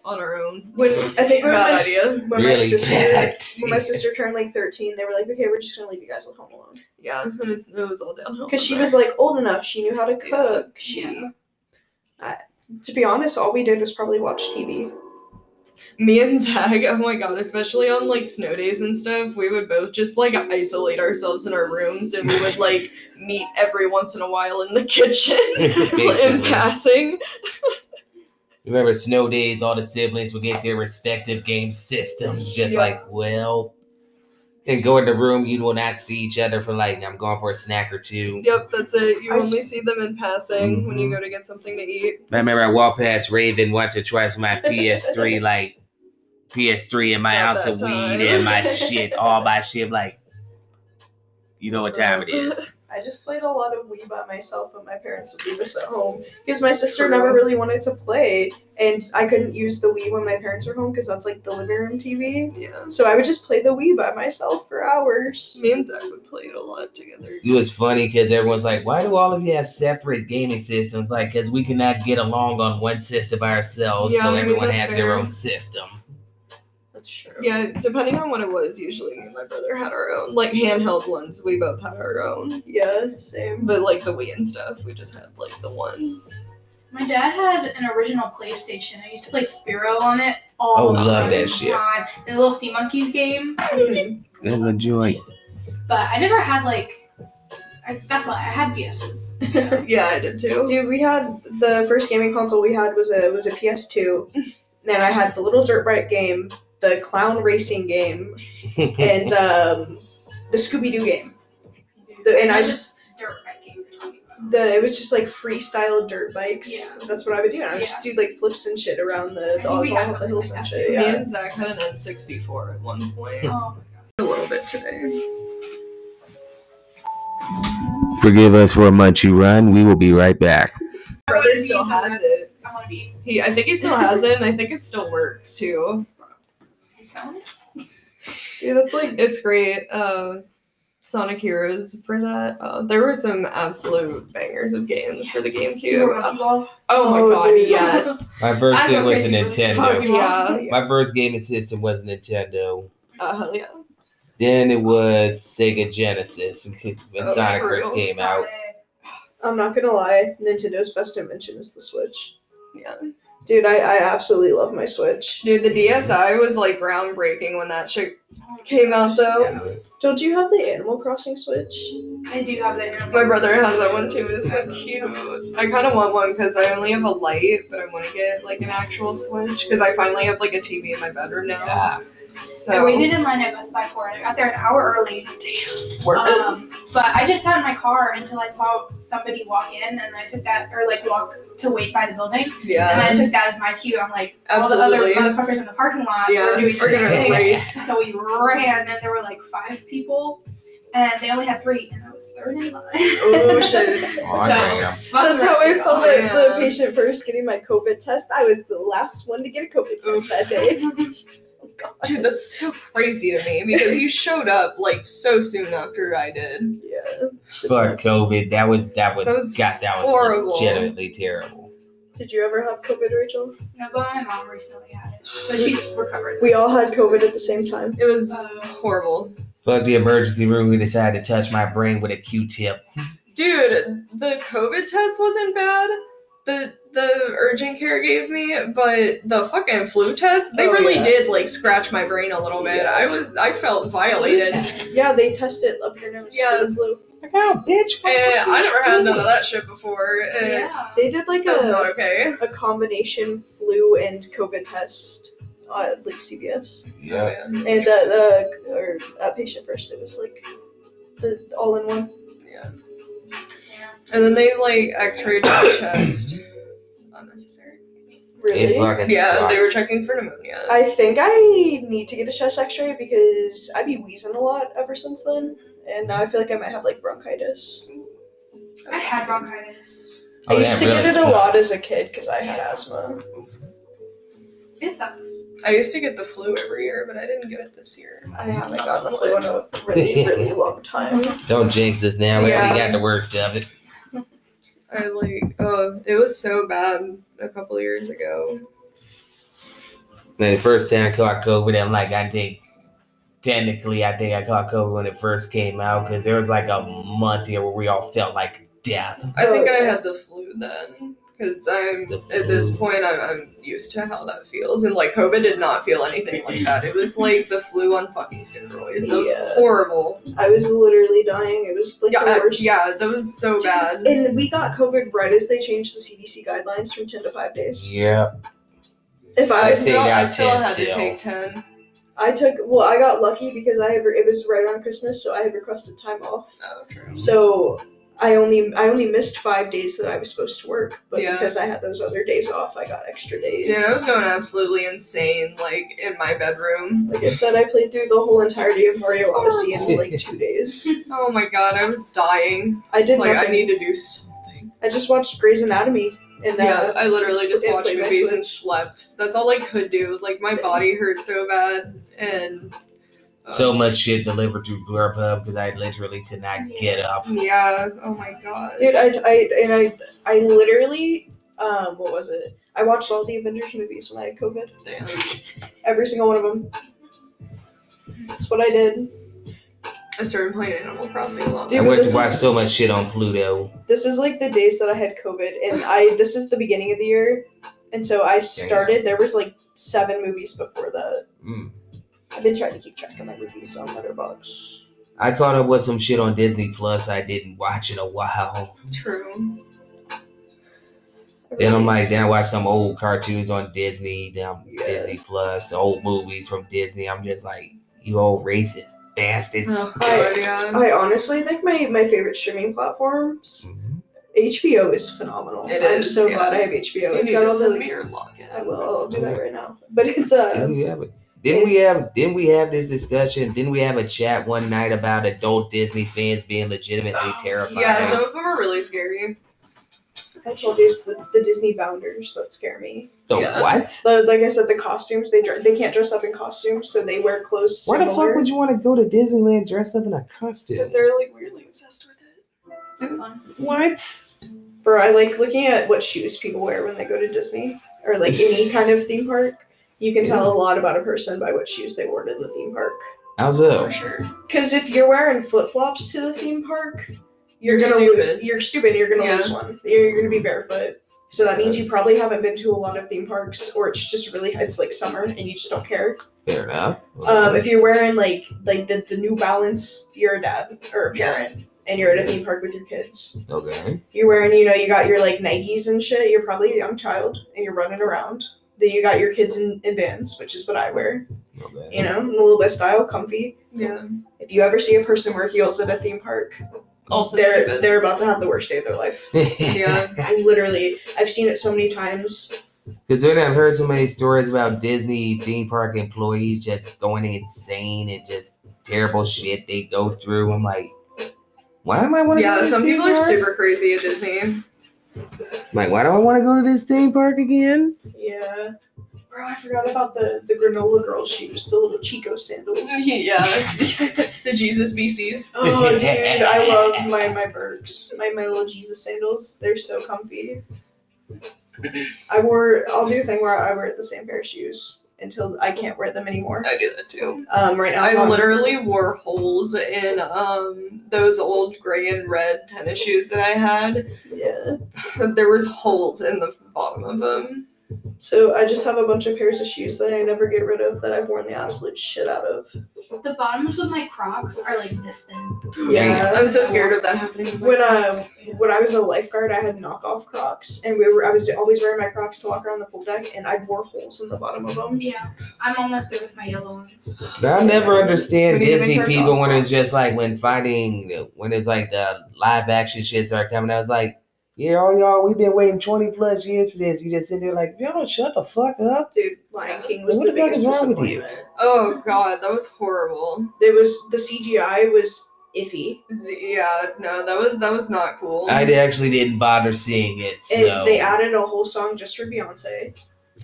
on our own.
when I think when, my,
Bad
s-
idea.
when my
really
sister
bad.
when my sister turned like thirteen, they were like, okay, we're just gonna leave you guys at home alone
Yeah, and it, it was all downhill.
because
from
she
there.
was like old enough. She knew how to
Yeah.
cook. She,
Yeah.
I, to be honest, all we did was probably watch TV.
me and Zach. Oh my god, especially on like snow days and stuff, we would both just like isolate ourselves in our rooms, and we would like meet every once in a while in the kitchen in
Basically.
passing.
Remember snow days, all the siblings would get their respective game systems, just
Yeah.
like, well. And go in the room, you will not see each other for like, I'm going for a snack or two.
Yep, that's it. You
I
only see them in passing when
Mm-hmm.
you go to get something to eat.
I remember I walked past Raven once or twice with my PS3, like PS3 and my
It's not
ounce
that
of
time.
weed and my shit, all my shit. Like, you know what time it is.
I just played a lot of Wii by myself, and my parents would leave us at home because my sister never really wanted to play, and I couldn't use the Wii when my parents were home because that's like the living room TV.
Yeah,
So I would just play the Wii by myself for hours.
me and Zach would play it a lot together.
It was funny because everyone's like, why do all of you have separate gaming systems? Like, because we cannot get along on one system by ourselves,
Yeah, I
so
mean,
everyone
that's
has their
fair.
own system.
That's true.
Yeah, depending on what it was, usually me and my brother had our own, like handheld ones. We both had our own,
Yeah, same.
but like the Wii and stuff, we just had like the one.
My dad had an original PlayStation. I used to play Spiro on it
Oh,
all the
love that
fucking
shit.
time. The little Sea Monkeys game.
That's my joint.
But I never had like I, that's why I had DSs.
Yeah, I did too.
Dude, we had the first gaming console we had was a was a PS2. Then I had the little dirt bike game, the clown racing game, and um, the Scooby Doo game. The- and I just
dirt bike game you're talking about.
the it was just like freestyle dirt bikes. That's what I would do, and I would just do like flips and shit around the
I
the,
think we got
all the
something
hills
like
and
that
shit.
too.
Me
Yeah.
and Zach had an N64 at one point.
Oh
A little bit today.
Forgive us for a munchy run. We will be right back.
My brother still has it.
my god, I want to be.
He, I think he still has it, and I think it still works too.
So
Yeah, that's like it's great. Uh, Sonic Heroes for that. Uh, there were some absolute bangers of games for the
Super
GameCube.
Monkey Ball.
Oh my
Oh,
god,
dude.
yes.
My first
I
thing
go
was a
crazy
Oh,
for
Fuck
Nintendo.
yeah.
My first gaming system was a Nintendo.
Uh, hell yeah.
Then it was Sega Genesis when
Oh,
Sonic
true.
first came out.
I'm not gonna lie, Nintendo's best invention is the Switch.
Yeah.
Dude, I, I absolutely love my Switch.
Dude, the DSi was like groundbreaking when that shit
Oh
came out though.
Don't you have the Animal Crossing Switch?
I do have that.
My brother has that one too. It's so cute. I kind of want one because I only have a light, but I want to get like an actual Switch because I finally have like a TV in my bedroom now.
Ah,
I
So
waited in line at Best Buy for it. I got there an hour early.
uh,
Um, but I just sat in my car until I saw somebody walk in, and I took that or like walk to wait by the building, and I
yeah,
took that as my cue. I'm like,
absolutely.
all the other motherfuckers in the parking lot
Yeah,
were doing
we're gonna
their thing.
race.
So we ran, and there were like five people, and they only had three, and I was third in line.
Oh shit!
aw,
So-
damn.
That's how I felt
God.
at the
Yeah.
patient first getting my COVID test. I was the last one to get a COVID test that day.
Dude, that's so crazy to me because you showed up like so soon after I did.
Yeah. shit's
Fuck
up.
COVID. That was that was,
That was
God, that was
horrible.
legitimately terrible.
Did you ever have COVID, Rachel?
No, but my mom recently had it, but she's recovered.
We all had COVID at the same time.
It was
Uh,
horrible,
Fuck the emergency room. We decided to touch my brain with a Q-tip.
dude. The COVID test wasn't bad. The the urgent care gave me, but the fucking flu test, they
Oh,
really
yeah.
did like scratch my brain a little bit. I was I felt violated.
Yeah, they test it up your nose. for
Yeah.
the flu.
Like, oh, bitch. what
And
the
Eh, I never had none
doing?
of that shit before. And
yeah.
They did like
That was not
a,
okay.
a combination flu and COVID test uh, at like CBS.
Yeah.
Yeah.
And at uh, or at patient first, it was like the all in one.
And then they like x-rayed my chest. Unnecessary.
Really?
It fucking
Yeah,
sucks.
they were checking for pneumonia.
I think I need to get a chest X-ray because I be wheezing a lot ever since then, and now I feel like I might have like bronchitis.
I had bronchitis.
I
Oh,
used
that
to get it
really
a lot
sucks.
as a kid because I had asthma.
It sucks.
I used to get the flu every year, but I didn't get it this year.
I haven't gotten the flu in a really, really long time.
Don't jinx us now. We already
Yeah.
got the worst of it.
I like, uh, it was so bad a couple of years ago.
Then the first time I caught COVID, I'm like, I think technically, I think I caught COVID when it first came out because there was like a month here where we all felt like death.
I think I
Oh, yeah.
had the flu then because I'm
The
at this
flu.
point I'm, I'm used to how that feels and like COVID did not feel anything like that. It was like the flu on fucking steroids. That was
Yeah.
horrible.
I was literally dying. It was like
Yeah,
the
I-
worst.
yeah, that was so
Dude,
bad.
And we got COVID right as they changed the CDC guidelines from 10 to 5 days.
Yeah.
If
I
I
I
was
see.
still,
think I
I still
did
had to
still.
take ten.
I took well, I got lucky because I have it was right around Christmas, so I had requested time off.
Oh, true.
So I only I only missed five days that I was supposed to work, but
Yeah.
because I had those other days off, I got extra days.
Dude, I was going absolutely insane, like in my bedroom.
Like I said, I played through the whole entirety of Mario Odyssey in like two days.
Oh my god, I was dying.
I
It's
did
like
nothing.
I need to do something.
I just watched Grey's Anatomy and uh,
yeah, I literally just
and
watched
play my
movies and
Switch.
slept. That's all I could do. Like my
Same.
body hurt so bad, and uh,
So much shit delivered through Grubhub because I literally could not get up.
Yeah. Oh my god.
Dude, I, I and I I literally um what was it? I watched all the Avengers movies when I had COVID.
Damn.
Every single one of them. That's what I did.
I started playing Animal Crossing a lot.
Dude,
I went
this
to watch
is-
so much shit on Pluto.
This is like the days that I had COVID, and I this is the beginning of the year, and so I started. There was like seven movies before that.
Mm.
I've been trying to keep track of my movies on Letterboxd.
I caught up with some shit on Disney Plus I didn't watch in a while.
True.
Then I'm like, then I watch some old cartoons on Disney, then I'm-
Yeah.
Disney Plus, old movies from Disney. I'm just like, you old racist bastards.
Oh god, yeah.
I honestly think my my favorite streaming platforms. HBO is phenomenal.
It
I'm
is,
so
yeah.
glad I have HBO.
You
It's
need
got
to
all
send
the
me your login.
I will. I'll do that
Mm.
right now. But it's uh,
Didn't we have it? Didn't we
It's-
have? Didn't we have this discussion? Didn't we have a chat one night about adult Disney fans being legitimately terrified?
Yeah, some of them are really scary.
I told you it's, it's the Disney bounders that scare me.
the
yeah.
what?
The, like I said, the costumes they dr- they can't dress up in costumes, so they wear clothes.
Why
Similar.
the fuck would you want to go to Disneyland dressed up in a costume?
Because they're like weirdly obsessed with it.
What?
Bro, I like looking at what shoes people wear when they go to Disney or like any kind of theme park. You can tell a lot about a person by what shoes they wore to the theme park.
How's up?
For sure.
Because if you're wearing flip flops to the theme park, you're,
You're
gonna
stupid.
lose. You're stupid. You're gonna
Yeah.
lose one. You're, you're gonna be barefoot. So that means you probably haven't been to a lot of theme parks, or it's just really it's like summer and you just don't care.
Fair enough.
Um, if you're wearing like like the, the New Balance, you're a dad or a parent, and you're at a theme park with your kids.
okay.
You're wearing you know you got your like Nikes and shit. You're probably a young child and you're running around. Then you got your kids in, in Vans, which is what I wear.
Okay.
You know, a little bit style, comfy.
Yeah.
If you ever see a person wear heels at a theme park,
Also
they're
stupid.
they're about to have the worst day of their life.
yeah.
I literally I've seen it so many times.
Considering I've heard so many stories about Disney theme park employees just going insane and just terrible shit they go through, I'm like, why am I want to go
Yeah,
to this
some
theme
people are
park?
super crazy at Disney.
Like, why do I want to go to this theme park again?
Yeah. Bro, I forgot about the the granola girl shoes, the little Chico sandals.
yeah. the Jesus BCs.
Oh dude, I love my my Birks, my my little Jesus sandals. They're so comfy. I wore. I'll do a thing where I wear the same pair of shoes until I can't wear them anymore.
I do that too.
Um, right now
I
I'm-
literally wore holes in um those old gray and red tennis shoes that I had.
Yeah.
There was holes in the bottom of them.
So I just have a bunch of pairs of shoes that I never get rid of that I've worn the absolute shit out of.
The bottoms of my Crocs are like this thin.
Yeah.
I'm so scared of that happening. with my
When um
friends.
when I was a lifeguard, I had knockoff Crocs, and we were I was always wearing my Crocs to walk around the pool deck, and I wore holes in the bottom of them.
Yeah, I'm almost there with my yellow ones.
I never understand
We need to make
Disney
our
people when it's
golf
just like when fighting, when it's like the live action shit start coming. I was like, yeah, all y'all, we've been waiting 20 plus years for this. You just sit there like, y'all don't shut the fuck up.
Dude, Lion King was
What
the
the fuck
biggest
is wrong with you?
disappointment.
Oh god, that was horrible.
It was the CGI was iffy.
Z- yeah, no, that was that was not cool.
I actually didn't bother seeing it.
And
So
they added a whole song just for Beyonce.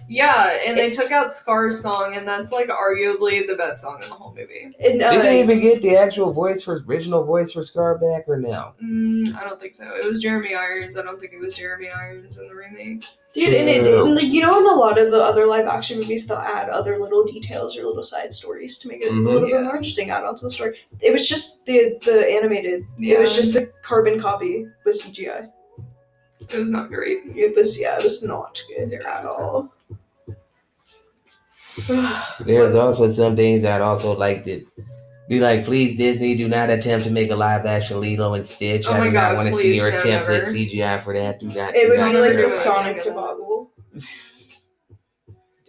yeah, and they took out Scar's song, and that's like arguably the best song in the whole movie.
And, uh,
Did they even get the actual voice for original voice for Scar back or no?
Mm, I don't think so. It was Jeremy Irons. I don't think it was Jeremy Irons in the remake.
Dude, and, it,
True.
and like, you know, in a lot of the other live action movies, they'll add other little details or little side stories to make it
Mhm.
a little
Yeah.
bit more interesting. Add on to the story. It was just the the animated. It was
Yeah.
just the carbon copy with CGI.
It was not great.
It was yeah, it was not good at all.
There's also some things that I'd also like to be like, please Disney, do not attempt to make a live action Lilo and Stitch.
Oh
I
my
do
God,
not want to see
please,
your
no,
attempts
never.
at CGI for that. Do not.
It
do
would
not
be like
do
the
it.
Sonic debacle.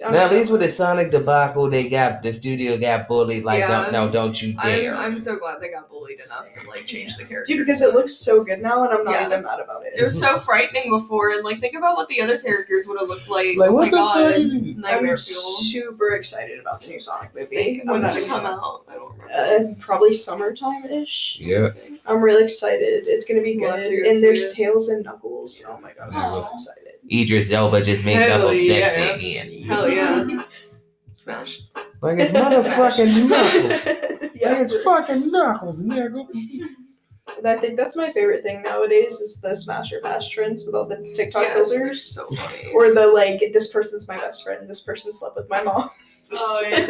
Now at least with the Sonic debacle, they got the studio got bullied. Like,
Yeah.
don't, no, don't you
I'm,
dare.
I'm so glad they got bullied enough to like change the character.
Dude, because it looks so good now, and I'm not
Yeah.
even mad about it.
It was so frightening before, and like think about what the other characters would have looked like.
Like
oh
what
my god,
the fuck?
nightmare
I'm
fuel.
super excited about the new Sonic movie.
Same.
I'm
When does
not
it
even-
come out? I don't remember.
Uh, probably summertime ish.
Yeah.
I'm really excited. It's gonna be
We'll
good.
have to go
And there's
see it.
Tails and Knuckles. Oh my god, I'm so
Aw.
excited.
Idris Elba just made
Hell
double sexy
yeah.
again.
Hell yeah, smash.
Like it's motherfucking knuckles.
Yeah,
fucking knuckles, nigga.
and I think that's my favorite thing nowadays is the Smash or Bash trends with all the TikTok
Yes, they're
filters.
so funny.
Or the like, this person's my best friend, this person slept with my mom.
Oh, yeah.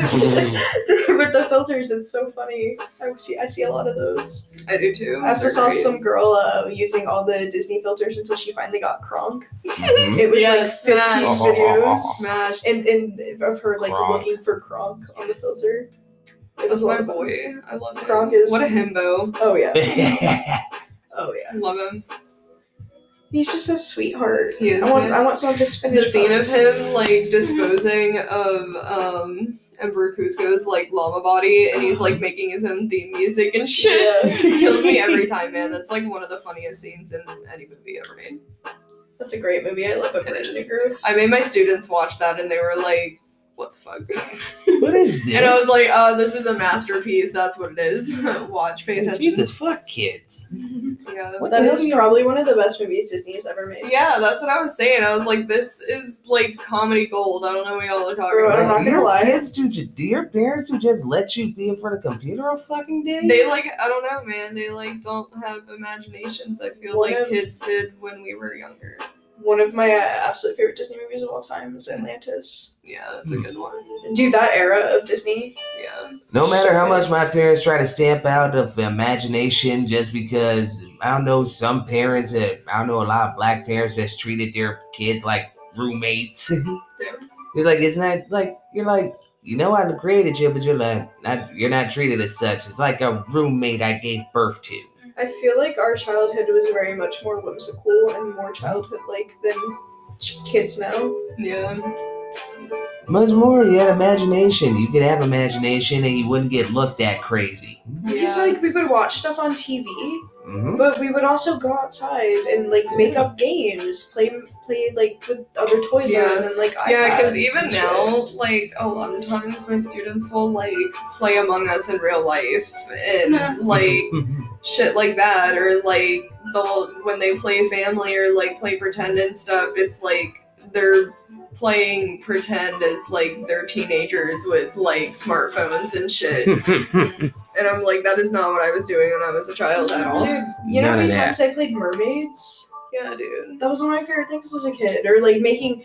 with the filters, it's so funny. I see, I see a lot of those.
I do too.
I also
They're
saw
great.
some girl uh, using all the Disney filters until she finally got Kronk.
Mhm.
It was
Yes,
like
Smash.
15 videos.
smash.
and and of her like
Gronk.
looking for Kronk on the filter. It
It
was
was
a lot
my
of boy.
boy. I love him.
Gronk is-
What a himbo.
Oh yeah,
Mm-hmm.
oh yeah.
Love him.
He's just a sweetheart.
He is.
I want
man.
I want someone to
the
spinach.
scene of
puffs.
him like disposing of um Emperor Cusco's like llama body, and he's like making his own theme music and shit.
Yeah.
Kills me every time, man. That's like one of the funniest scenes in any movie ever made.
That's a great movie. I love it.
It is. I made my students watch that, and they were like, "What the fuck?"
what is this?
And I was like, "Oh, this is a masterpiece. That's what it is. watch, pay attention."
Jesus, fuck kids.
Yeah.
What
That
the
is
hell?
probably one of the best movies Disney's ever made.
Yeah, that's what I was saying. I was like, this is like comedy gold. I don't know what y'all are talking
Bro, I'm
about.
not
do
gonna
your
lie.
Kids do, ju- do your parents do just let you be in front of a computer all fucking day?
They like, I don't know, man. They like don't have imaginations. I feel
One
like
of-
kids did when we were younger.
One of my uh, absolute favorite Disney movies of all time is Atlantis.
Yeah, that's a good one.
Dude, that era of Disney.
Yeah,
No matter how much my parents try to stamp out of imagination, just because I don't know some parents that I don't know a lot of black parents that's treated their kids like roommates. It's like it's not like you're like you know I created you, but you're like not, you're not treated as such. It's like a roommate I gave birth to.
I feel like our childhood was very much more whimsical and more childhood like than ch- kids now.
yeah.
Much more, you had imagination. You could have imagination, and you wouldn't get looked at crazy.
Because
Yeah.
like we would watch stuff on TV,
hmm
but we would also go outside and like make up games, play play like with other toys
Yeah.
other than like iPads.
Yeah, because even
and
now, like a lot of times, my students will like play Among Us in real life and
Yeah.
like shit like that, or like they'll when they play family or like play pretend and stuff. It's like they're playing pretend as like they're teenagers with like smartphones and shit. and I'm like, that is not what I was doing when I was a child at all.
shit. Dude, you know how
None
many
of that.
times I played mermaids?
Yeah, dude.
That was one of my favorite things as a kid. Or like making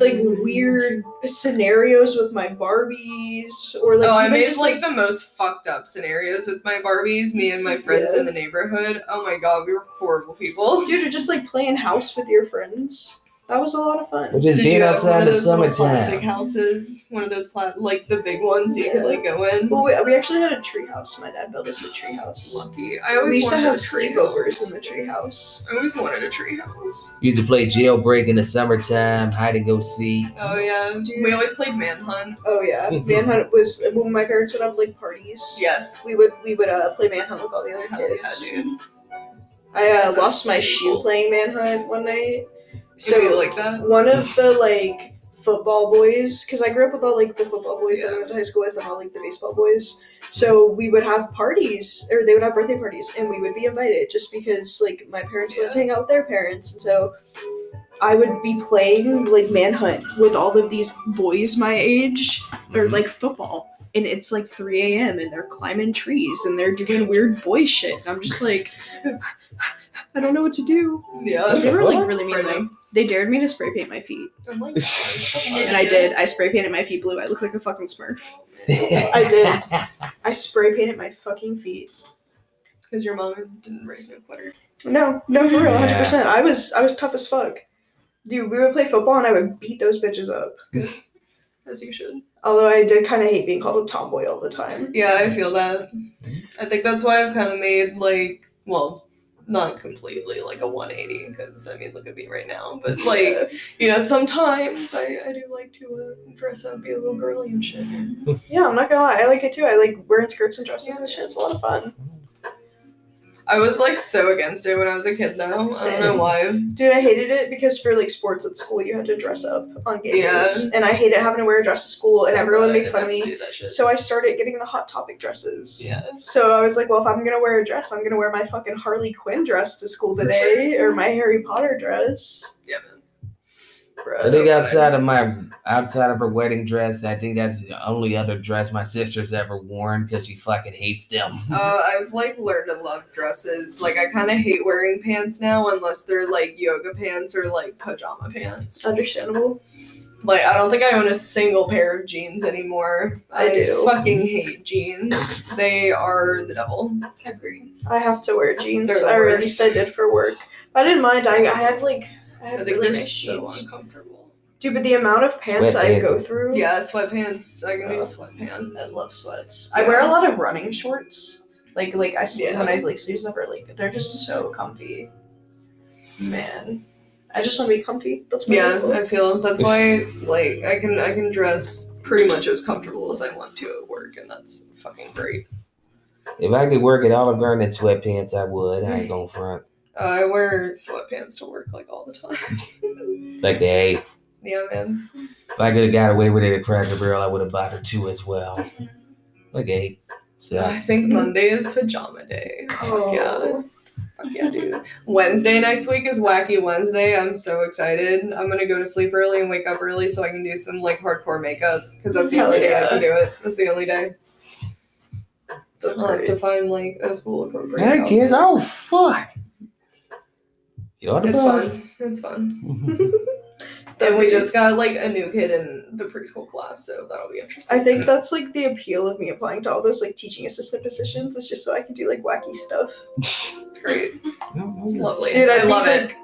like weird scenarios with my Barbies, or like
oh, I
even
made
just
like the most fucked up scenarios with my Barbies, me and my friends
Yeah.
in the neighborhood. Oh my god, we were horrible people.
Oh, dude, or just like playing house with your friends. That was a lot of fun.
But just
Did
being
you have one
outside in
of
the
those little plastic
summertime.
houses? One of those pla- like the big ones that you could like go in.
Well, we, we actually had a treehouse. My dad built us a treehouse.
Lucky. I
We
always
used to
wanted
have
a tree
sleepovers in
house.
the treehouse.
I always wanted a tree house.
Used to play jailbreak in the summertime, hide and go seek.
Oh yeah, we always played manhunt.
Oh yeah, manhunt was when my parents would have like parties.
Yes.
We would we would uh, play manhunt with all the other
Hell
kids.
yeah, dude.
I uh,
That's a
lost my shoe
staple.
playing manhunt one night.
So
So
like that.
one of the like football boys because I grew up with all like the football boys that I went to high school with and all like the baseball boys. So we would have parties or they would have birthday parties and we would be invited just because like my parents went to hang out with their parents and so I would be playing like manhunt with all of these boys my age or like football. And it's like 3 a.m. and they're climbing trees and they're doing weird boy shit. And I'm just like, I don't know what to do.
Yeah.
They were like really mean
Frightening.
though. They dared me to spray paint my feet.
I'm like,
And I did. I spray painted my feet blue. I look like a fucking smurf.
I did. I spray painted my fucking feet.
Because your mom didn't raise no quitter.
No, no, for real,
Yeah.
hundred percent. I was, I was tough as fuck, dude. We would play football and I would beat those bitches up.
As you should.
Although I did kind of hate being called a tomboy all the time.
Yeah, I feel that. I think that's why I've kind of made like, well, not completely like a 180, because I mean, look at me right now. But like, you know, sometimes I, I do like to uh, dress up, be a little girly and shit.
Yeah, I'm not gonna lie, I like it too. I like wearing skirts and dresses and shit. It's a lot of fun,
I was like so against it when I was a kid, though. I don't know why.
dude. I hated it because for like sports at school, you had to dress up on games, and I hated having to wear a dress to school, and
So
everyone
glad I
made
didn't
fun of
have to
me.
do that shit.
So I started getting the hot topic dresses.
yeah.
So I was like, well, if I'm gonna wear a dress, I'm gonna wear my fucking Harley Quinn dress to school today, or my Harry Potter dress.
Yeah,
I
Bro.
think outside of my outside of her wedding dress, I think that's the only other dress my sister's ever worn because she fucking hates them.
Uh, I've like learned to love dresses. Like I kind of hate wearing pants now unless they're like yoga pants or like pajama pants.
Understandable.
Like I don't think I own a single pair of jeans anymore.
I do.
fucking hate jeans. They are the devil.
Agree.
I have to wear jeans,
They're the
or at
worst.
least I did for work. But I didn't mind. I, I had like I
I
had
think
really
they're
nice
so
jeans,
uncomfortable.
dude. But the amount of pants I
Sweatpants.
go through,
Yeah, sweatpants. I can do
Uh, I
sweatpants.
love sweats. I
Yeah.
wear a lot of running shorts. Like like I see
Yeah.
when I like sleeves up early. They're just so comfy. Man, I just want to be comfy. That's my
Yeah,
goal.
I feel that's why like I can I can dress pretty much as comfortable as I want to at work, and that's fucking great.
If I could work at Olive Garden in sweatpants, I would. I ain't going front.
Uh, I wear sweatpants to work like all the time.
Like hey,
yeah, man.
if I could have got away with it at Cracker Barrel, I would have bought her two as well. Like hey, so
I think Monday is pajama day.
Oh.
Yeah. Fuck yeah, dude. Wednesday next week is Wacky Wednesday. I'm so excited. I'm gonna go to sleep early and wake up early so I can do some like hardcore makeup because that's the
Hell
only day I
yeah.
can do it. That's the only day.
That's
I'll have
great.
to find like a school appropriate.
Hey kids,
outfit.
oh fuck.
you know the
It's
bus.
fun. It's fun.
That'd
And we
be-
just got like a new kid in the preschool class, so that'll be interesting.
I think that's like the appeal of me applying to all those like teaching assistant positions. It's just so I can do like wacky stuff.
It's great. It's
No,
lovely.
Mm. Dude, I
I love
think,
it.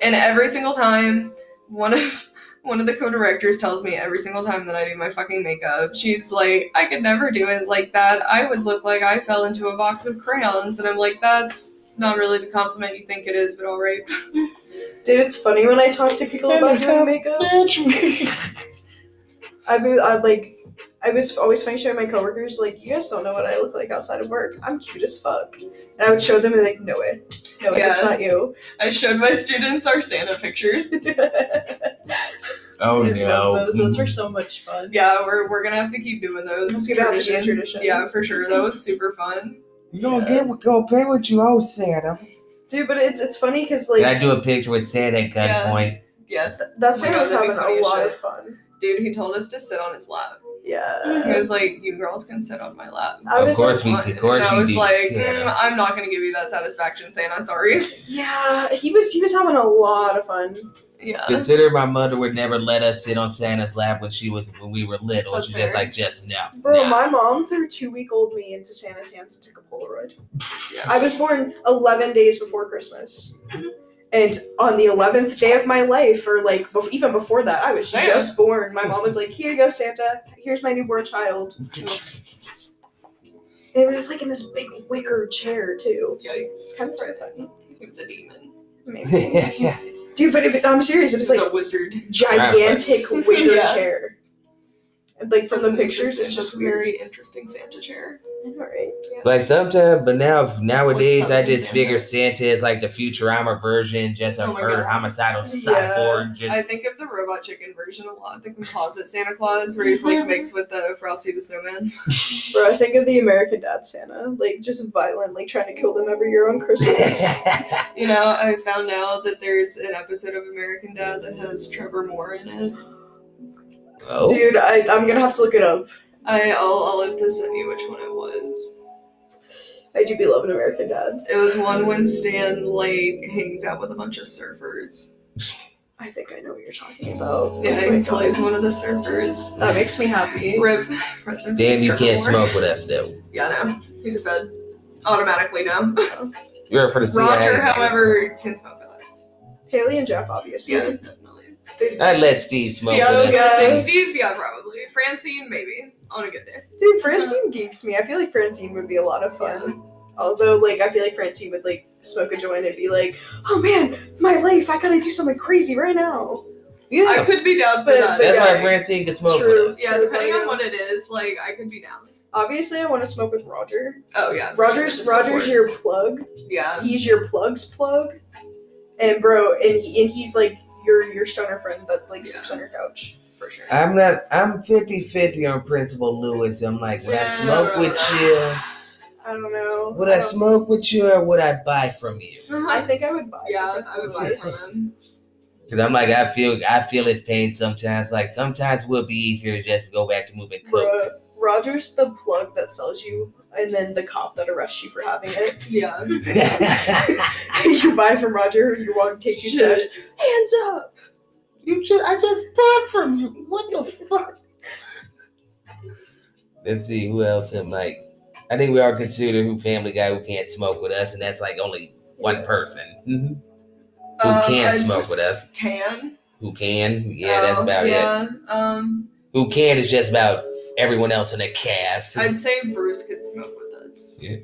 And every single time, one of one of the co-directors tells me every single time that I do my fucking makeup, she's like, "I could never do it like that. I would look like I fell into a box of crayons." And I'm like, "That's not really the compliment you think it is, but all right."
Dude, it's funny when I talk to people about doing makeup. I've been I like I was always funny showing my coworkers like you guys don't know what I look like outside of work. I'm cute as fuck. And I would show them and like, no way. No, way, that's
Yeah.
not you.
I showed my students our Santa pictures.
Oh
Those, those
Mm.
were so much fun.
Yeah, we're, we're gonna have to keep doing those.
It's gonna have to be a tradition.
Yeah, for sure. That was super fun.
You don't get what go play with you, oh Santa.
Dude, but it's it's funny because
Did I
like
do a picture with Santa at gunpoint?
Yes,
that's when
Yeah,
I was
that'd be
having
funny
a
as
lot of
shit.
fun.
dude. He told us to sit on his lap. He
Yeah.
was like, "You girls can sit on my lap."
I
Of
was
course we,
And
of course
I
you
was
do.
like,
Santa.
"Mm, I'm not gonna give you that satisfaction, Santa. Sorry.
Yeah, he was he was having a lot of fun.
yeah.
Consider my mother would never let us sit on Santa's lap when she was when we were little.
That's
She's just
fair.
like, just no.
Bro,
no.
my mom threw two week old me into Santa's hands and took a Polaroid.
Yeah. Mm-hmm.
I was born 11 days before Christmas. And on the 11th day of my life, or like bef- even before that, I was
Santa.
just born. My mom was like, Here you go, Santa. Here's my newborn child. And it was like in this big wicker chair, too. It's
Yikes.
kind of terrifying.
He was a demon.
Maybe. Dude, but it, I'm serious. It was like
a wizard.
gigantic
Right.
wicker
Yeah.
chair. Like from
From
the pictures, it's just weird.
very interesting Santa chair.
Alright. Yeah.
Like sometimes, but now nowadays I just
Santa.
figure Santa is like the Futurama version, just a
Oh my
murder
God.
homicidal
Yeah.
cyborg. Just
I think of the robot chicken version a lot, the composite Santa Claus, where he's like mixed with the Frosty the Snowman.
Bro, I think of the American Dad Santa, like just violently trying to kill them every year on Christmas.
You know, I found out that there's an episode of American Dad that has Trevor Moore in it.
oh,
Dude, I, I'm gonna have to look it up.
I, I'll, I'll have to send you which one it was.
I do be loving American Dad.
It was one when Stan like hangs out with a bunch of surfers,
I think I know what you're talking about.
and
Oh my
he
God.
plays one of the surfers.
That makes me happy.
Rip, rest in
Dan,
peace,
you
Trevor
can't
Moore.
smoke with us though.
Yeah, no, he's a fed. Automatically, no.
You're for the CIA.
Roger, however, can smoke with us.
Haley and Jeff, obviously.
Yeah, definitely.
I'd let Steve smoke
yeah, I was
with
gonna
us.
say
Yeah.
Steve. Yeah, probably Francine, maybe on a good day.
Dude, Francine geeks me. I feel like Francine would be a lot of fun. Although, like, I feel like Francine would like smoke a joint and be like, "Oh man, my life! I gotta do something crazy right now."
I could be down for
But-
that.
but
That's
yeah.
why Francine can smoke
True.
with us.
yeah, depending on what it is, like I could be down.
Obviously, I want to smoke with Roger.
Oh yeah, for
Roger's
sure, of
Roger's
course.
your plug.
yeah.
He's your plug's plug. And bro, and he, and he's like your your stoner friend that like sleeps on your couch.
For sure.
I'm not. I'm 50-50 on Principal Lewis. I'm like, would I
Yeah.
smoke with you?
I don't know.
Would I
don't-
smoke with you, or would I buy from you?
I think I would buy.
yeah,
it.
I would buy it from him.
Because I'm like, I feel, I feel his pain sometimes. Like sometimes it would be easier to just go back to moving cook.
Bro, Roger's the plug that sells you, and then the cop that arrests you for having it.
Yeah. Um,
you buy from Roger, you walk, take two
Shit.
steps, hands up.
you just, I just bought from you. What the fuck? Let's see who else am like. I think we all consider who Family Guy who can't smoke with us, and that's like only one person who
Um,
can
I'd-
smoke with us.
Can.
Who can? Yeah, that's
Oh,
about it.
yeah. Um,
Who can is just about everyone else in the cast.
I'd say Bruce could smoke with us.
Yeah,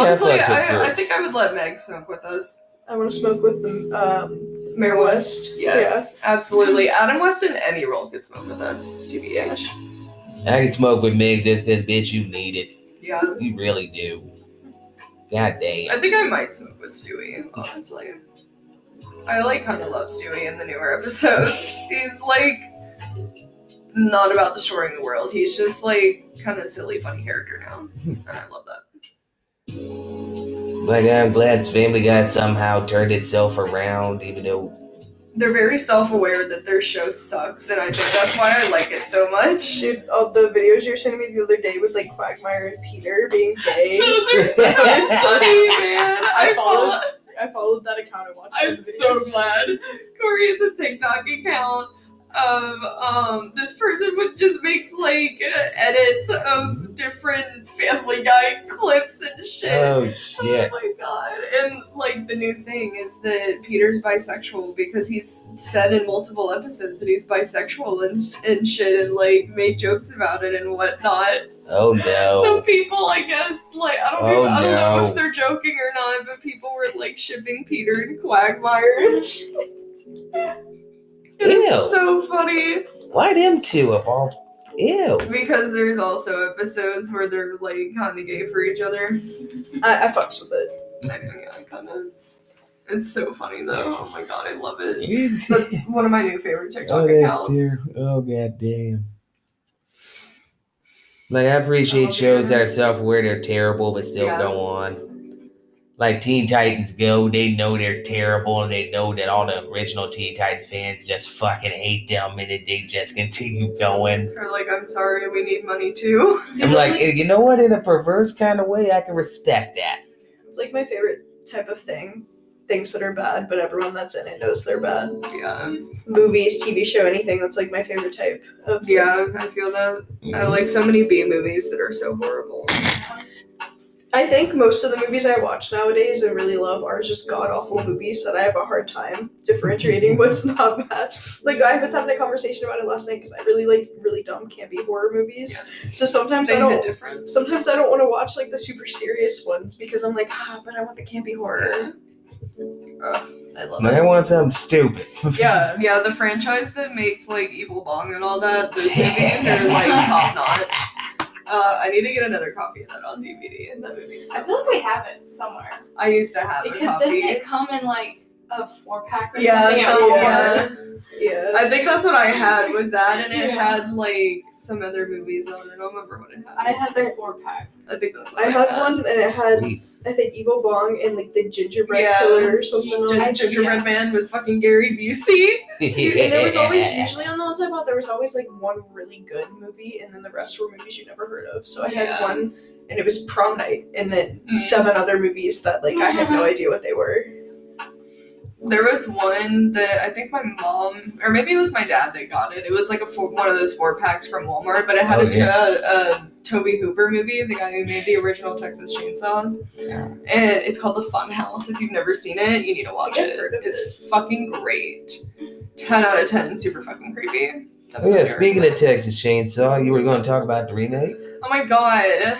Honestly,
fucks with
I, I
Brooks.
think I would let Meg smoke with us.
I want to smoke with the um, Mayor
West.
West.
Yes, absolutely. Adam West in any role could smoke with us, TBH.
I can smoke with Meg just because, bitch, you need it.
Yeah.
You really do. God
I
damn.
think I might smoke with Stewie, honestly. I like kind of love Stewie in the newer episodes. He's like not about destroying the world. He's just like kind of silly, funny character now, and I love that.
Like, I'm glad Family Guy somehow turned itself around, even though.
They're very self-aware that their show sucks, and I think that's why I like it so much.
Dude, all the videos you were sending me the other day with like Quagmire and Peter being gay.
Those are so funny, man. I
I
follow
followed. I followed that account and watched.
I'm
those
so
videos.
glad. Corey has a TikTok account of um, this person which just makes like uh, edits of different Family Guy clips and shit.
Oh,
Oh
shit.
my god. And like the new thing is that Peter's bisexual because he's said in multiple episodes that he's bisexual and, s- and shit and like made jokes about it and whatnot.
Oh,
Some
no.
people, I guess, like I don't,
Oh,
even, I don't know
no.
if they're joking or not, but people were like shipping Peter and Quagmire. and shit.
Ew.
It's so funny
Why them two of all. Ew.
because there's also episodes where they're like kind of gay for each other.
I, I fucks with it.
I mean, yeah, kind of. It's so funny though. Oh my god, I love it.
oh,
That's one of my new favorite TikTok
that's
accounts.
terrible. Oh, god damn. Like, I appreciate shows that are self aware, they're terrible, but still
Yeah.
go on. Like Teen Titans Go, they know they're terrible, and they know that all the original Teen Titans fans just fucking hate them, and then they just continue going.
Or like, I'm sorry, we need money too.
Dude,
I'm
it's
like, "Eh, you know what? In a perverse kind of way, I can respect that.
It's like my favorite type of thing. Things that are bad, but everyone that's in it knows they're bad.
Yeah,
Movies, TV show, anything. That's like my favorite type of.
yeah, I feel that. I like so many B movies that are so horrible.
I think most of the movies I watch nowadays and really love are just god awful movies that I have a hard time differentiating what's not bad. Like I was having a conversation about it last night because I really like really dumb campy horror movies. So sometimes I
Something
don't.
different.
Sometimes I don't want to watch like the super serious ones because I'm like ah, but I want the campy horror.
Uh, I love
Man, I
it.
want something stupid.
Yeah, yeah, the franchise that makes like Evil Bong and all that, those movies are like top notch. Uh, I need to get another copy of that on DVD, and that movie's
I
so.
feel like we have it somewhere
I used to have a
because didn't
copy.
it come in like a four pack or
Yeah,
something?
so
yeah.
yeah.
Yeah.
I think that's what I had was that, and it
Yeah.
had like some other movies on it. I don't remember what it
I
had.
had the four pack.
I, think that's what
I
I,
had one and it had
Please.
I think Evil Bong and like the gingerbread
Yeah.
killer or something. on
Gin-
it.
I-
Gingerbread
yeah.
Man with fucking Gary Busey.
Dude, and there was always usually on the ones I bought, there was always like one really good movie, and then the rest were movies you never heard of. So I had
Yeah.
one, and it was prom night, and then
Mm.
seven other movies that like I had no idea what they were.
There was one that I think my mom, or maybe it was my dad that got it. It was like a four, one of those four packs from Walmart, but it had
Oh,
a, t- a, a Toby Hooper movie, the guy who made the original Texas Chainsaw.
Yeah.
And it's called The Fun House. If you've never seen it, you need to watch
I've
it.
heard of
It's fucking great. 10 out of 10, super fucking creepy.
Oh, yeah, speaking of Texas Chainsaw, you were going to talk about the remake?
Oh my god.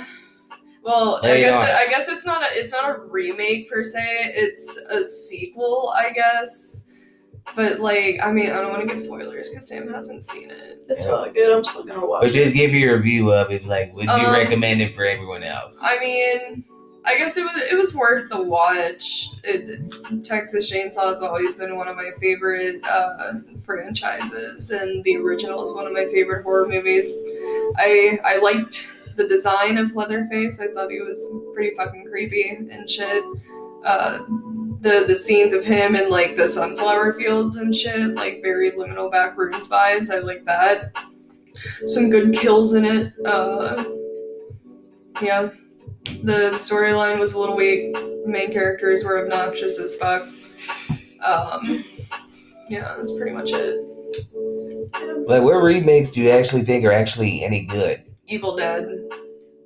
Well, I
Lay it
guess
on
it, I
us.
guess it's not a it's not a remake per se. It's a sequel, I guess. But like, I mean, I don't want to give spoilers because Sam hasn't seen it.
It's all good. I'm still gonna watch.
Or just give you a review of it. Like, would you
Um,
recommend it for everyone else?
I mean, I guess it was it was worth the watch. It, it's, Texas Chainsaw has always been one of my favorite uh, franchises, and the original is one of my favorite horror movies. I I liked the design of Leatherface. I thought he was pretty fucking creepy and shit. Uh, the the scenes of him in like the sunflower fields and shit, like very liminal back rooms vibes. I like that. Some good kills in it. Uh, yeah, the storyline was a little weak. Main characters were obnoxious as fuck. Um, yeah, that's pretty much it.
Like, what remakes do you actually think are actually any good?
Evil Dead.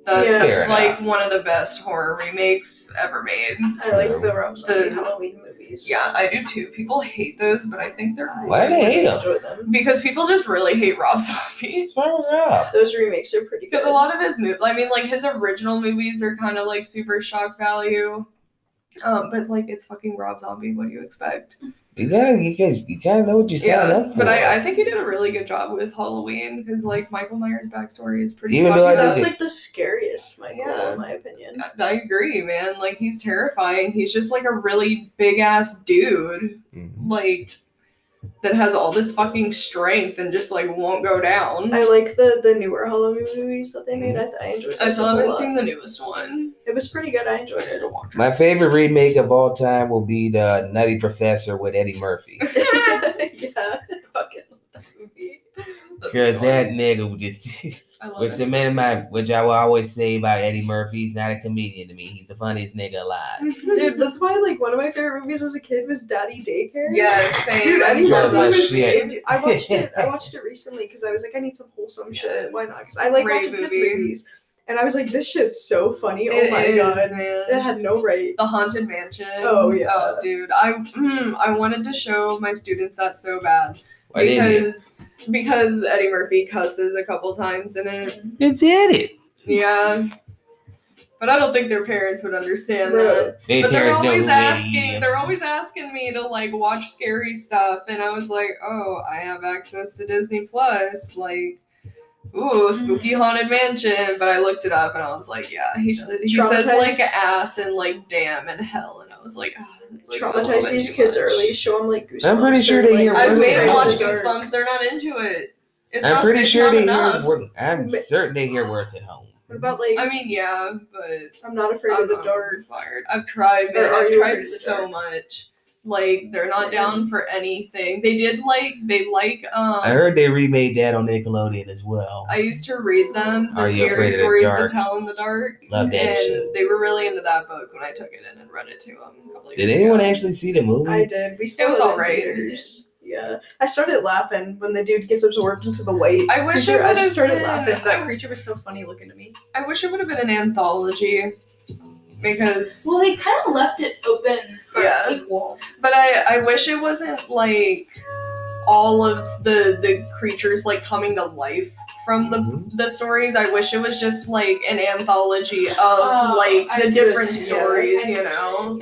That,
Yeah.
Fair
that's like
enough.
one of the best horror remakes ever made.
I like the Rob Zombie
The-
Halloween movies.
Yeah, I do too. People hate those, but I think they're
I
Why do they hate 'em?
enjoy them.
because people just really hate Rob Zombie.
What's wrong with Rob?
Those remakes are pretty good.
Because a lot of his movies, I mean, like his original movies are kind of like super shock value, um, but like it's fucking Rob Zombie. What do you expect?
You gotta, you gotta, you gotta know what you signed up for.
but I, I think he did a really good job with Halloween because like Michael Myers' backstory is pretty.
Even though
fucked
I
up.
That's
did-
like the scariest Michael,
Yeah.
in my opinion.
I I agree, man. Like he's terrifying. He's just like a really big ass dude,
Mhm.
like that has all this fucking strength and just like won't go down.
I like the the newer Halloween movies that they made. I, th- I enjoyed.
I
those
still
a
Oh, haven't
lot.
seen the newest one.
It was pretty good. I enjoyed it.
My favorite remake of all time will be the Nutty Professor with Eddie Murphy.
yeah, fucking love that movie.
That's
Because
a good
that
one.
nigga would just.
I love
Which
it.
the man in my, which I will always say about Eddie Murphy, he's not a comedian to me. He's the funniest nigga alive.
Dude, that's why like one of my favorite movies as a kid was Daddy Daycare.
Yes, same.
Dude, I
Yeah,
remember
that
it was,
shit.
it- I watched it. I watched it recently because I was like, I need some wholesome shit. Why not? Because I like
Great
watching kids
movie.
movies, and I was like, this shit's so funny. Oh
It
my
is,
god,
man.
it had no right.
The Haunted Mansion.
Oh, yeah.
Oh, dude, I mm, I wanted to show my students that so bad
Why didn't
because because Eddie Murphy cusses a couple times in it.
he? It's Eddie.
Yeah, but I don't think their parents would understand
Bro.
that.
They
But they're
parents know
always
who
asking.
asking,
They're always asking me to like watch scary stuff, and I was like, oh, I have access to Disney Plus, like. Ooh, spooky haunted mansion. But I looked it up and I was like, yeah, he, he says
Traumatized-
like ass and like damn and hell, and I was like, ah, that's like a little
Traumatize
bit
these
too
kids
much.
early. Show them like Goosebumps.
I'm pretty
or,
sure they
like,
hear
I've
I've
made them
made
watch
it
Goosebumps. They're not into it. It's
I'm
not,
pretty
it's
sure
not
they hear.
enough.
wor- I'm
But-
certain they hear worse at home.
What about like
I mean, yeah, but
I'm not afraid
I'm
of the
not
dark?
fired. I've tried,
Or
man.
are
I've
you afraid
tried
of the
so
dark?
much. Like they're not down for anything. They did like they like um.
I heard they remade that on Nickelodeon as well.
I used to read them, the
Are you afraid
scary
of the
stories to
dark?
tell in the dark,
Love that shit.
and they were really into that book when I took it in and read it to them. A couple
Did
years
anyone
ago.
actually see the movie?
I did. We saw
was
in
alright.
theaters. Yeah, I started laughing when the dude gets absorbed into the white.
I wish it
creature. I
would've
just started
been-
laughing. That creature was so funny looking to me.
I wish it would have been an anthology, because
Well, they kind of left it open for
Yeah.
a sequel.
But I, I wish it wasn't like all of the the creatures like coming to life from the
Mhm.
the stories. I wish it was just like an anthology of
Oh,
like
I
the
see.
different
Yeah,
stories,
I
you
see.
know.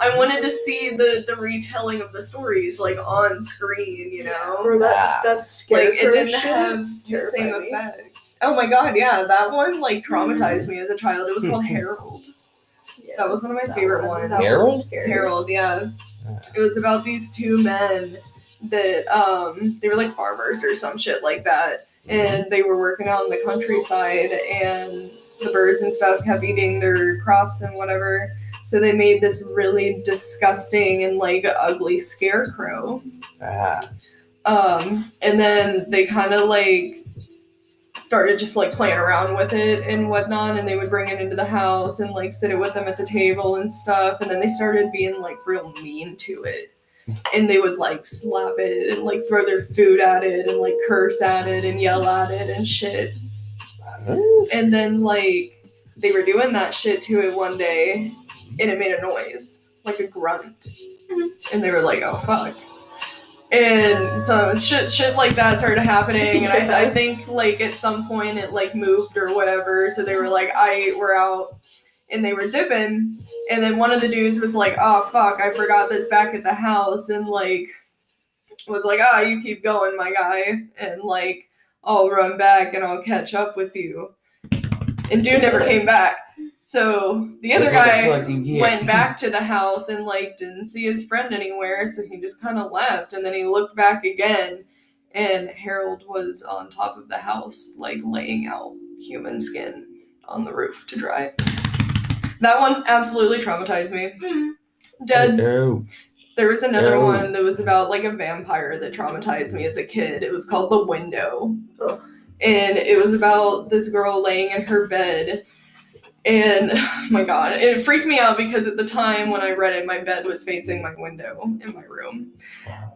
I wanted to see the the retelling of the stories like on screen, you know.
Bro, that that's scary.
Like it didn't have the same
terrified me.
effect. Oh my god, yeah, that one like
Mm.
traumatized me as a child. It was called Harold. That was one of my favorite ones.
Harold?
Harold, yeah. It was about these two men that um they were like farmers or some shit like that. And they were working out in the countryside and the birds and stuff kept eating their crops and whatever. So they made this really disgusting and like ugly scarecrow.
Ah,
Um, and then they kind of like started just like playing around with it and whatnot. And they would bring it into the house and like sit it with them at the table and stuff. And then they started being like real mean to it. And they would like slap it and like throw their food at it and like curse at it and yell at it and shit. And then like they were doing that shit to it one day and it made a noise, like a grunt. And they were like, oh fuck. And so shit, shit like that started happening, and I, I think like at some point it like moved or whatever. So they were like, "I we're out," and they were dipping, and then one of the dudes was like, "Oh fuck, I forgot this back at the house," and like was like, "Ah, you keep going, my guy," and like I'll run back and I'll catch up with you. And dude never came back. So the other
that's what
guy
the fuck you get.
went back to the house and like didn't see his friend anywhere, so he just kind of left. And then he looked back again, and Harold was on top of the house, like laying out human skin on the roof to dry. That one absolutely traumatized me.
Mm-hmm.
Dead.
Oh,
There was another
Oh.
one that was about like a vampire that traumatized me as a kid. It was called The Window.
Oh.
And it was about this girl laying in her bed. And oh my god, it freaked me out because at the time when I read it, my bed was facing my window in my room.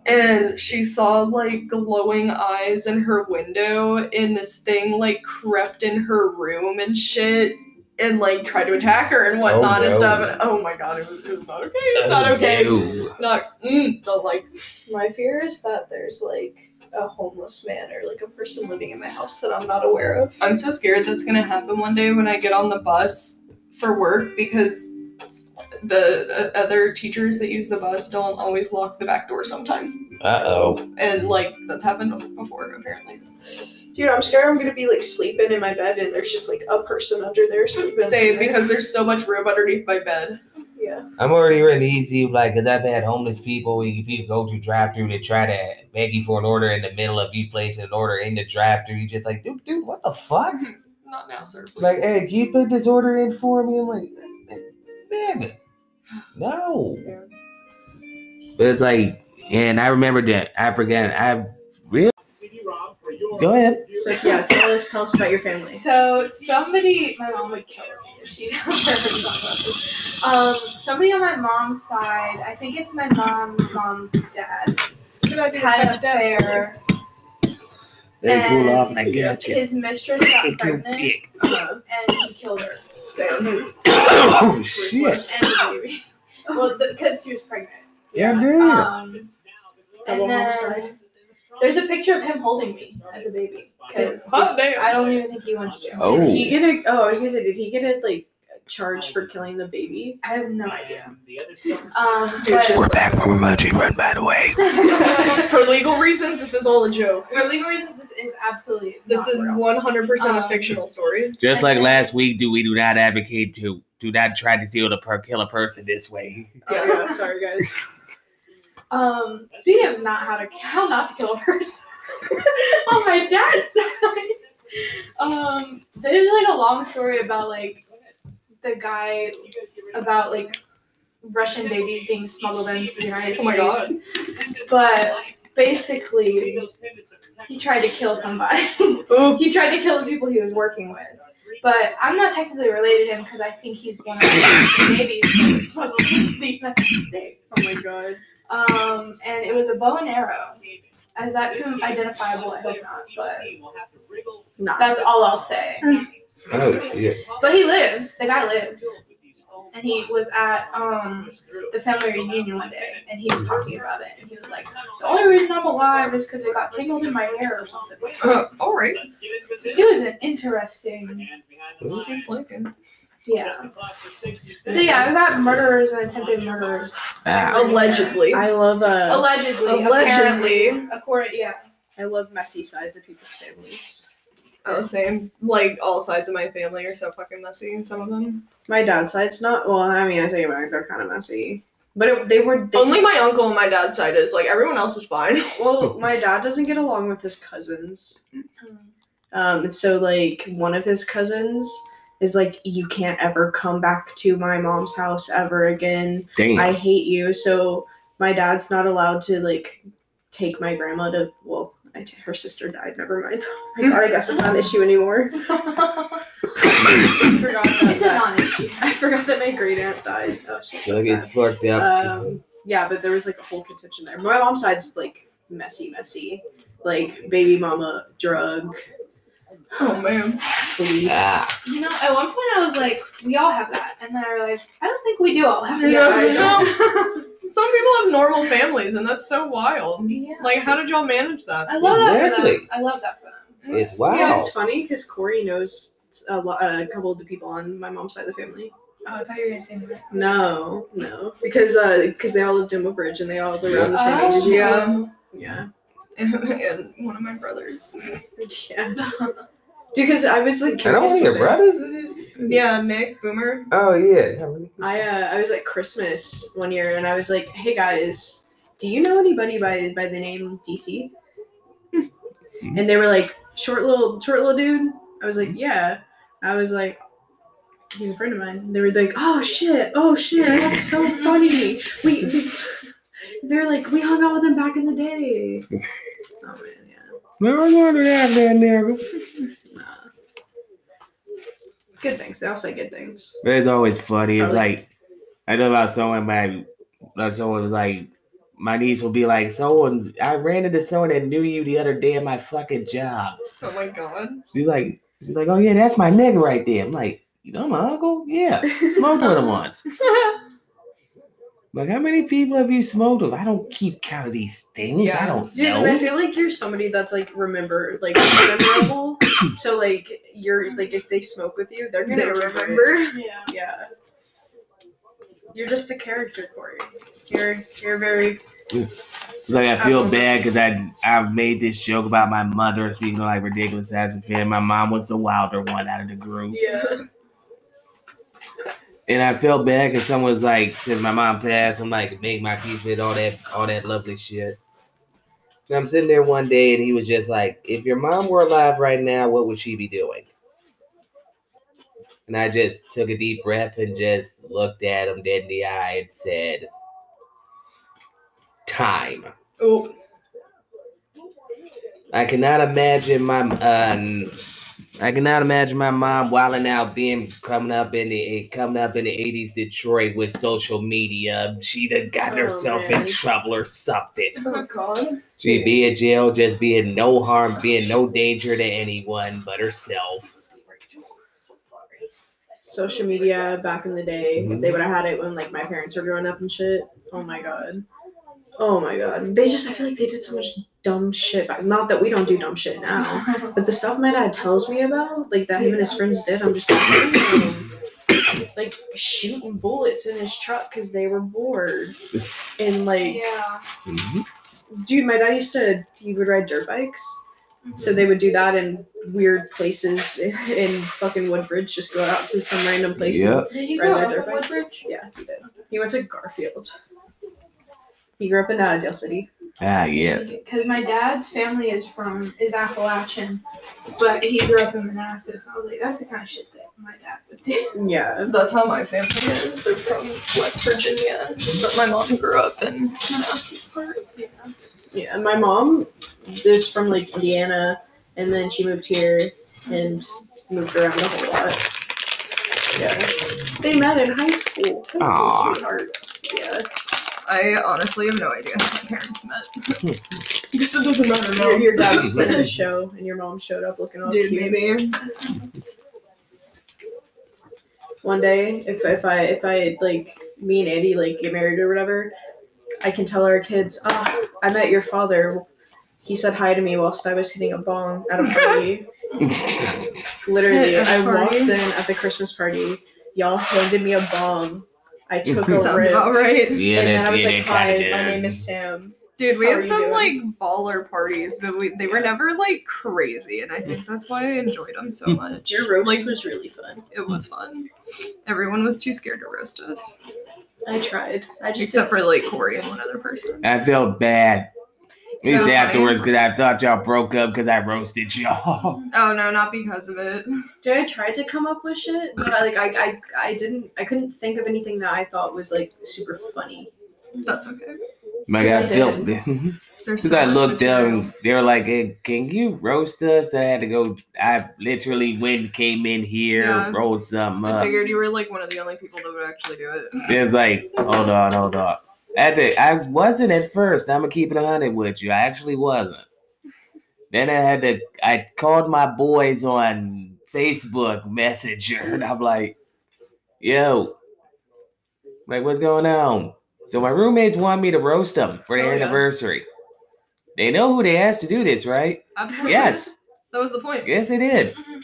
And she saw like glowing eyes in her window, and this thing like crept in her room and shit and like tried to attack her and whatnot and
Oh, no.
stuff. And oh my god, it was, it was not okay. It's not
Oh,
okay
no.
not mm, don't like
My fear is that there's like a homeless man or like a person living in my house that I'm not aware of.
i'm so scared that's gonna happen one day when i get on the bus for work because the uh, other teachers that use the bus don't always lock the back door sometimes
Uh-oh.
and like that's happened before apparently
Dude, I'm scared I'm gonna be like sleeping in my bed and there's just like a person under there sleeping.
say because there's so much room underneath my bed
yeah,
I'm already really easy, like, because I've had homeless people, and people go to drive through to try to beg you for an order in the middle of you placing an order in the drive through. You're just like, dude, dude, what the fuck?
not now sir please
Like, hey, can you put this order in for me? I'm like, damn it. No.
Yeah.
But it's like, and I remember that. I forgot. I really. Go ahead.
So yeah, tell us tell us about your family.
So somebody, my mom would kill me if she heard me talk about this. Um, somebody on my mom's side, I think it's my mom's mom's dad, had an affair.
They cool
And
off and I got you.
His mistress got pregnant, and he killed her.
oh shit!
And well, because she was pregnant.
Yeah, damn.
Um, and then there's a picture of him holding me as a baby. 'cause
Hot damn.
I don't even think he went to jail.
Oh.
Did he get a oh I was gonna say, did he get a like charged for killing the baby?
I have no idea. Um,
Dude, just-
but
back from emergency run, by the way.
for legal reasons this is all a joke
for legal reasons, this is absolutely
this
not
is
real.
100% a
Um,
fictional story
Just like last week, do we do not advocate to do not try to deal to per, kill a person this way?
Oh yeah, sorry guys.
Um, speaking of not how to how not to kill a person on my dad's side, um, there's like a long story about like the guy about like Russian babies being smuggled into the United
Oh my God.
States. But basically, he tried to kill somebody.
Ooh.
he tried to kill the people he was working with. But I'm not technically related to him because I think he's one of the Russian babies being smuggled into the United States.
oh my god
Um, and it was a bow and arrow. Is that too identifiable? I hope not, but
Nah.
that's all I'll say.
Oh shit!
But he lived. The guy lived. and he was at um the family reunion one day, and he was talking about it, and he was like, "The only reason I'm alive is because it got tangled in my hair or something."
Uh,
all right.
It was an interesting,
Seems Lincoln.
yeah. So yeah, we got murderers and attempted murders.
Ah,
Allegedly.
I love uh,
Allegedly. apparently,
Allegedly.
According, yeah.
I love messy sides of people's families.
Oh, same. Like all sides of my family are so fucking messy. Some of them.
My dad's side's not. Well, I mean, I take it back. They're kind of messy, but it, they were. They,
Only my uncle on my dad's side is like everyone else is fine.
Well, my dad doesn't get along with his cousins. Um, and so like one of his cousins is like, you can't ever come back to my mom's house ever again.
damn.
I hate you. So my dad's not allowed to like take my grandma to. Well, I, her sister died. Never mind. Oh my God, I guess it's not an issue anymore. I forgot about
it's a
that.
non-issue.
I forgot that my great aunt died. Oh shit.
So it
that's sad.
gets fucked up.
Um, yeah, but there was like a whole contention there. My mom's side's like messy, messy. Like baby mama, drug,
Oh man.
police.
Ah.
You know, at one point I was like, we all have that, and then I realized I don't think we do all have that.
No,
I
no. Some people have normal families, and that's so wild.
Yeah.
Like, how did y'all manage that?
I love that for
Exactly.
them. I love that for them.
It's wild.
Yeah, it's funny because Corey knows a, lo- a couple of the people on my mom's side of the family.
Oh, I thought you were gonna say more.
No, no, because because they all lived in Woodbridge and they all were around the same age. as
Oh.
you.
Yeah.
yeah,
and one of my brothers.
yeah. Dude, because I was like,
I don't
confused
want your
with it.
brothers.
Yeah, Nick Boomer.
Oh yeah.
I uh, I was at Christmas one year and I was like, "Hey guys, do you know anybody by by the name DC?" and they were like, "Short little short little dude." I was like, "Yeah." I was like, "He's a friend of mine." They were like, "Oh shit! Oh shit! That's so funny." We, we they're like, "We hung out with him back in the day." Oh man, yeah,
Marijuana down there, nigga.
nah. Good things. They all say good things.
But it's always funny. It's
Oh.
like I know about someone, my about someone was like my niece will be like, someone I ran into someone that knew you the other day at my fucking job.
Oh my god.
She's like, she's like, oh yeah, that's my nigga right there. I'm like, you know my uncle? Yeah, smoked with him once. Like, how many people have you smoked with? I don't keep count of these things. I
Yeah.
don't
Dude, and I
know.
feel like you're somebody that's like remember, like memorable. so like you're like if they smoke with you, they're gonna
They
remember.
remember.
Yeah.
it. Yeah. You're just a character, Corey. You're you're very.
Like I feel bad because I I've made this joke about my mother speaking like ridiculous ass fan. My mom was the wilder one out of the group,
Yeah.
and I felt bad because someone's like, since my mom passed, I'm like make my peace with all that all that lovely shit.
And I'm sitting there one day and he was just like, if your mom were alive right now, what would she be doing? And I just took a deep breath and just looked at him dead in the eye and said, Time.
Oh,
I cannot imagine my uh, I cannot imagine my mom wilding out being coming up in the coming up in the eighties Detroit with social media. She'd have got
Oh,
herself
man.
in trouble or something.
oh god.
She'd be in jail, just be in no harm, be in no danger to anyone but herself.
Social media back in the day,
Mhm.
they would have had it when like my parents were growing up and shit. Oh my god. Oh my god. They just I feel like they did so much dumb shit. Back. Not that we don't do dumb shit now, but the stuff my dad tells me about, like that him and his friends did, I'm just like. "Damn." like shooting bullets in his truck because they were bored. And like,
Yeah.
Mm-hmm.
dude, my dad used to he would ride dirt bikes, so they would do that in weird places in, in fucking Woodbridge. Just go out to some random place. and-
Did you
Right
go
there,
up
dirt
at
bike.
Woodbridge?
yeah, he did. He went to Garfield. He grew up in uh, Dale City.
Ah yes,
Because my dad's family is from is Appalachian, but he grew up in Manassas. And I was like, that's the kind of shit that my dad would do.
Yeah.
That's how my family is. They're from West Virginia, but my mom grew up in Manassas Park.
Yeah. My mom is from like Indiana, and then she moved here and moved around a whole lot. Yeah. They met in high school. High school
Aw.
sweethearts. Yeah.
I honestly have no idea how my parents met. Because it doesn't matter
Your,
now.
your dad was in the show, and your mom showed up looking all
Dude,
cute.
maybe.
one day if if I if I like me and Andy like get married or whatever, I can tell our kids, ah, I met your father. He said hi to me whilst I was hitting a bong at a party. Literally,
At a
I walked
party.
in at the Christmas party. Y'all handed me a bong. I took a
Sounds
rip.
about right.
Yeah,
and then I
that,
was
yeah,
like,
that
hi,
kinda
my
does.
name is Sam.
Dude, we
How
had
are
some
you
like baller parties, but we they were never like crazy, and I think that's why I enjoyed them so much.
Your roast
Like-
was really fun.
It was fun. Everyone was too scared to roast us,
I tried. I just
except for like Corey and one other person.
I felt bad. At
That
least
was
afterwards, because I thought y'all broke up because I roasted y'all.
Oh no, not because of it.
Dude, I tried to come up with shit, but I, like I, I, I didn't. I couldn't think of anything that I thought was like super funny.
That's okay.
Like
Yes,
I
I
felt
did.
because
There's
uh, I
much
looked up,
material.
and they were like, hey, "Can you roast us?" I had to go. I literally went, came in here,
Yeah.
rolled something
I
up.
figured you were like one of the only people that would actually do it.
It's like, hold on, hold on. At the, I wasn't at first. I'm gonna keep it hundred with you. I actually wasn't. Then I had to. I called my boys on Facebook Messenger, and I'm like, "Yo, like, what's going on?" So my roommates want me to roast them for their
Oh, yeah.
anniversary. They know who they asked to do this, right?
Absolutely.
Yes,
That was the point.
yes, they did.
Mhm.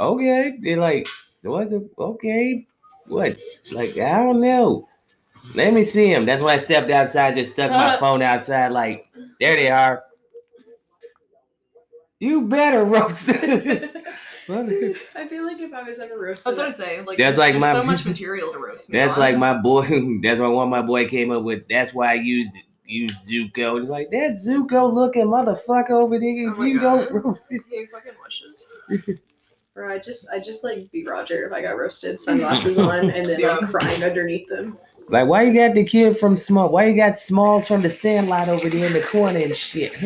Okay, they're like, so what's it? Okay, what? Like, I don't know. Let me see him. That's when I stepped outside, just stuck my phone outside. Like, there they are. You better roast them. Well,
I feel like if I was ever roasted,
That's what I say. Like,
That's
there's,
like
there's
my-
so much material to roast. Me
That's
on.
like my boy. That's why one of my boy came up with. That's why I used it. Use Zuko. It's like that Zuko looking motherfucker over there. If
Oh my
you
God.
don't roast it,
He fucking wishes.
bro, I just, I just like be Roger if I got roasted, sunglasses on, and then
Yeah.
I'm crying underneath them.
like why you got the kid from small? Why you got Smalls from the Sandlot over there in the corner and shit?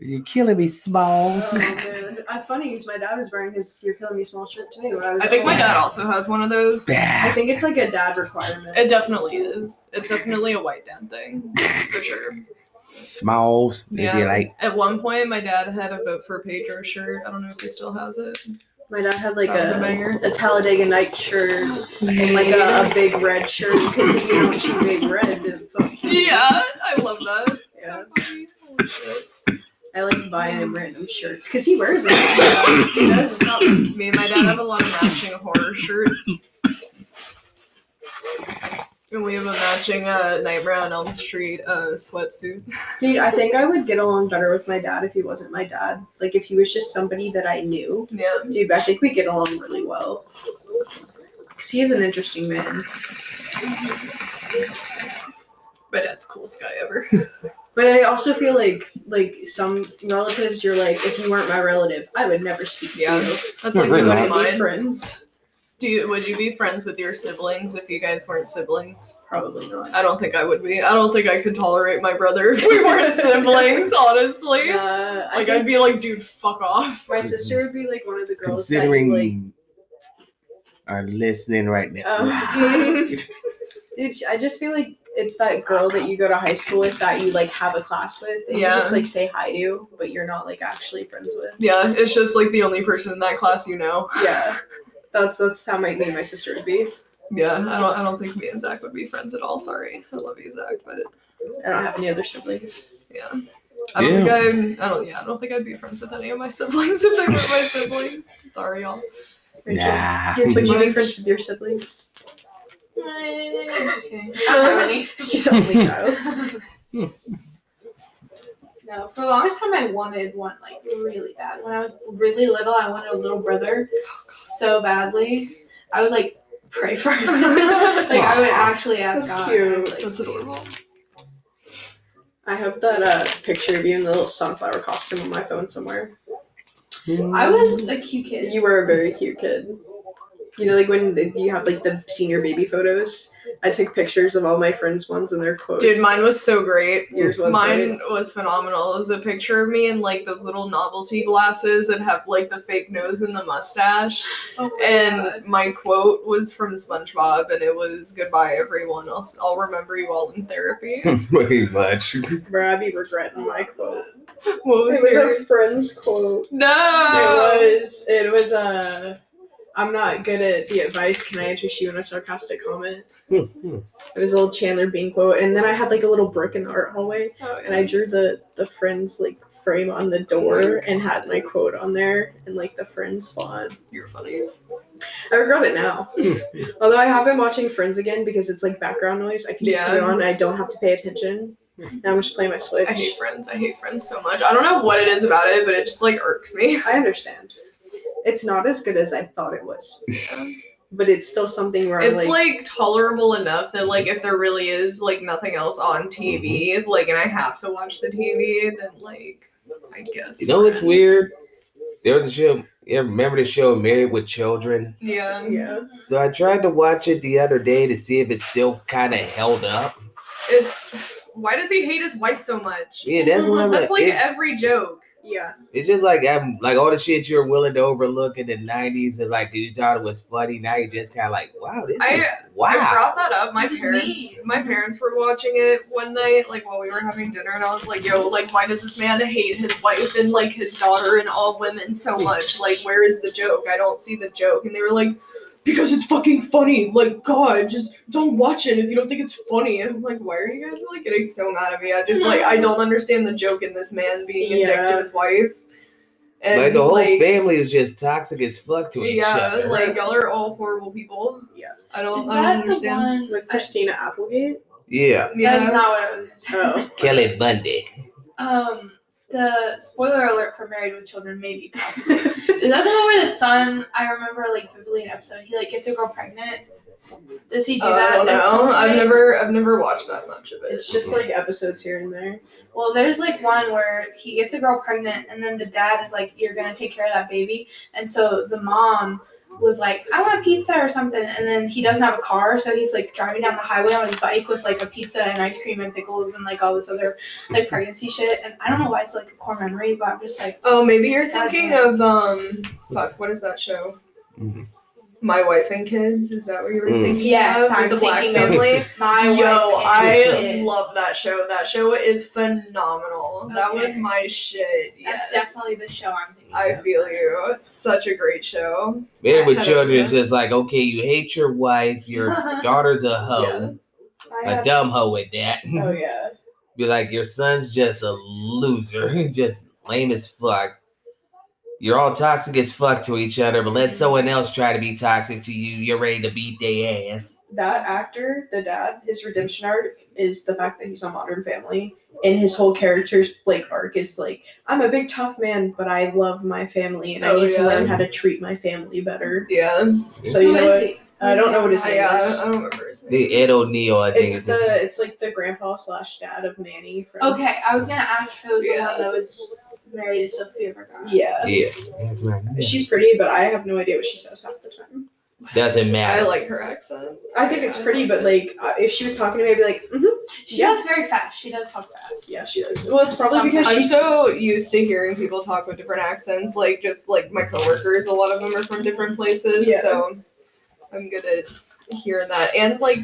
You're killing me, Smalls.
Oh, man. I, funny because my dad was wearing his "You're Killing Me" small shirt today when I was.
I think my
home.
dad also has one of those.
I
Bah.
think it's like a dad requirement.
It definitely is. It's definitely a white dad thing, for sure.
Smalls. Is he
Yeah.
like
At one point, my dad had a vote for Pedro shirt. I don't know if he still has it.
my dad had like
That was a
a,
banger.
a Talladega Night shirt and like a, a big red shirt because if you don't shoot big red, then fuck you.
Yeah, I love that.
Yeah.
So funny. Holy shit.
I like buying him random shirts because he wears them. Yeah, he does. It's not like
Me and my dad have a lot of matching horror shirts. And we have a matching uh, Nightmare on Elm Street uh, sweatsuit.
Dude, I think I would get along better with my dad if he wasn't my dad. Like if he was just somebody that I knew.
Yeah.
Dude, but I think we get along really well. Cause he is an interesting man.
My dad's coolest guy ever.
But I also feel like like some relatives, you're like, if you weren't my relative, I would never speak to
Yeah.
you.
That's
Yeah,
like
really.
most
I
of
would be
mine.
friends.
Do you, would you be friends with your siblings if you guys weren't siblings?
Probably not.
I don't think I would be. I don't think I could tolerate my brother if we weren't siblings, honestly.
Uh, I
Like I'd
think
be like, dude, fuck off.
my sister would be like one of the girls that
considering
like
are listening right now.
Oh. Dude, I just feel like it's that girl that you go to high school with that you like have a class with and
Yeah.
you just like say hi to, but you're not like actually friends with.
Yeah, it's just like the only person in that class you know.
Yeah. That's that's how my me and my sister would be.
Yeah, I don't. I don't think me and Zach would be friends at all. Sorry, I love you, Zach, but
I don't have any other siblings.
yeah, I don't think I. I don't. Yeah, I don't think I'd be friends with any of my siblings if they were my siblings. Sorry, y'all.
Rachel,
nah.
you- Would you be
Much.
friends with your siblings?
I'm just kidding. I don't have any.
She's an only child.
No, for the longest time I wanted one like really bad. When I was really little, I wanted a little brother so badly. I would like pray for him. like I would actually ask
That's
God.
cute.
Like,
That's adorable.
I have that uh, picture of you in the little sunflower costume on my phone somewhere.
I was a cute kid.
You were a very cute kid. You know, like when the- you have like the senior baby photos. I took pictures of all my friends' ones and their quotes.
Dude, mine was so great.
Yours was
mine
great.
was phenomenal. It was a picture of me in like those little novelty glasses that have like the fake nose and the mustache.
Oh my God.
And my quote was from SpongeBob, and it was "Goodbye, everyone. I'll, I'll remember you all in therapy."
Pretty much.
Bro, I be regretting my quote.
what was,
It was
yours?
a friend's quote.
no.
It was. It was Uh,
I'm not good at the advice. Can I interest you in a sarcastic comment? It was a little Chandler Bing quote, and then I had like a little brick in the art hallway,
Oh,
and I drew the the friends like frame on the door and had my quote on there and like the friends font.
You're funny.
I regret it now. Although I have been watching Friends again because it's like background noise. I can just put it
Yeah. Hmm.
on. And I don't have to pay attention. Now I'm just playing my Switch.
I hate friends. I hate friends so much. I don't know what it is about it, but it just like irks me.
I understand. It's not as good as I thought it was, but it's still something where I'm
It's
like,
like tolerable enough that like if there really is like nothing else
Mhm.
on TV, like and I have to watch the TV, then like I guess.
You know what's
Friends.
weird? There was a show. Yeah, remember the show Married with Children?
Yeah.
yeah.
Mm-hmm.
So I tried to watch it the other day to see if it still kind of held up.
It's why does he hate his wife so much?
Yeah, that's what I'm
That's like
it's-
every joke.
Yeah.
It's just like I'm like all the shit you're willing to overlook in the '90s, and like you thought it was funny. Now you just kind of like, wow, this
I-
is wow.
I brought that up. My
What do you
parents,
mean?
my parents were watching it one night, like while we were having dinner, and I was like, "Yo, like, why does this man hate his wife and like his daughter and all women so much? Like, where is the joke? I don't see the joke." And they were like, "Because it's fucking funny. Like, God, just don't watch it if you don't think it's funny." And I'm like, "Why are you guys like getting so mad at me? I just like I don't understand the joke in this man being a dick to
Yeah.
his wife." And
like the whole family was just toxic as fuck to each
yeah,
other.
like y'all are all horrible people.
Yeah.
I don't,
Is
I don't
that
understand.
the one?
With Christina Applegate.
yeah,
Yeah.
That's not what I was.
Oh.
Kelly Bundy.
Um, the spoiler alert for Married with Children, maybe possibly. Is that the one where the son? I remember like vividly an episode. He like gets a girl pregnant. Does he do
Uh,
that?
I don't
at some
know. I've
point?
never, I've never watched that much of it.
It's just like episodes here and there.
Well, there's like one where he gets a girl pregnant, and then the dad is like, "You're gonna take care of that baby," and so the mom was like, "I want pizza or something," and then he doesn't have a car, so he's like driving down the highway on his bike with like a pizza and ice cream and pickles and like all this other like pregnancy shit. And I don't know why it's like a core memory, but I'm just like,
Oh, maybe you're
Sad
thinking
man.
of um, fuck. What is that show?
Mhm.
My wife and kids. Is that what you were
Mm.
thinking?
Yes,
of? with
I'm
the black
thinking of-
family.
my
Yo,
wife
I
is-
love that show. That show is phenomenal. That was
Okay.
my shit. Yes.
That's definitely the show I'm thinking.
I
of.
feel you. It's such a great show.
Man with
Kelly
children is
Bundy.
just like, okay, you hate your wife, your daughter's a hoe, a dumb hoe at that.
Oh yeah.
Be like, your son's just a loser, just lame as fuck. You're all toxic as fuck to each other, but let someone else try to be toxic to you. You're ready to beat their ass.
That actor, the dad, his redemption arc is the fact that he's on Modern Family, and his whole character's like arc is like, I'm a big tough man, but I love my family, and I
Oh,
need to
yeah.
learn how to treat my family better.
Yeah.
So
Who
you know
is
what?
he?
I don't know what his
I,
name
uh,
is.
I don't remember his name.
The Ed O'Neill, I think.
It's
is it.
the it's like the grandpa slash dad of Manny from
Okay, I was gonna ask if it was the
Yeah.
one that was married to Sophia Vergara.
Yeah.
Yeah.
She's pretty, but I have no idea what she says half the time.
Doesn't
I
matter.
like her accent.
I think it's pretty, but like uh, if she was talking to me, I'd be like, mm-hmm.
She
Yeah.
talks very fast. She does talk fast.
yeah, she does. Well, it's probably because
I'm
she's
so used to hearing people talk with different accents, like just like my coworkers, a lot of them are from different places,
Yeah.
so I'm good at hearing that. And like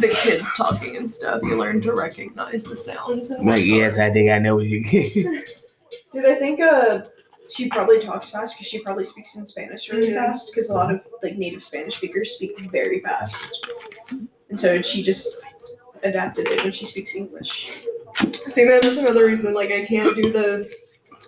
the kids talking and stuff, you learn to recognize the sounds. And
Like, yes, I think I know what you
Dude, I think uh, she probably talks fast because she probably speaks in Spanish really
Yeah.
fast because a lot of like native Spanish speakers speak very fast, and so she just adapted it when she speaks English.
See, man, that's another reason like I can't do the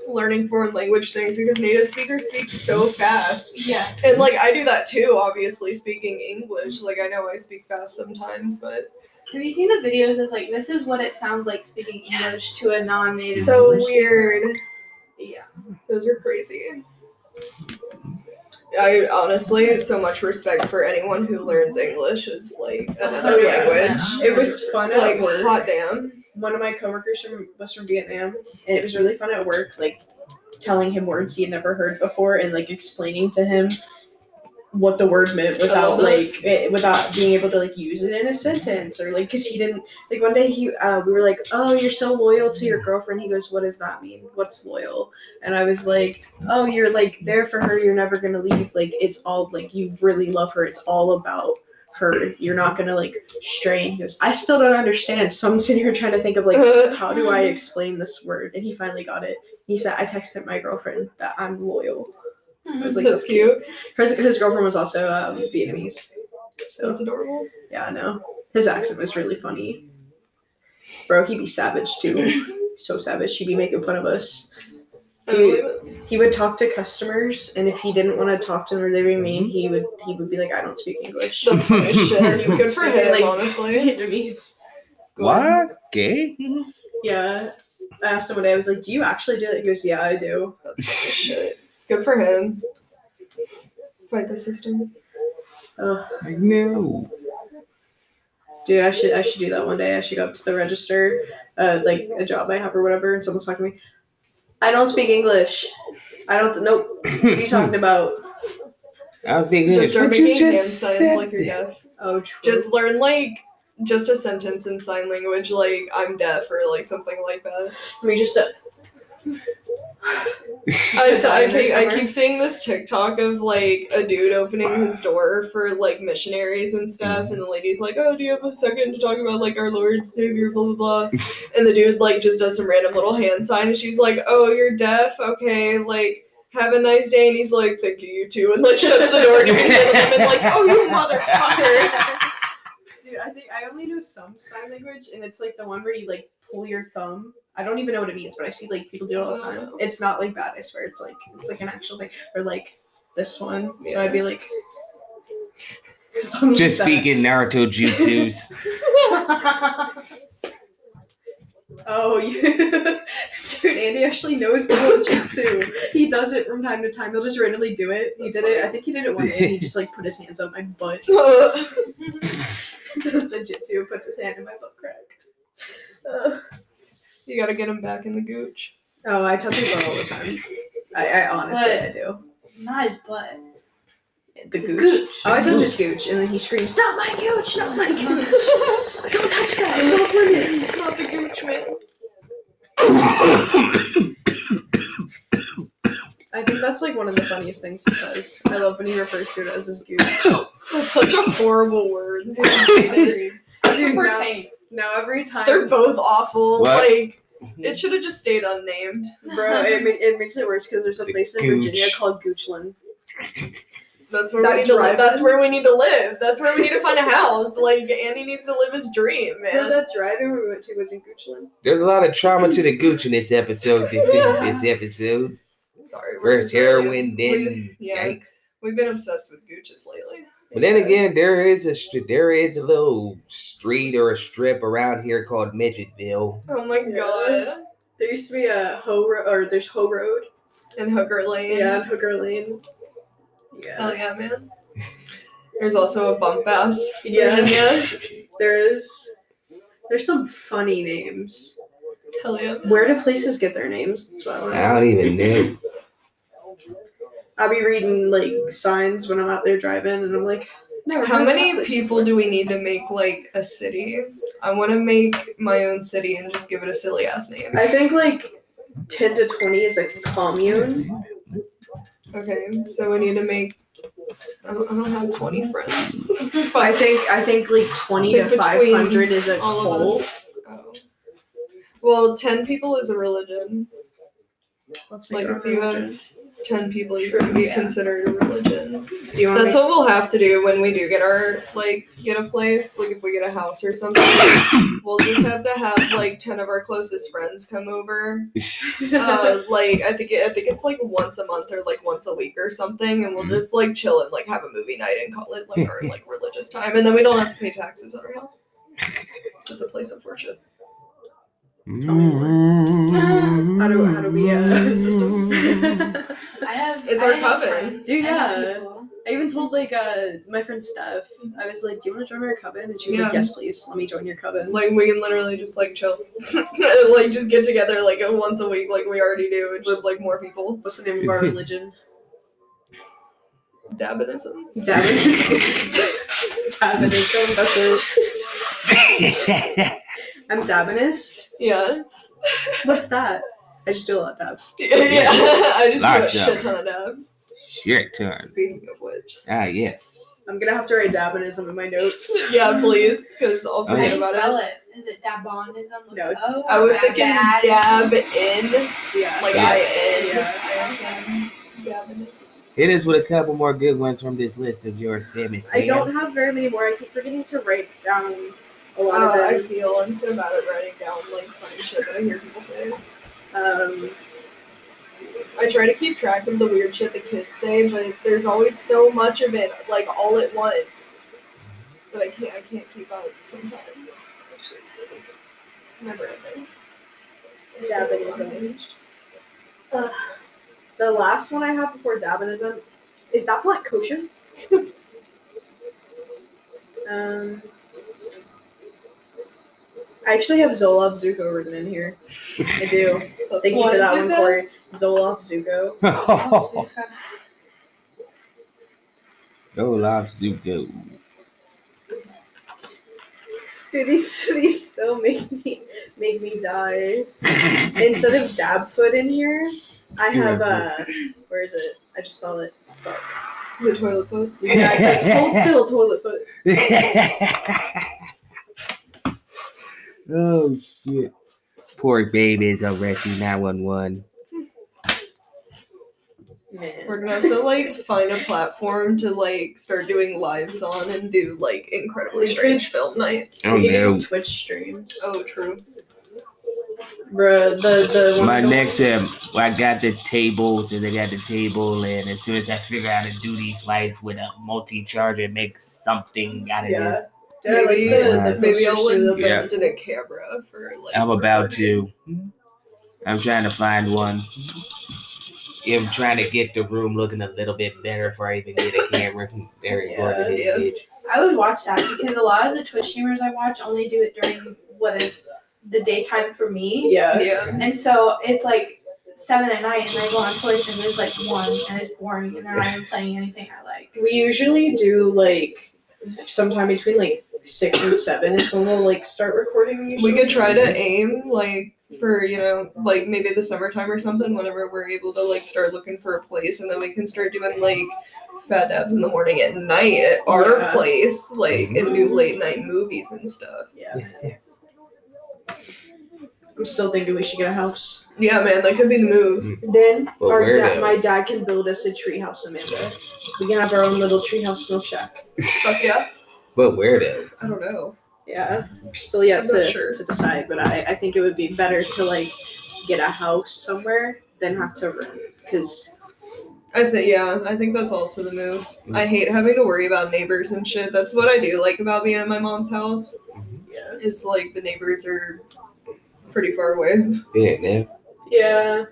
learning foreign language things because native speakers speak so fast.
Yeah.
And like I do that too, obviously speaking English. Like I know I speak fast sometimes, but
Have you seen the videos of like this is what it sounds like speaking English to a non-native?
so
English speaker?
weird.
Yeah.
Those are crazy. I honestly have so much respect for anyone who learns English is like another
Oh, yeah.
language.
It was fun at
Like
work.
hot damn.
One of my coworkers from, was from Vietnam, and it was really fun at work, like telling him words he had never heard before and like explaining to him what the word meant without
that.
like it, without being able to like use it in a sentence or like because he didn't like one day he uh, we were like oh you're so loyal to your girlfriend he goes what does that mean what's loyal and i was like oh you're like there for her you're never gonna leave like it's all like you really love her it's all about her you're not gonna like stray and he goes i still don't understand so i'm sitting here trying to think of like how do i explain this word and he finally got it he said i texted my girlfriend that i'm loyal I was like, that's cute. His, his girlfriend was also um, Vietnamese. So
That's adorable.
yeah, I know. His accent was really funny. Bro, he'd be savage too. So savage. He'd be making fun of us.
I believe
Dude, he would talk to customers, and if he didn't want to talk to them or they were mean, he would he would be like, "I don't speak English."
That's funny as shit. Good for him,
Like-
honestly.
Vietnamese.
What? Gay?
Yeah. I asked him one day, I was like, Do you actually do that? He goes, Yeah, I do.
That's funny as shit. Good for him. Fight the system.
Ugh.
I knew.
Dude, I should I should do that one day. I should go up to the register, uh, like a job I have or whatever, and someone's talking to me. I don't speak English. I don't nope. What are
Hmm.
you talking about?
I was thinking,
Just start
but you
making hand
just
signs
said
like you're
that.
deaf.
Oh true.
Just learn like just a sentence in sign language, like I'm deaf or like something like that.
I mean just a
I, s- I
Sign or
keep, I
somewhere.
keep seeing this TikTok of like a dude opening his door for like missionaries and stuff, and the lady's like, "Oh, do you have a second to talk about like our Lord Savior, blah blah blah," and the dude like just does some random little hand sign, and she's like, "Oh, you're deaf, okay, like." Have a nice day, and he's like, "Thank you, you too," and like shuts the door to him, and like, "Oh, you motherfucker!"
Dude, I think I only know some sign language and it's like the one where you like pull your thumb. I don't even know what it means, but I see like people do it all the time. It's not like bad, I swear. It's like it's like an actual thing. Or like this one. So I'd be like something like
Just
that.
speaking Naruto jutsus.
Oh, yeah. dude, Andy actually knows the whole jitsu. He does it from time to time. He'll just randomly do it. He did it. I think he did it one day. And he just like put his hands on my butt. does the jitsu, puts his hand in my butt crack. Uh,
you gotta get him back in the gooch.
oh, I tell people all the time. I, I honestly, I do.
Hmm. Not his butt.
The gooch. Oh, I touch his gooch, and then he screams, "Not my gooch! Not my gooch! Don't touch that! It's off limits!"
Not the gooch, man.
I think that's like one of the funniest things he says. I love when he refers to it as his gooch.
That's such a horrible word.
Dude,
For
now,
Kane.
now every time
They're both awful.
What?
Like
Mhm.
it should have just stayed unnamed.
Bro, it, ma- it makes it worse because there's a
The
place in
gooch.
Virginia called Goochland.
That's where
That
we need to live.
drive-in?
That's where we need to live. That's where we need to find a house. Like Andy needs to live his dream,
Yeah,
man.
that drive-in we went to was in Goochland.
There's a lot of trauma to the gooch in this episode. This, this episode.
Sorry, we're
First
just really-
heroin, then
Yeah.
yikes.
We've been obsessed with gooches lately.
But then again, there is a str- there is a little street or a strip around here called Midgetville.
Oh my
Yeah.
god.
There used to be a Ho Road, or there's Ho Road.
And Hooker Lane.
Yeah, and Hooker Lane. Yeah. Uh,
Hell yeah, man. There's also a bump ass.
Yeah.
Virginia.
There is. There's some funny names.
Hell yeah.
Where do places get their names? That's what I want to
I don't even know.
I'll be reading like signs when I'm out there driving, and I'm like, never.
How
heard of that
many
place
people do we need to make like a city? I want to make my own city and just give it a silly ass name.
before." I think like ten to twenty is like commune.
Okay, so we need to make. I don't, I don't have 20 friends.
I
Fuck
think I think like twenty
Like,
to
between
five hundred is a
all of
cult.
us. Oh. Well, 10 people is a religion.
Let's
Like,
make
if
it
you
a
have 10 people, you
True,
can be
yeah.
considered a religion.
Do you want
That's what we'll have to do when we do get our, like, get a place. Like, if we get a house or something, we'll just have to have, like, 10 of our closest friends come over. uh, like I think I think it's like once a month or like once a week or something, and we'll
Mm-hmm.
just like chill and like have a movie night and call it like our like religious time, and then we don't have to pay taxes at our house. It's a place of worship.
Mm-hmm.
Mm-hmm.
How do how do we uh, system?
I have.
It's
I
our
have
coven.
friends.
Dude,
I know
yeah.
people.
I even told like uh my friend Steph. I was like, "Do you want to join our coven?" And she was like,
Yeah.
"Yes, please. Let me join your
Mm.
coven."
Like we can literally just like chill, and, like just get together like once a week, like we already do, and just like more people.
What's the name of our religion?
Dabinism.
Dabinism. Dabinism. That's it. I'm Dabinist.
Yeah,
What's that? I just do a lot of dabs.
yeah. I just
Locked
do a
up.
shit ton of dabs.
Shit ton.
Speaking of which,
Ah, yes.
I'm gonna have to write Dabinism in my notes.
yeah, please, because I'll
Oh,
How
forget
do you
about
spell
it.
it? Is it dabonism? Oh,
No.
I was thinking dab in.
Yeah.
Like
Yeah.
I
Yeah.
am.
Hit us with a couple more good ones from this list of yours, Sammy.
I don't have very many more. I keep forgetting to write down a lot
Uh, I
of them.
feel I'm so bad at writing down like funny shit that I hear people say.
Um,
I try to keep track of the weird shit the kids say, but there's always so much of it, like all at once, that I can't I can't keep up sometimes. It's just it's never ending. It's so
Davinism.
unhinged.
the last one I have before Davinism is that black kosher? um, I actually have Zolob Zuko written in here. I do. Thank you for that one,
Zuko?
Corey. Zolob Zuko.
oh,
Oh,
live Zuko.
Dude, these these still make me make me die. Instead of Dabfoot in here, I have uh where is it? I just saw it. Fuck.
Is it toilet foot?
Yeah, it says, hold still toilet foot.
Oh shit! Poor baby is on rescue nine one one.
We're
Man.
gonna have to like find a platform to like start doing lives on and do like incredibly strange film nights.
Oh
We can
no!
do Twitch streams.
Oh, true.
Bruh, the the one
My next um, I got the tables and they got the table, and as soon as I figure out how to do these lights with a multi charger, make something out of this.
Yeah, like
Maybe, uh,
the, the
maybe I'll
sisters do the-
invest in a camera for like.
I'm about
recording.
to. I'm trying to find one. I'm trying to get the room looking a little bit better before I even get a camera. There it
Yeah.
Yeah.
is, bitch.
I would watch that because a lot of the Twitch streamers I watch only do it during what is the daytime for me.
Yeah.
Yeah.
And so it's like seven at night, and I go on Twitch, and there's like one, and it's boring, and they're not even playing anything I like.
We usually do like sometime between like six and seven is when we'll like start recording
We
usually.
could try to aim like for you know like maybe the summertime or something. Whenever we're able to like start looking for a place, and then we can start doing like fat dabs in the morning at night at our
Yeah.
place, like and do late night movies and stuff.
Yeah. I'm still thinking we should get a house.
Yeah, man, that could be the move.
Then
But
our
where
dad,
though?
my dad can build us a treehouse, Amanda. We can have our own little treehouse smoke shack.
Fuck yeah.
But where though?
I don't know.
Yeah, still yet
I'm
to,
not sure.
to decide, but I, I think it would be better to like get a house somewhere than have to rent because
I think yeah, I think that's also the move. I hate having to worry about neighbors and shit. That's what I do like about being at my mom's house.
yeah,
Is like the neighbors are pretty far away.
Yeah, man.
yeah.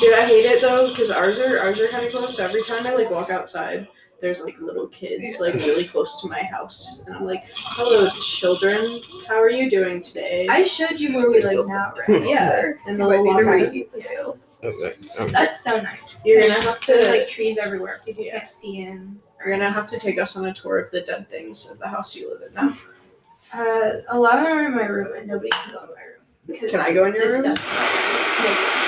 Dude, I hate it though because ours are ours are kind of close. So every time I like walk outside, there's like little kids like really close to my house, and I'm like, "Hello, children. How are you doing today?"
I showed you where we
There's
live
still
now,
some-
right?
yeah, and
You might
they'll
need to
walk out.
reheat the nail.
Okay. okay.
That's so nice.
You're gonna have
There's
to
like trees everywhere. People
Yeah.
can't see in.
You're gonna have to take us on a tour of the dead things of the house you live in now.
Uh, a lot of them are in my room, and nobody can go in my room. because
Can I go in your
it's
room?
disgusting.
Okay.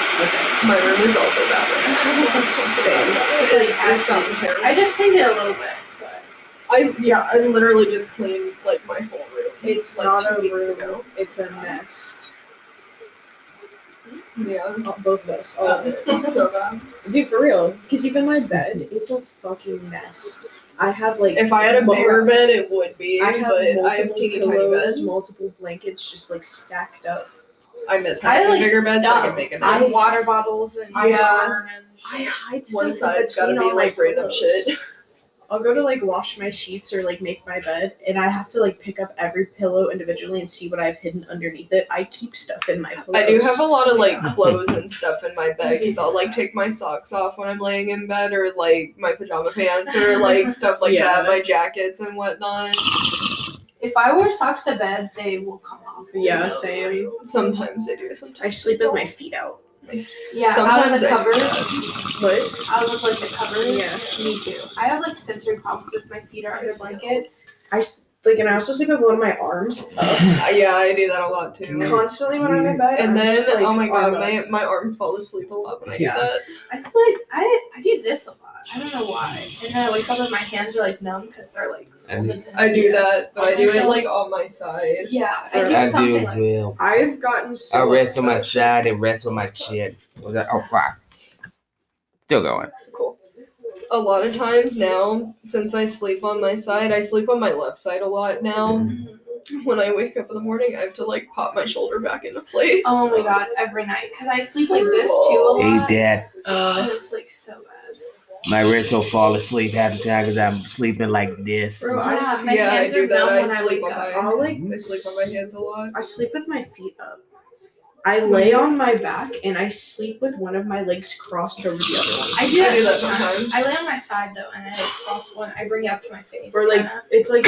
My room is also bathroom.
Same.
It's, it's, it's gotten terrible.
I just cleaned it a little bit, but
I yeah, I literally just cleaned like my whole room.
It's
like
not
two
a
weeks
room.
ago.
It's a nest.
Yeah.
Not both of us. All of
Um,
it.
it's so bad.
Dude, for real. Because even my bed, it's a fucking nest. I have like.
If I had a
mul-
bigger bed, it would be.
I have
but
multiple
I have teeny tiny
pillows,
beds.
multiple blankets, just like stacked up.
I miss
I
having
like
a bigger bed so I can
stuff.
make a
I
nest.
water bottles and
Yeah.
yarn and shit.
I hide
One
stuff in
side's gotta
between
be,
all
like,
my
random
pillows.
shit.
I'll go to like wash my sheets or like make my bed, and I have to like pick up every pillow individually and see what I've hidden underneath it. I keep stuff in my pillows.
I do have a lot of like clothes and stuff in my bed because I'll like take my socks off when I'm laying in bed or like my pajama pants or like stuff like that,
Yeah.
my jackets and whatnot.
If I wear socks to bed, they will come off.
Yeah, same.
Sometimes I do. Sometimes
I sleep with my feet out.
Yeah,
Sometimes I-
out of the covers.
What?
out of like the covers.
Yeah.
Me too. I have like sensory problems if my feet are under blankets.
I s- like, and I also sleep with one of my arms up
Uh, yeah, I do that a lot too.
constantly when I'm in bed.
Mm. And
I'm
then,
just, like,
oh my god,
arm up.
my, my arms fall asleep a lot when I
Yeah.
do that.
I sleep. I I do this a lot. I don't know why. And then I wake up and my hands are like numb because they're like.
And-
folded in.
I do
Yeah.
that, but I do it like on my side.
Yeah, I do
I do
something
as
like.
well.
I've gotten so.
I rest on my
much-
side and rest on my chin. Was that? Oh fuck. Still going.
Cool. a lot of times now, since I sleep on my side, I sleep on my left side a lot now.
Mm-hmm.
When I wake up in the morning, I have to like pop my shoulder back into place.
Oh my god, every night. Because I sleep like this too a
Hey,
lot.
Dad,
Uh,
And it's like so bad.
my wrist will fall asleep half the time because I'm sleeping like this.
Bro, I,
Yeah,
s-
my
yeah, I
hands
do
are
that.
numb
I
when I
sleep
wake
on
up.
my
I'll like
I sleep on my hands a lot.
I sleep with my feet up. I lay
Mm.
on my back and I sleep with one of my legs crossed over the other one.
I do that,
I do that
sometimes.
sometimes.
I lay on my side though, and I like, cross one. I bring it up to my face.
Or, like,
kinda.
It's like,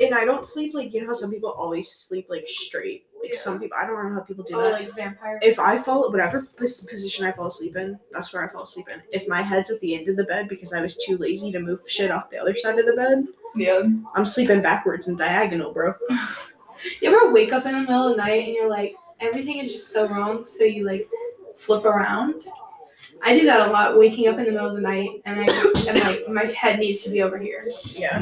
and I don't sleep like you know how some people always sleep like straight. Like
Yeah.
some people, I don't know how people do
oh,
that.
like vampire.
if I fall, whatever pos- position I fall asleep in, that's where I fall asleep in. If my head's at the end of the bed because I was too lazy to move shit off the other side of the bed,
Yeah.
I'm sleeping backwards and diagonal, bro.
you ever wake up in the middle of the night and you're like, everything is just so wrong, so you like flip around. I do that a lot, waking up in the middle of the night, and I just, am like, my head needs to be over here.
Yeah.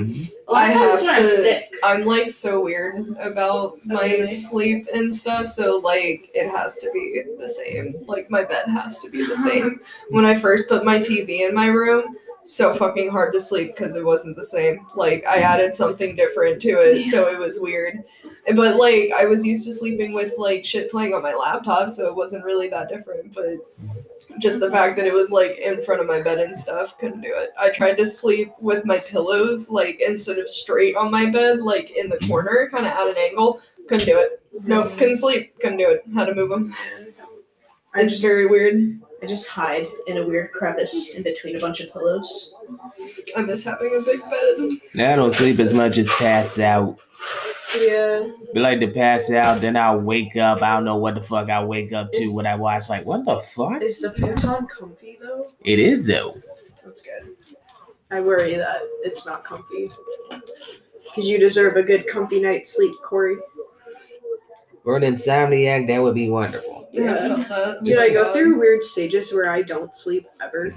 A lot
I
of times
have
when I'm
to-
sick.
I'm like so weird about my
Really?
sleep and stuff, so like it has to be the same. Like my bed has to be the same. when I first put my TV in my room, so fucking hard to sleep because it wasn't the same. Like I added something different to it, so it was weird. And- But like I was used to sleeping with like shit playing on my laptop, so it wasn't really that different. But just the fact that it was like in front of my bed and stuff couldn't do it i tried to sleep with my pillows like instead of straight on my bed like in the corner kind of at an angle couldn't do it no
Mm-hmm.
couldn't sleep couldn't do it had to move them
I
it's
just,
very weird
I just hide in a weird crevice in between a bunch of pillows.
i miss having a big bed
Now I don't sleep as much as pass out.
yeah
Be like to pass out, then I'll wake up. I don't know what the fuck I wake up to when I watch. Like, what the fuck?
Is the futon comfy though?
It is though.
That's good. I worry that it's not comfy. Because you deserve a good comfy night's sleep, Corey.
For an insomniac, that would be wonderful.
yeah, I felt that.
Dude, I go through weird stages where I don't sleep ever.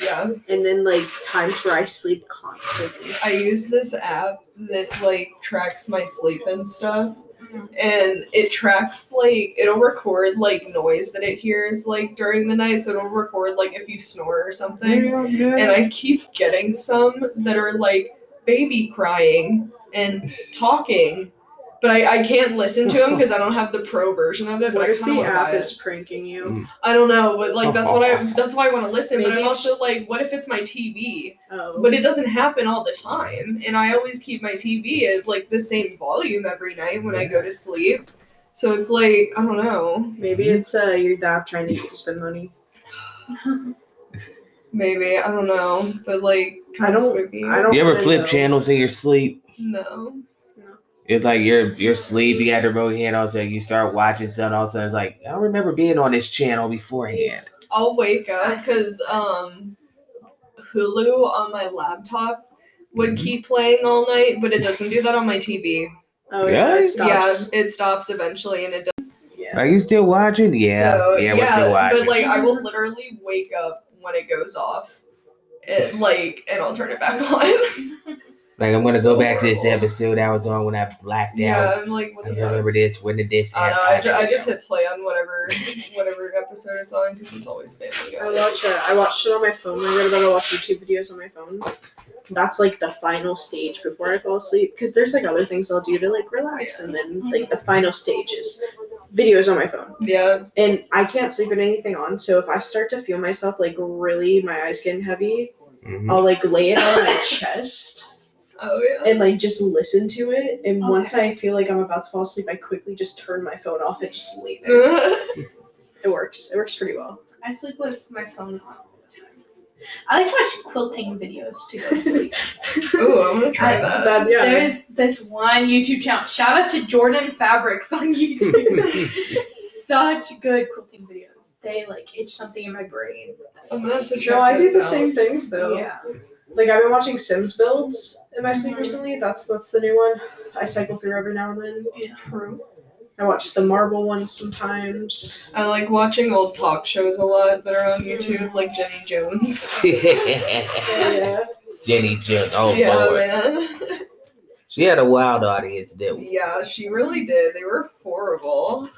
yeah
and then like times where I sleep constantly.
I use this app that like tracks my sleep and stuff.
Mm-hmm.
And it tracks like it'll record like noise that it hears like during the night, so it'll record like if you snore or something. And I keep getting some that are like baby crying and talking, but I, I can't listen to them because I don't have the pro version of it. But
What
I
if
kind of
the
want to buy
app
it.
is pranking you?
I don't know, but like that's what I that's why I want to listen. but
Maybe
I'm
it's-
also like, what if it's my TV?
Oh,
but it doesn't happen all the time and i always keep my tv at like the same volume every night when i go to sleep so it's like i don't know
maybe it's uh your dad trying to get you to spend money.
maybe i don't know but like
I
kind of
don't-
spooky
I don't.
You ever
really
flip
know.
channels in your sleep?
no
It's like you're you're asleep. You got the remote hand. All of a sudden, you start watching something. All of a sudden, it's like I don't remember being on this channel beforehand.
I'll wake up because um, Hulu on my laptop would
Mm-hmm.
keep playing all night, but it doesn't do that on my TV.
Oh yeah,
Really?
it stops.
Yeah, it stops eventually, and it does.
Are you still watching? Yeah,
so,
yeah, we're still watching.
But like, I will literally wake up when it goes off, and like, and I'll turn it back on.
Like I'm gonna
So
go back to this
horrible.
episode I was on when I blacked out.
yeah, I'm like, what
I
the
don't
fuck.
remember this. When did this
I,
happen?
don't know, I, ju- I just hit play on whatever whatever episode it's on because it's always Family
I
Guy.
watch it. I watched it on my phone. I read about I watch YouTube videos on my phone. That's like the final stage before I fall asleep because there's like other things I'll do to like relax, and then like the final stage is videos on my phone.
Yeah,
And I can't sleep with anything on, so if I start to feel myself like really my eyes getting heavy,
Mhm.
I'll like lay it on my chest
oh yeah.
and like just listen to it. And
Okay.
once I feel like I'm about to fall asleep, I quickly just turn my phone off and just lay there.
I
It works. It works pretty well.
I sleep with my phone on all the time. I like to watch quilting videos to go to sleep.
Ooh, I'm gonna try
I-
that.
But yeah,
There's this one YouTube channel. Shout out to Jordan Fabrics on YouTube. Such good quilting videos. They like itch something in my brain.
I'm gonna have to check
no, I do
those
the
out.
same things though.
yeah.
Like I've been watching Sims builds in my sleep
Mhm.
recently. That's that's the new one. I cycle through every now and then.
yeah.
True.
I watch the marble ones sometimes.
I like watching old talk shows a lot that are on YouTube, like Jenny Jones.
Oh, yeah.
Jenny Jones. Oh
yeah,
Lord,
man.
she had a wild audience. Didn't we?
Yeah, she really did. They were horrible.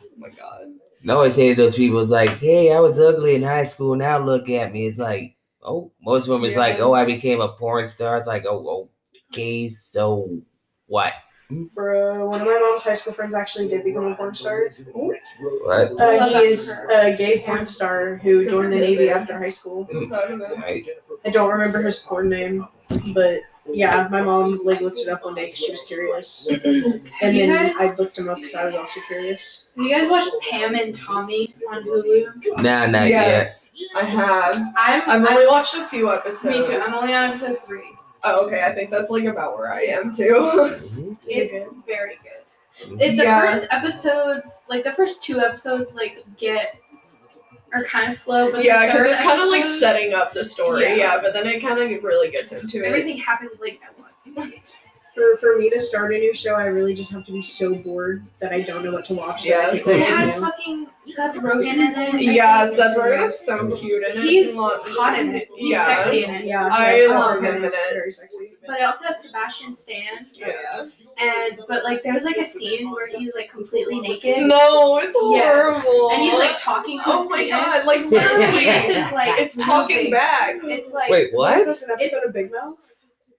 Oh my god.
I always hated those people. It's like, hey, I was ugly in high school. Now look at me. It's like, oh, most women's like,
Yeah.
oh, I became a porn star. It's like, oh, okay, so what?
Bro, one of my mom's high school friends actually did become a porn star.
What?
Uh,
Love
he
that
is
for
a gay porn star who joined the Navy after high school.
Nice.
I don't remember his porn name, but yeah, my mom like looked it up one day because she was curious, and
You
then I
guys-
looked him up because I was also curious.
You guys watch Pam and Tommy on Hulu?
Nah, not yet.
yes, I have.
I'm.
I've only watched a few
I'm
episodes.
me too. I'm only on episode three.
Oh, okay. I think that's like about where I am too.
Mhm.
It's very good. It, the
Yeah.
first episodes, like the first two episodes, like get are kind of slow, but the
yeah, because
third
it's kind of like
episode,
setting up the story.
Yeah.
Yeah, but then it kind of really gets into it.
Everything happens like at once.
For for me to start a new show, I really just have to be so bored that I don't know what to watch. so I
Yeah,
can't
same.
it
really
has
know.
fucking Seth Rogen in it. I think.
Yeah, Seth Rogen is so cute in it.
He's
Lo-
hot in it. He's
Yeah.
sexy in it.
Yeah,
I
Seth
love
Rogen
him
is
in it.
Very sexy.
But it also has Sebastian Stan.
Yeah.
And but like there was like a scene where he's like completely naked.
No, it's
Yes.
horrible.
And he's like talking to
oh
his
my
penis.
god, like
His
literally,
penis is like
it's talking
moving.
back.
It's like
Wait,
Is
what?
this an episode
It's-
of Big Mouth?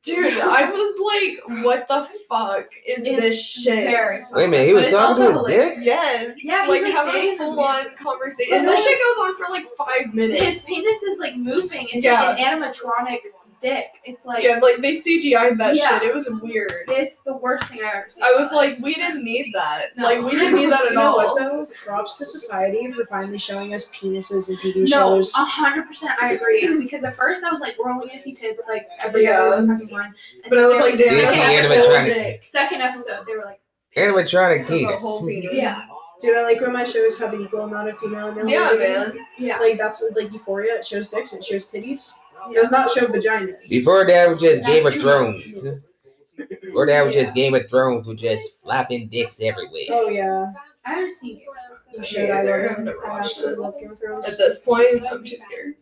Dude, I was like, what the fuck is
it's
this shit?
Very
Wait a minute, he was
But it's
talking to his
also
dick?
Yes.
Yeah, he's,
like
like,
having
saying
a full on conversation.
But
And this
no-
shit goes on for like five minutes.
his penis is like moving. It's
Yeah.
like an animatronic dick. It's like
yeah, like they CGI'd that
Yeah.
shit. It was weird.
it's the worst thing I ever seen.
I was like, we didn't need that.
No.
Like we didn't need that at
You know
all.
what though? Props to society for finally showing us penises in TV
no,
shows.
hundred percent I agree. Because at first I was like, we're only gonna see tits like every
Yeah.
other fucking one. And
But I
then
was
they
like,
were-
damn,
Yeah,
that's
it's
a
like
whole
animatronic.
dick.
Second episode, they were like,
Animatronic
That's a
penis.
whole penis.
yeah,
Dude, I like when my shows have an equal amount of female and male.
Yeah,
lead.
man.
yeah.
Like that's like Euphoria. It shows dicks. It shows titties. It does not show vaginas.
Before that was just
That's
Game of
too
Thrones. Before that was
Yeah.
just Game of Thrones with just flapping dicks everywhere.
Oh yeah,
I haven't seen it.
you
Me
should. I love
either.
it.
I've never
I
watched
absolutely love Game of Thrones.
At this point, I'm too scared.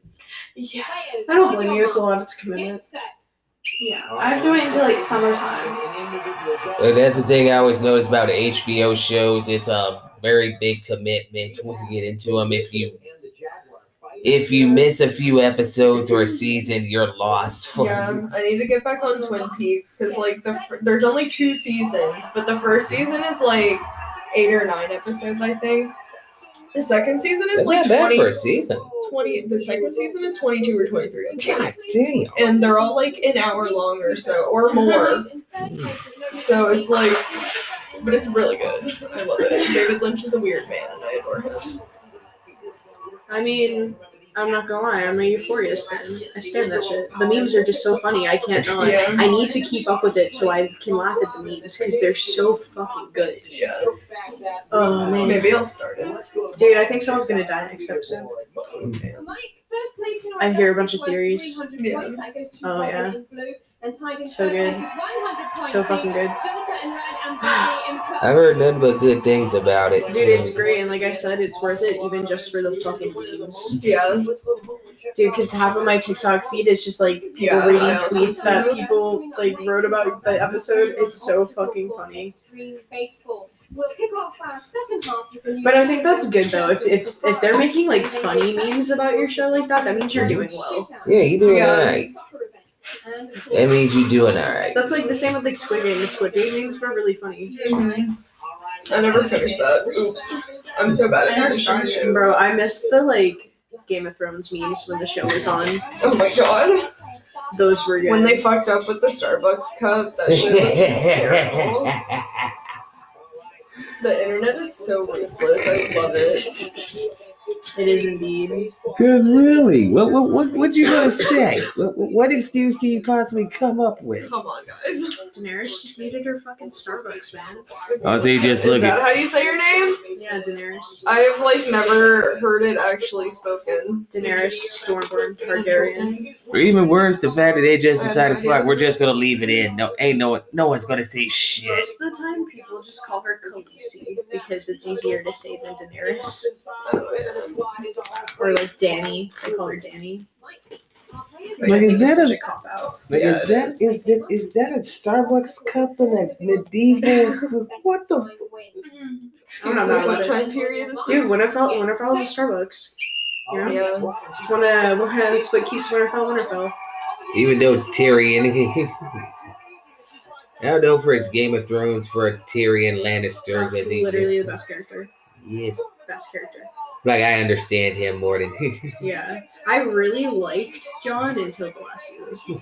Yeah,
I don't blame you. It's a lot. It's a commitment.
yeah. I have to wait until like summertime.
But that's the thing I always notice about HBO shows. It's a very big commitment when you get into them. If you if you miss a few episodes or a season, you're lost. for-
Yeah, I need to get back on Twin Peaks because like the fir- there's only two seasons, but the first season is like eight or nine episodes, I think. The second season is
That's
like
not bad
20,
for a season.
20 The second season is twenty two or twenty three
God
episodes,
damn.
and they're all like an hour long or so or more. So it's like, but it's really good. I love it. David Lynch is a weird man, and I adore him.
I mean, I'm not gonna lie. I'm a Euphoria stan. I stand that shit. The memes are just so funny. I can't not.
Yeah.
I need to keep up with it so I can laugh at the memes because they're so fucking good.
Yeah,
Oh man,
maybe I'll start it.
dude, I think someone's gonna die next episode. I hear a bunch of theories.
Yeah.
Oh, yeah.
yeah.
So good. So fucking good.
I've
I've heard nothing but good things about it.
Dude, it's great, and like I said, it's worth it even just for the fucking memes.
Yeah.
Dude, because half of my TikTok feed is just like people
Yeah,
reading
I also-
tweets that people like wrote about the episode. It's so fucking funny. But I think that's good though. If if if they're making like funny memes about your show like that, that means you're doing well.
Yeah, you doing
Yeah.
alright. That means you doing alright.
That's like the same with like Squid Game. The Squid Game memes were really funny.
I never finished that. Oops. I'm so bad
I
at
never
finishing
started.
shows.
Bro, I missed the like Game of Thrones memes when the show was on.
Oh my god.
Those were good.
When they fucked up with the Starbucks cup, that shit was terrible. The internet is so ruthless. I love it.
it is indeed.
Cause really, what what what what you gonna say? what, what- what excuse can you possibly come up with?
Come on, guys.
Daenerys just needed her fucking Starbucks, man.
Oh, so you just
Is
look
that
at
how you say your name?
Yeah, Daenerys.
I have like never heard it actually spoken.
Daenerys Stormborn Targaryen.
or even worse, the fact that they just
I have
decided,
no idea.
fuck, we're just gonna leave it in. No, ain't no one, no one's gonna say shit.
Most of the time, people just call her Khaleesi because it's easier to say than Daenerys
Oh,
or like Danny. They call her Danny.
Like,
Like,
I think
is
it's
that a-
such cop out.
Like,
Yeah,
is
it
that
is.
is that is that a Starbucks cup in a medieval? What the?
Excuse
I
me,
don't
Mm-hmm.
know about
what
it.
time period is
Dude,
this?
Winterfell, Winterfell is a Starbucks.
You know? Just wanna what happens what keeps Winterfell Winterfell.
Even though Tyrion, I don't know for Game of Thrones for Tyrion Lannister, but he
Literally the best character.
yes,
Best character.
like I understand him more than
Yeah. I really liked John until the last season.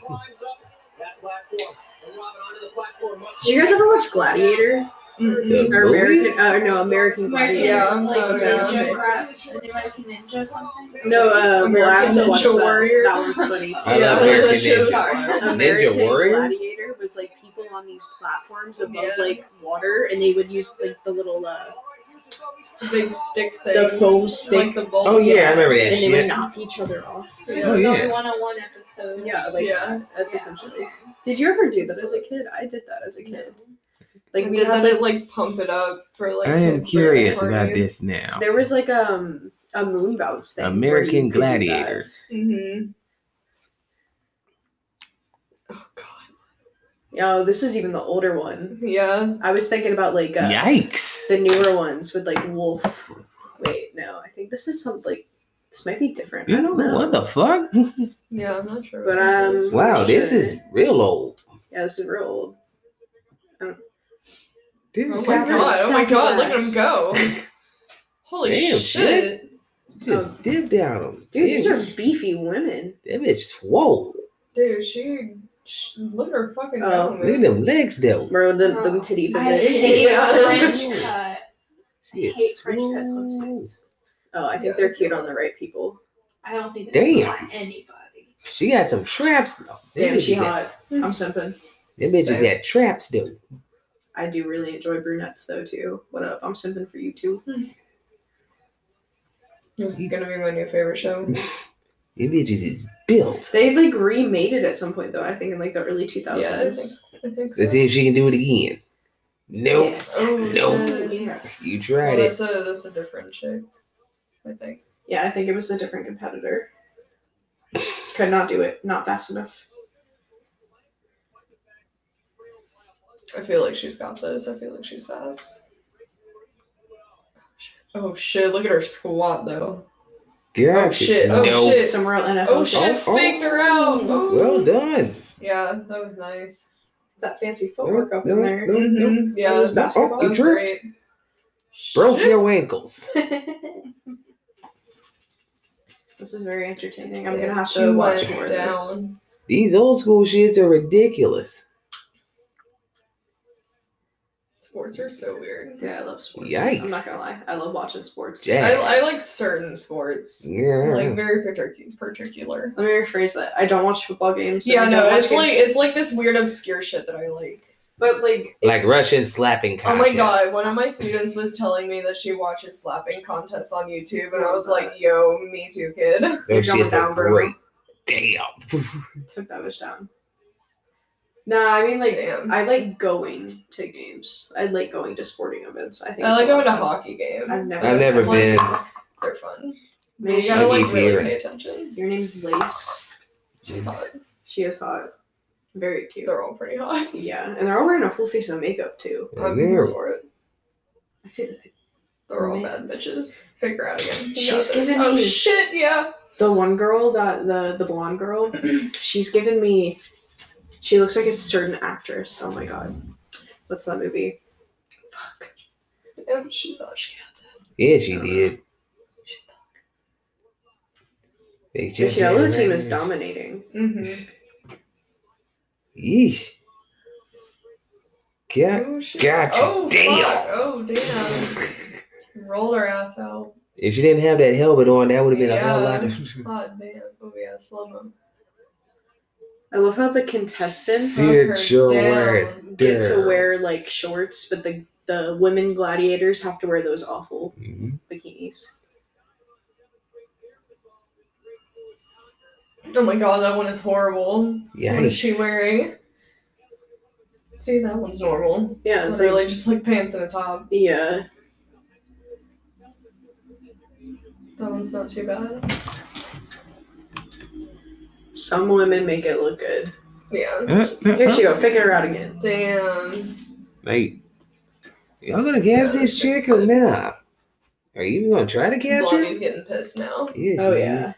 Did you guys ever watch Gladiator?
Mm-hmm.
The
Or
movie?
American uh, no, American
American,
Gladiator.
Yeah,
like
yeah.
ninja crap, American ninja something.
No, uh,
American
Relax
Ninja
watched that.
Warrior.
That one's funny.
I
Yeah,
love American
that shit was
Ninja.
hard.
American
Warrior?
Gladiator was like people on these platforms above
Yeah.
like water, and they would use like the little uh,
Big stick thing.
The foam stick.
Like the bulb.
Oh yeah, I remember that
and they would
shit.
knock each other off.
It
Oh,
was
yeah.
on the 101 episode.
Yeah, like
Yeah.
that's essentially. Did you ever do that as a kid? I did that as a kid. Like
and
we
did
had
that
like,
it like pump it up for like
I am
kids'
curious
birthday
about
parties.
this now.
there was like um a moon bounce thing. where
American
you could do that.
Gladiators.
Mhm. Oh god.
Yeah, oh, this is even the older one.
Yeah.
I was thinking about like uh,
Yikes!
the newer ones with like wolf. Wait, no, I think this is some like this might be different. I
You know
don't know.
what the fuck?
Yeah, I'm not sure.
But,
what this
um,
is.
Wow, this is real old.
Yeah, this is real old.
Oh my
Sacrifice-
god! Oh my god! Look at him
sacrifice.
go! Holy
Damn,
shit!
Just
Um,
did down him.
Dude, these
Damn,
are beefy women.
that bitch swole.
Dude, she, she look at her fucking. mouth,
Oh.
Look at
man.
them legs though.
Bro, the, the
Oh,
titty
I hate
physics.
French cut.
She
I
is
hate French cut
swole.
swimsuits.
Oh, I think they're cute on the right people.
I don't think they
Damn.
got anybody.
She got some traps Oh, though. Them
Damn, she
bitches had-
hot. I'm simping.
Them bitches
Same.
had traps though.
I do really enjoy brunettes though too. What up? I'm simping for you too.
This is gonna be my new favorite show.
Them bitches is built.
They like remade it at some point though. I think in like the early 2000s.
I think so.
Let's see if she can do it again. Nope.
Yes.
Oh,
Nope.
shit.
Yeah.
You
Well,
tried it.
that's a that's a different chick, I think.
Yeah, I think it was a different competitor. Could not do it. Not fast enough.
I feel like she's got this. I feel like she's fast. Oh shit! Look at her squat though.
Gotcha.
Oh shit! Oh
Nope.
shit!
Some real NFL.
Oh shit!
Oh, oh.
Faked her out. Oh.
Well done.
Yeah, that was nice.
That fancy footwork up in
Nope,
there.
nope, nope.
Mhm, Yeah,
This is
that
Oh,
basketball.
you
was great.
tripped. Broke
Shit.
your ankles.
This is very entertaining. I'm gonna
Yeah,
have
she
to watch
went
more of this.
down.
These old school shits are ridiculous.
Sports are so weird.
Yeah, I love sports.
Yikes.
I'm not gonna lie. I love watching sports.
Jack.
I, I like certain sports, like
Yeah.
very partic- particular.
Let me rephrase that. I don't watch football games. and
Yeah,
I
no,
don't watch
it's
games-
like it's like this weird obscure shit that I like.
But like,
Like Russian slapping
Oh
contest.
my god, one of my students was telling me that she watches slapping contests on YouTube, and I was like, yo, me too, kid.
You're
Those
going
shits
down,
are
bro.
great. Damn.
took that much down. No, I mean like
Damn. I,
I like going to games. I like going to sporting events. I think it's
like
a lot
going to
of fun.
hockey games.
I've never-
It's
I've never
like-
been.
They're fun.
Man,
You
she-
gotta like really
Shaggy
pay attention.
Your name's Lace.
She's hot.
She is hot. Very cute.
They're all pretty hot.
Yeah, and they're all wearing a full face of makeup too.
I'm here
They're-
for it.
I feel like
They're all
Man.
bad bitches. Figure out again. You
She's
got this.
giving
Oh
me-
shit, yeah.
the one girl that the the blonde girl, she's given me. She looks like a certain actress. Oh my god, what's that movie? Fuck.
Oh, she thought she had
Yeah, she did. They
The
just
yellow
had
team
her-
is dominating.
Mm-hmm.
Yeesh. God,
Oh, shit.
Gotcha.
Oh,
Damn.
Fuck. Oh, damn. Rolled her ass out.
if she didn't have that helmet on, that would have been a whole
Yeah.
lot of.
Hot damn. Oh, yeah, slow mo.
I love how the contestants
See it, your worth.
get to
Damn.
wear like shorts, but the the women gladiators have to wear those awful
Mhm.
bikinis.
Oh my god, that one is horrible. What is she
Yikes.
wearing? See, that one's normal.
Yeah, it's
Literally
like
just like pants and a top.
yeah.
That one's not too bad.
Some women make it look good.
Yeah.
uh,
Here she go, figure her out again.
Damn.
Like, y'all gonna gas this chick or nah? Are you even gonna try to catch her?
Blondie's getting pissed now.
Yes,
Oh,
she
yeah.
is.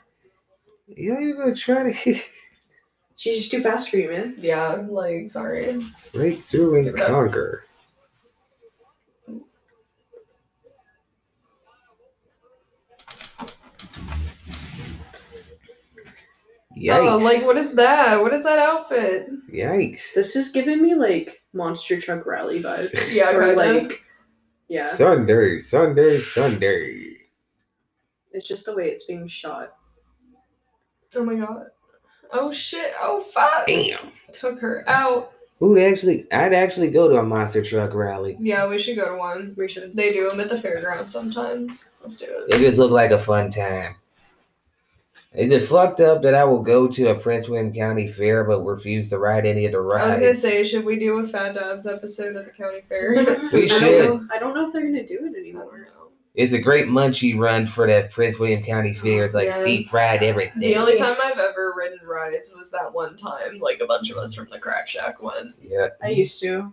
You know you're gonna try to
She's just too fast for you, man.
Yeah, like sorry. Oh,
break through and
Okay.
conquer.
Oh,
Yikes!
Oh, like what is that? What is that outfit?
Yikes!
This is giving me like monster truck rally vibes.
Yeah,
or
kinda.
like, yeah.
Sunday, Sunday, Sunday.
It's just the way it's being shot.
Oh my god. Oh shit. Oh fuck.
Damn.
Took her out.
Who'd actually? I'd actually go to a monster truck rally.
Yeah, we should go to one.
We should.
They do them at the fairgrounds sometimes. Let's do it.
It just looked like a fun time. Is it fucked up that I will go to a Prince William County fair but refuse to ride any of the rides?
I was gonna say, should we do a Fat Dabs episode at the county fair? I don't
we
I
should.
don't know. I don't know if they're gonna do it anymore.
know.
It's a great munchie run for that Prince William County fair. It's like
Yeah.
deep fried
The
everything.
only time I've ever ridden rides was that one time, like a bunch of us from the Crack Shack went.
Yeah.
I used to.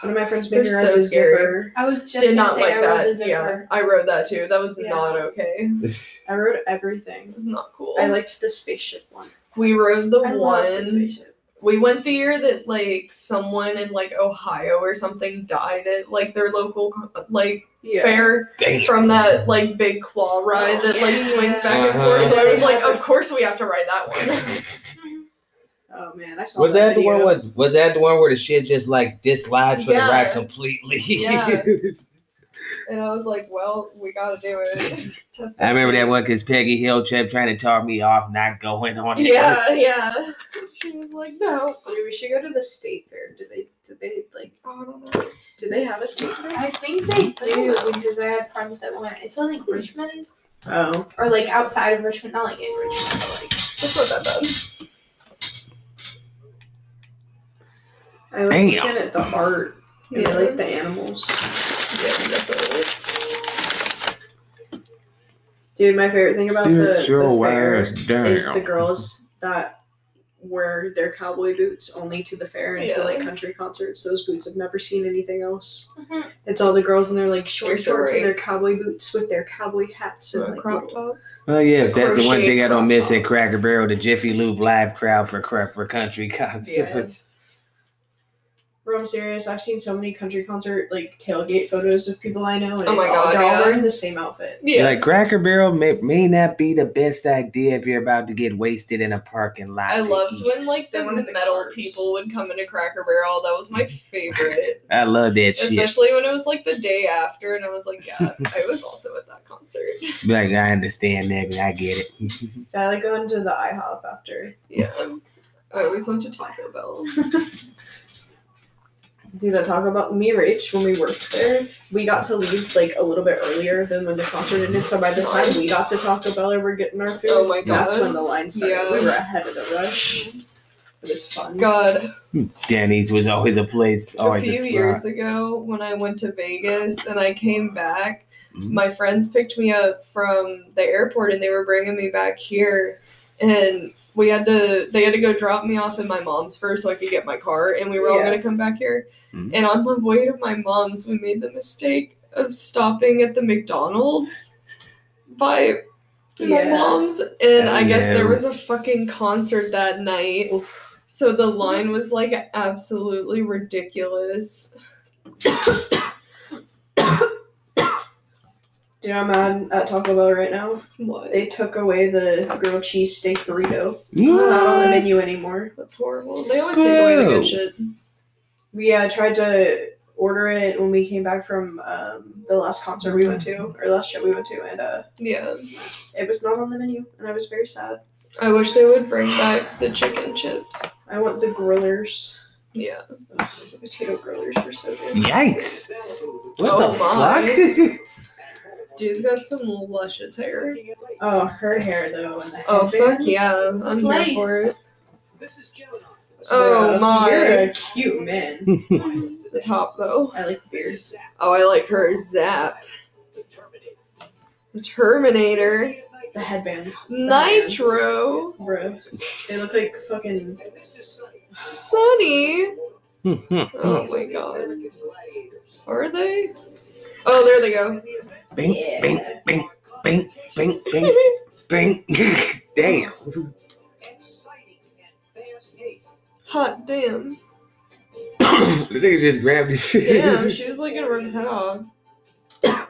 One of my friends
They're
made me ride
so
the
scary.
zipper.
I was just
Did
gonna
not
say
like
I
that.
Was a
Yeah, I rode that too. That was
Yeah.
not okay.
I rode
It
everything.
was not cool.
I liked the spaceship one.
we rode the
I love the
one.
spaceship.
We went the year that like someone in like Ohio or something died at like their local like
Yeah.
fair
Damn.
from that like big claw ride that like swings back and
Uh-huh.
forth. So I was like, of course we have to ride that one.
Oh man, I saw
Was that the one
video.
was was that the one where the shit just like dislodged from the
Yeah.
ride completely?
Yeah. and I was like, well, we gotta do it. Just-
I remember that one because Peggy Hill kept trying to talk me off not going on it.
Yeah,
Uh,
yeah. She was like, no.
Maybe we should go to the state fair. Do they? Do they like?
Oh, I don't know.
Do they have a state fair?
I think they do because I had friends that went. It's in like Richmond
Oh,
or like outside of Richmond, not like in Richmond. But, like,
That's not that bad.
I like
Damn.
looking at the art. And I like the animals.
Yeah, definitely.
Dude, my favorite thing about the,
Sit your
the fair
ass down.
is the girls that wear their cowboy boots only to the fair and to
Yeah.
like country concerts. Those boots I've never seen anything else.
Mhm.
It's all the girls in their like
You're
short
so
shorts and
right.
their cowboy boots with their cowboy hats and
A
like
crop
little-
top.
Oh yes,
The
that's the one
crochet
thing I don't
crop
miss at
top.
Cracker Barrel, the Jiffy Lube live crowd for cra- for country concerts.
Bro, I'm serious. I've seen so many country concert like tailgate photos of people I know, and
Oh
it's
my
all,
God,
they're all
yeah.
wearing the same outfit.
Yes.
Like Cracker Barrel may, may not be the best idea if you're about to get wasted in a parking lot.
I
to
loved
eat.
when like the
They wanted the
metal
carbs.
people would come into Cracker Barrel. That was my favorite,
I love that shit.
especially when it was like the day after, and I was like, yeah, I was also at that concert.
Like I understand that, I get it.
So I like going to the IHOP after.
Yeah, I always went to Taco Bell.
Do that talk about me and Rach when we worked there. We got to leave like a little bit earlier than when the concert ended. So by the time we
Nice.
got to Taco Bell and we're getting our food,
Oh my
that's
God.
when the line started.
Yeah.
We were ahead of the rush. It was fun.
God,
Denny's was always a place,
a
Oh,
always a,
few
spot.
years ago when I went to Vegas and I came back,
Mm-hmm.
Mhm.
my friends picked me up from the airport and they were bringing me back here and we had to they had to go drop me off at my mom's first so i could get my car and we were all
Yeah. Mm-hmm.
going to come back here
Mhm.
and on the way to my mom's we made the mistake of stopping at the mcdonald's by my
Yeah.
mom's and i guess
Hello.
there was a fucking concert that night so the line was like absolutely ridiculous
Do you know I'm mad at Taco Bell right now?
what
They took away the grilled cheese steak burrito.
What?
It's not on the menu anymore.
that's horrible they always take away the
Ew.
good shit
We uh, tried to order it when we came back from um, the last concert we went to, or last show we went to, and uh,
yeah
it was not on the menu, and I was very sad.
I wish they would bring back the chicken chips.
I want the grillers.
Yeah.
Ugh, the potato grillers were so good.
Yikes! What
Oh
the fuck?
Dude's got some luscious hair.
Oh, her hair though. And the
Oh fuck
headbands.
yeah. I'm here
Slice.
for it.
Bruh,
Oh my
You're a cute man.
the top though.
I like beards.
Oh I like her zap. The Terminator.
The headbands. It's the headbands.
Nitro.
Bro, they look like fucking.
Sunny.
Mhm.
Oh my god. Are they? Oh, there they go.
Bing, bing, bing, bing, bing, bing, bing. Damn.
Hot damn.
the nigga just grabbed his shit.
Damn, she was like gonna rip his head off. damn.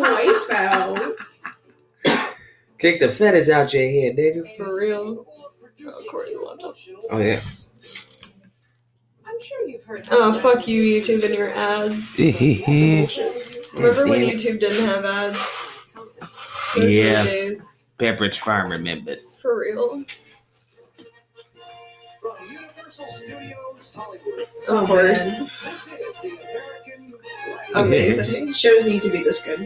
Wipeout.
Kick the feathers out your head, nigga.
For real. Oh, Corey loved it.
Oh yeah.
I'm sure you've heard.
Oh, fuck you, YouTube and your ads. Remember when YouTube didn't have ads? Those were the
Yeah.
days.
Pepperidge Farm remembers.
For real. Of course. Amazing.
Shows need to be this good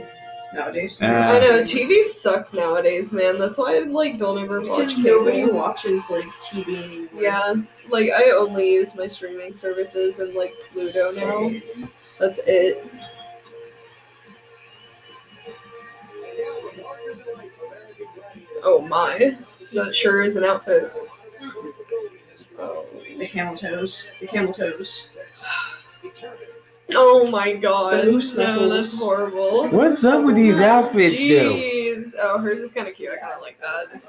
nowadays.
Uh,
Ah.
I know TV sucks nowadays, man. That's why I like don't ever
It's
watch
'cause nobody
cable.
watches like TV anymore.
Yeah, like I only use my streaming services and like Pluto now. That's it. Oh my. That sure is an outfit.
Oh, the camel toes. The camel toes.
Oh my god.
The moose
No,
knuckles.
that's horrible.
What's up with these outfits, though?
Jeez. Oh, hers is kind of cute. I kind of like that.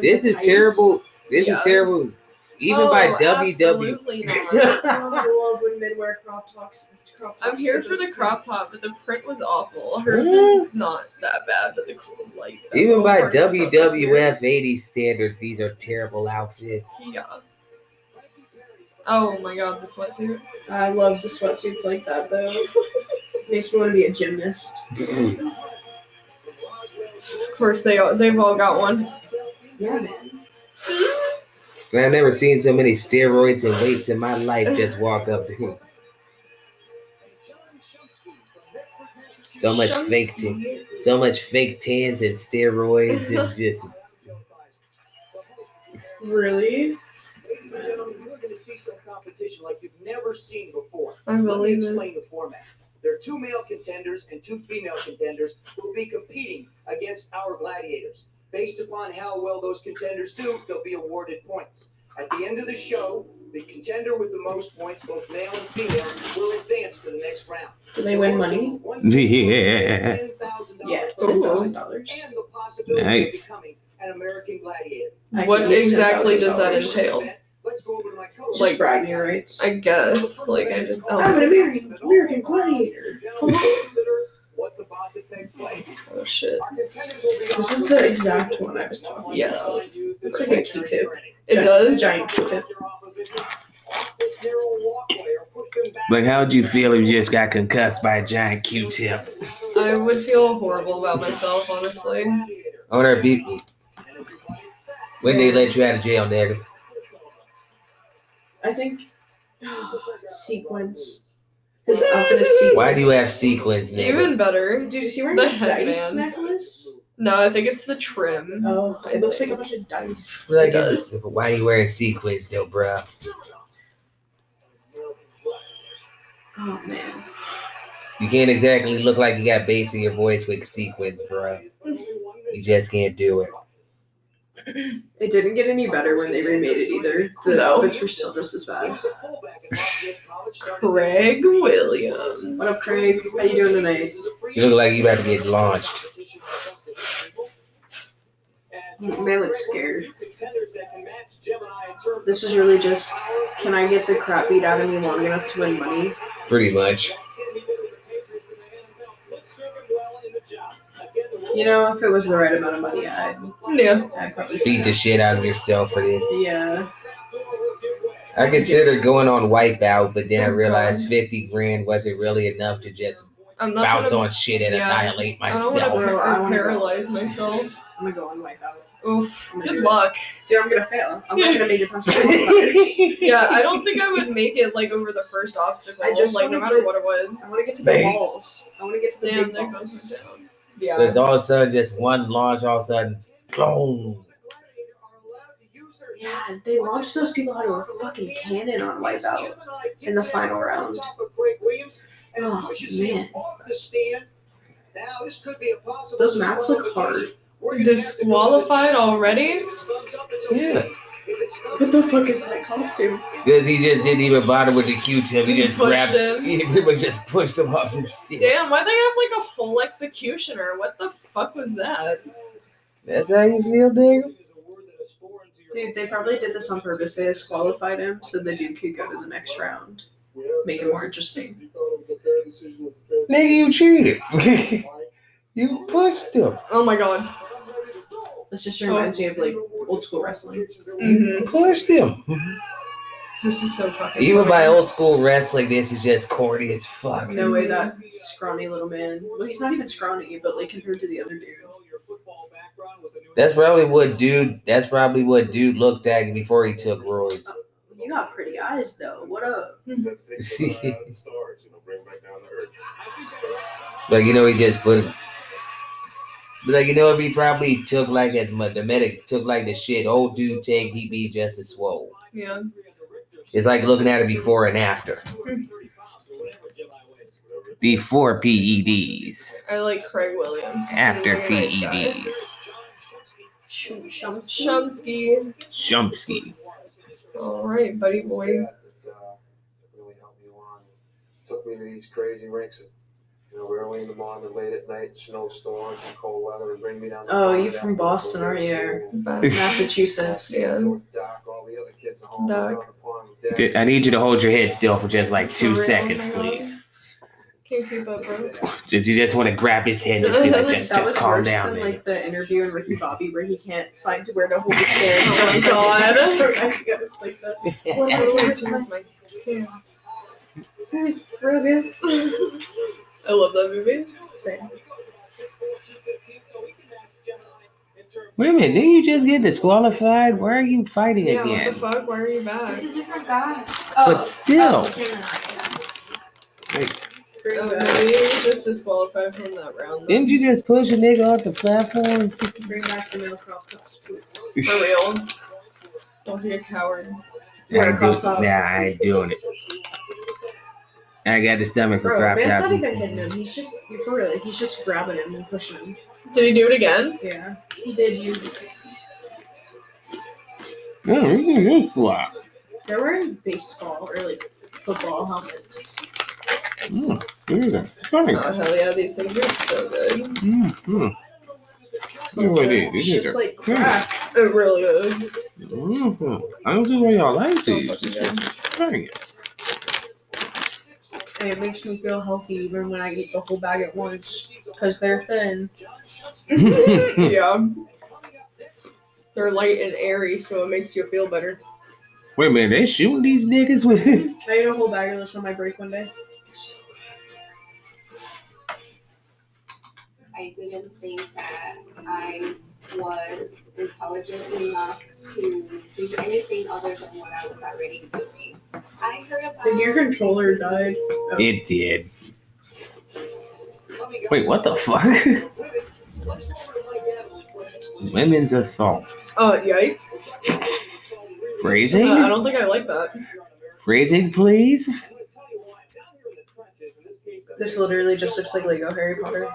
This is terrible. This
Yeah.
is terrible. Even
oh,
by WW.
absolutely not.
I love when men wear crop tops. Crop tops
I'm here
with
for the
those
crop
pants.
top, but the print was awful. Hers is not that bad, but the cool like that
Even
little
by
part in the front is weird.
WWF 80 standards, these are terrible outfits.
Yeah. Oh my god, the sweatsuit.
I love the sweatsuits like that though. Makes me want to be a gymnast.
Of course they all, they've all got one.
Yeah, man.
And I've never seen so many steroids and weights in my life just walk up to me. So much
Shumsky.
fake tan, so much fake tans and steroids and just
Really?
Ladies and gentlemen, you are going to see some competition like you've never seen before.
I
Let me
believe it.
explain the format. There are two male contenders and two female contenders who will be competing against our gladiators. Based upon how well those contenders do, they'll be awarded points. At the end of the show, the contender with the most points, both male and female, will advance to the next round.
Do they win money?
Yeah.
$10,000
Yeah,
for the
ten
winner
thousand dollars.
and the possibility
Nice.
of becoming an American gladiator.
What exactly does that
$10,000.
entail?
Let's go over to my coach.
Like-
Like bragging rights.
I guess. Like I just oh,
Oh.
I'm
don't
an
know.
American,
American gladiator.
Consider what's about to take place.
Oh shit.
Our contenders will be-
This is the exact one I was talking about.
Yes.
Looks like a Q tip.
It does.
Giant Q tip.
But how'd you feel if you just got concussed by a giant Q-tip?
I would feel horrible about myself, honestly.
owner beat me. When they let you out of jail, nigga.
I think sequence. His outfit is sequence.
Why do you have sequins, nigga?
Even better.
Dude, is he wearing
The
a dice
headband.
necklace?
No, I think it's the trim.
Oh, it looks like a bunch of dice.
Like,
does.
Why are you wearing sequins, though, bro?
Oh man.
You can't exactly look like you got bass in your voice with sequins, bro. You just can't do it.
It didn't get any better when they remade it either. The
No.
outfits were still just as bad.
Craig Williams.
What up, Craig? How you doing tonight?
You look like you about to get launched.
Man looks scared. This is really just can I get the crap beat out of me long enough to win money?
Pretty much.
You know, if it was the right amount of money, I'd,
Yeah.
I'd probably.
Beat the shit out of yourself for this.
Yeah.
I considered going on Wipeout, but then I realized 50 grand wasn't really enough to just
I'm not
bounce
trying
on shit and
yeah.
annihilate
to, I don't want
myself.
to
Bro, I wanna go.
paralyze myself.
I'm gonna go on Wipeout.
Oof.
I'm gonna
Good
do
luck.
Dude, I'm gonna fail. I'm not gonna make it past the qualifiers.
Yeah, I don't think I would make it like over the first obstacle.
I just
like no
wanna
matter
get-
what it was.
I wanna get to the
Bang.
balls. I wanna get to the
Damn,
big
that goes
balls.
down.
But
Yeah.
all of a sudden, just one launch, all of a sudden, boom.
Yeah, they launched those people out of a fucking cannon on Wipeout.
in the final round.
Oh, man.
Those mats look hard.
Disqualified already?
Yeah.
What the fuck is that costume?
Because he just didn't even bother with the Q-tip. He
He
just
pushed
grabbed.
him.
He pretty much just pushed him off. and shit.
Damn, why they have like a whole executioner? What the fuck was that?
That's how you feel, nigga.
Dude, they probably did this on purpose. They disqualified him so the dude could go to the next round. Make it more interesting.
Nigga, you cheated. you pushed him.
Oh my god.
This just reminds me of like old school wrestling.
hmm
Pushed him.
This is so fucking.
Even
boring.
by old school wrestling, this is just corny as fuck.
Oh, No way that scrawny little man. Well, he's not even scrawny, but like compared to the other dude.
That's probably what dude. That's probably what dude looked at before he took roids.
You got pretty eyes though. What up?
Like you know, he just put. But like you know, if he probably took like as much, the medic took like the shit old dude take, he'd be just as swole.
Yeah.
It's like looking at it before and after. Before
E
PEDs,
I like Craig Williams. He's a
after
really nice guy.
E
PEDs,
Shumsky.
Shumsky.
All right, buddy boy.
uh, Really helped me along. Took me to these crazy rinks. and, You know, early in the morning, late at night, snowstorms and cold weather, and bring me down.
Oh, you from Boston, aren't you? Massachusetts.
Yeah. Doc.
I need you to hold your head still for just like two seconds, please.
oh Can't keep up, bro.
Just you just want to grab his head and just be like, just,
that
just
was
calm
worse
down,
than
man.
like the interview in Ricky Bobby where he can't find where to hold his hair.
Oh my God.
I forgot it's like that. It's real good.
I love that movie.
Same.
Wait a minute, didn't you just get disqualified? Why are you fighting
Yeah, what
again?
the fuck? Why are you back?
It's a different guy.
But
Oh,
still,
Oh,
Green
no,
back.
he was just disqualified from that round. though.
didn't you just push a nigga off the platform?
Bring back the male crop tops, please.
For real. Don't be a coward.
I ain't do, nah, I ain't doing it. I got the stomach for
Bro,
crop
man's not
tops.
even hitting him. He's just for real. He's just grabbing him and pushing him.
Did he do it again?
Yeah.
Did you?
Yeah, you can just flop.
They're wearing baseball or like football helmets.
Mm, look at that. Stomach.
Oh, hell yeah, these things are so good.
Mm, mm. Look at it. These
Shit's
are-
like crap.
They're really good.
mm, I don't see why y'all like these. Dang it.
And it makes me feel healthy even when I eat the whole bag at once because they're thin.
yeah. They're light and airy, so it makes you feel better.
Wait a minute, they shooting these niggas with
I ate a whole bag of this on my break one day.
I didn't think that I was intelligent enough to do anything other than what I was already doing. I heard about
Did your controller died?
It did. Wait, what the fuck? Women's assault.
Oh, yikes. Uh, I
Phrasing?
don't think I like that.
Phrasing, please?
This literally just looks like Lego Harry Potter.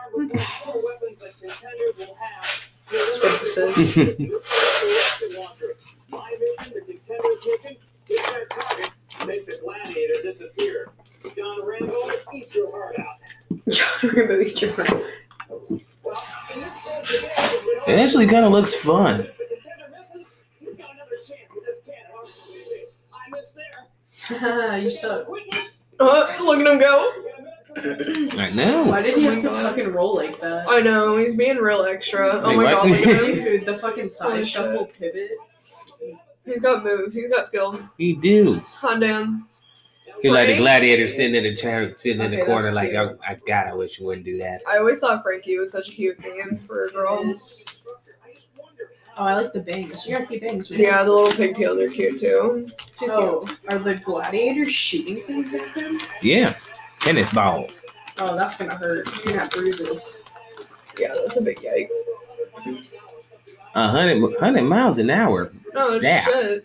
That's what this is. John Rambo eat your friend.
It actually kind of looks fun.
Haha, you suck.
Uh, look at him go.
I know.
Why did he
Oh my
have to
God.
tuck and roll like that?
I know, he's being real extra. Oh
Wait,
my
what?
god, look at him.
Dude, the fucking side shuffle pivot.
He's got moves, he's got skill.
He do.
Hot damn.
He like the
Frank?
gladiator sitting in the chair, sitting in the
Okay,
corner,
that's
like,
cute.
oh, I God, I wish you wouldn't do that.
I always thought Frankie was such a cute name for a girl.
Yes. Oh, I like the bangs. You gotta keep bangs, man.
Yeah, the little pigtails are cute too. She's
Oh, are the gladiators shooting things at them?
Yeah. Tennis balls.
Oh, that's gonna hurt. You're gonna have bruises.
cute. Yeah, that's a big yikes.
A hundred, hundred miles an hour.
Oh
Zap.
shit.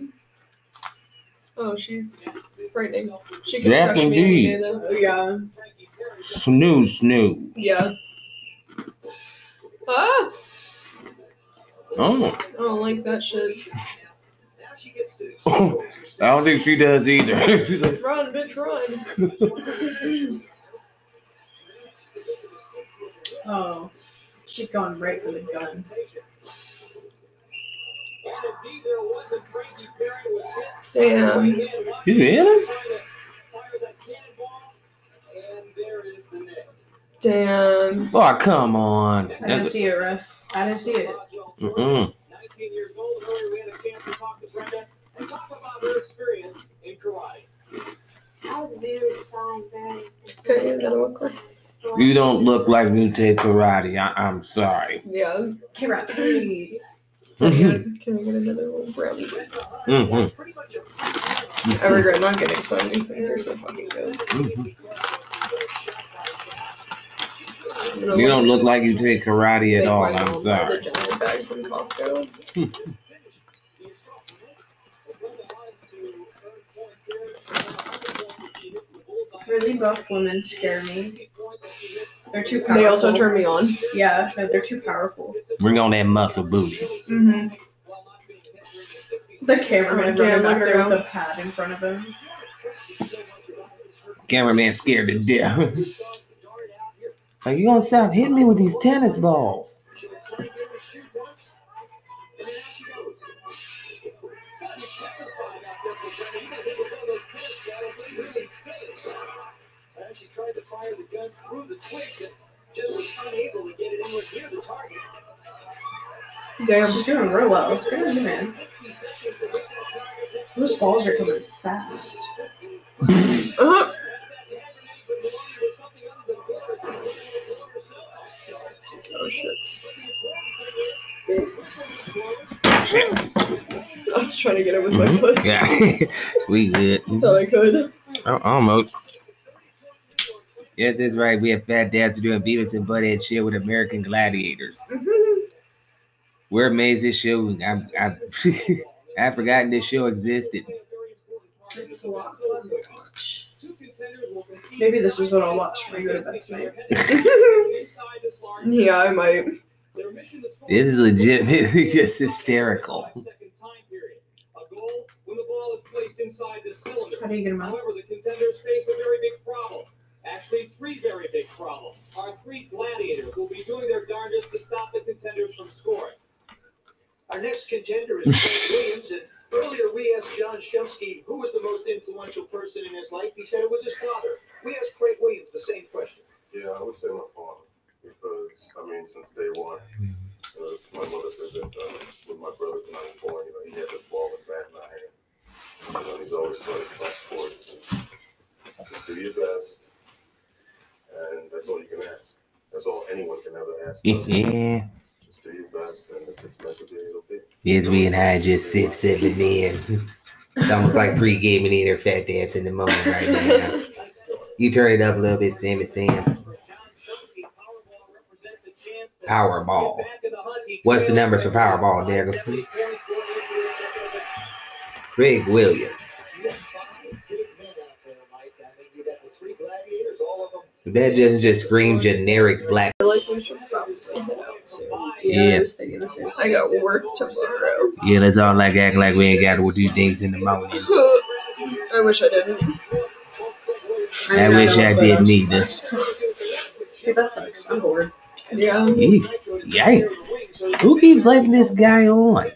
Oh, she's frightening. She could
Zap
crush me any
indeed.
day though.
Yeah.
Snooze, snooze.
Yeah. Ah!
Oh.
I don't like that shit.
she gets to.
I don't think she does either.
Run, bitch, run.
Oh, she's going right for the gun.
Damn.
Um, You really?
Damn.
Oh, come on.
I didn't
That's-
see it, ref. I didn't see it.
Mm-mm.
I was very shy, very.
Could I get another one, Clay?
You don't look like you take karate. I- I'm sorry.
Yeah.
Karate.
Mhm.
Can I get another little brownie?
Mhm.
I regret not getting some. These things are so fucking good.
Mhm.
You,
You don't look like you take karate at
Make
all.
my
I'm
mom
sorry.
The giant bag from Costco.
Really buff women scare me. They're too powerful.
They also turn me on.
Yeah, no, they're too powerful.
Bring on that muscle booty.
Mm-hmm. The cameraman
Oh,
running
damn, look
back
at
there
her
with a pad in front of him.
Cameraman scared to death. Are you gonna stop hitting me with these tennis balls?
Damn.
She's doing real well. Good on you, man. Those balls are coming fast.
Uh-huh. Oh shit. I was trying to get it with my
Mhm.
foot.
Yeah, we good.
Thought I could.
Al- Almost. Yes, that's right. We have fat dads doing Beavis and Butthead shit with American Gladiators. We're amazed this show. I'm, I'm, I've forgotten this show existed.
It's a lot of fun to watch. Maybe this is what I'll watch when I go to bed tonight.
yeah, I might.
This is legit. It's just hysterical.
How do you get them out?
However, the contenders face a very big problem. Actually, three very big problems. Our three gladiators will be doing their darndest to stop the contenders from scoring. Our next contender is Frank Williams, and earlier we asked John Shumsky who was the most influential person in his life. He said it was his father. We asked Craig Williams the same question.
Yeah, I would say my father because I mean, since day one, uh, my mother said that uh, with my brothers when I was born, you know, he had the ball and bat in my hand. You know, he's always taught us about sports. Just do your best, and that's all you can ask. That's all anyone can ever ask. us.
Yeah.
Just do your best, and if it's meant to be, it'll be.
Yes, we and I just sit settling in. It's almost like pre-gaming in their fat dabs in the moment right now. You turn it up a little bit, Sam and Sam. Powerball. What's the numbers for Powerball, Dagger? Greg Williams. That doesn't just scream generic black.
I feel like we should probably head out soon.
Yeah.
I was thinking the same. I got work tomorrow.
Yeah, let's all like act like we ain't got to do things in the morning.
I wish I didn't.
I wish I didn't either.
Dude, that sucks. I'm bored.
Yeah.
Yeesh. Yikes. Who keeps letting this guy on?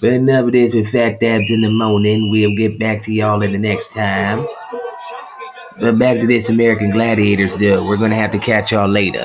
But enough of this with Fat Dabs in the morning. We'll get back to y'all in the next time. But back to this American Gladiators, though. We're going to have to catch y'all later.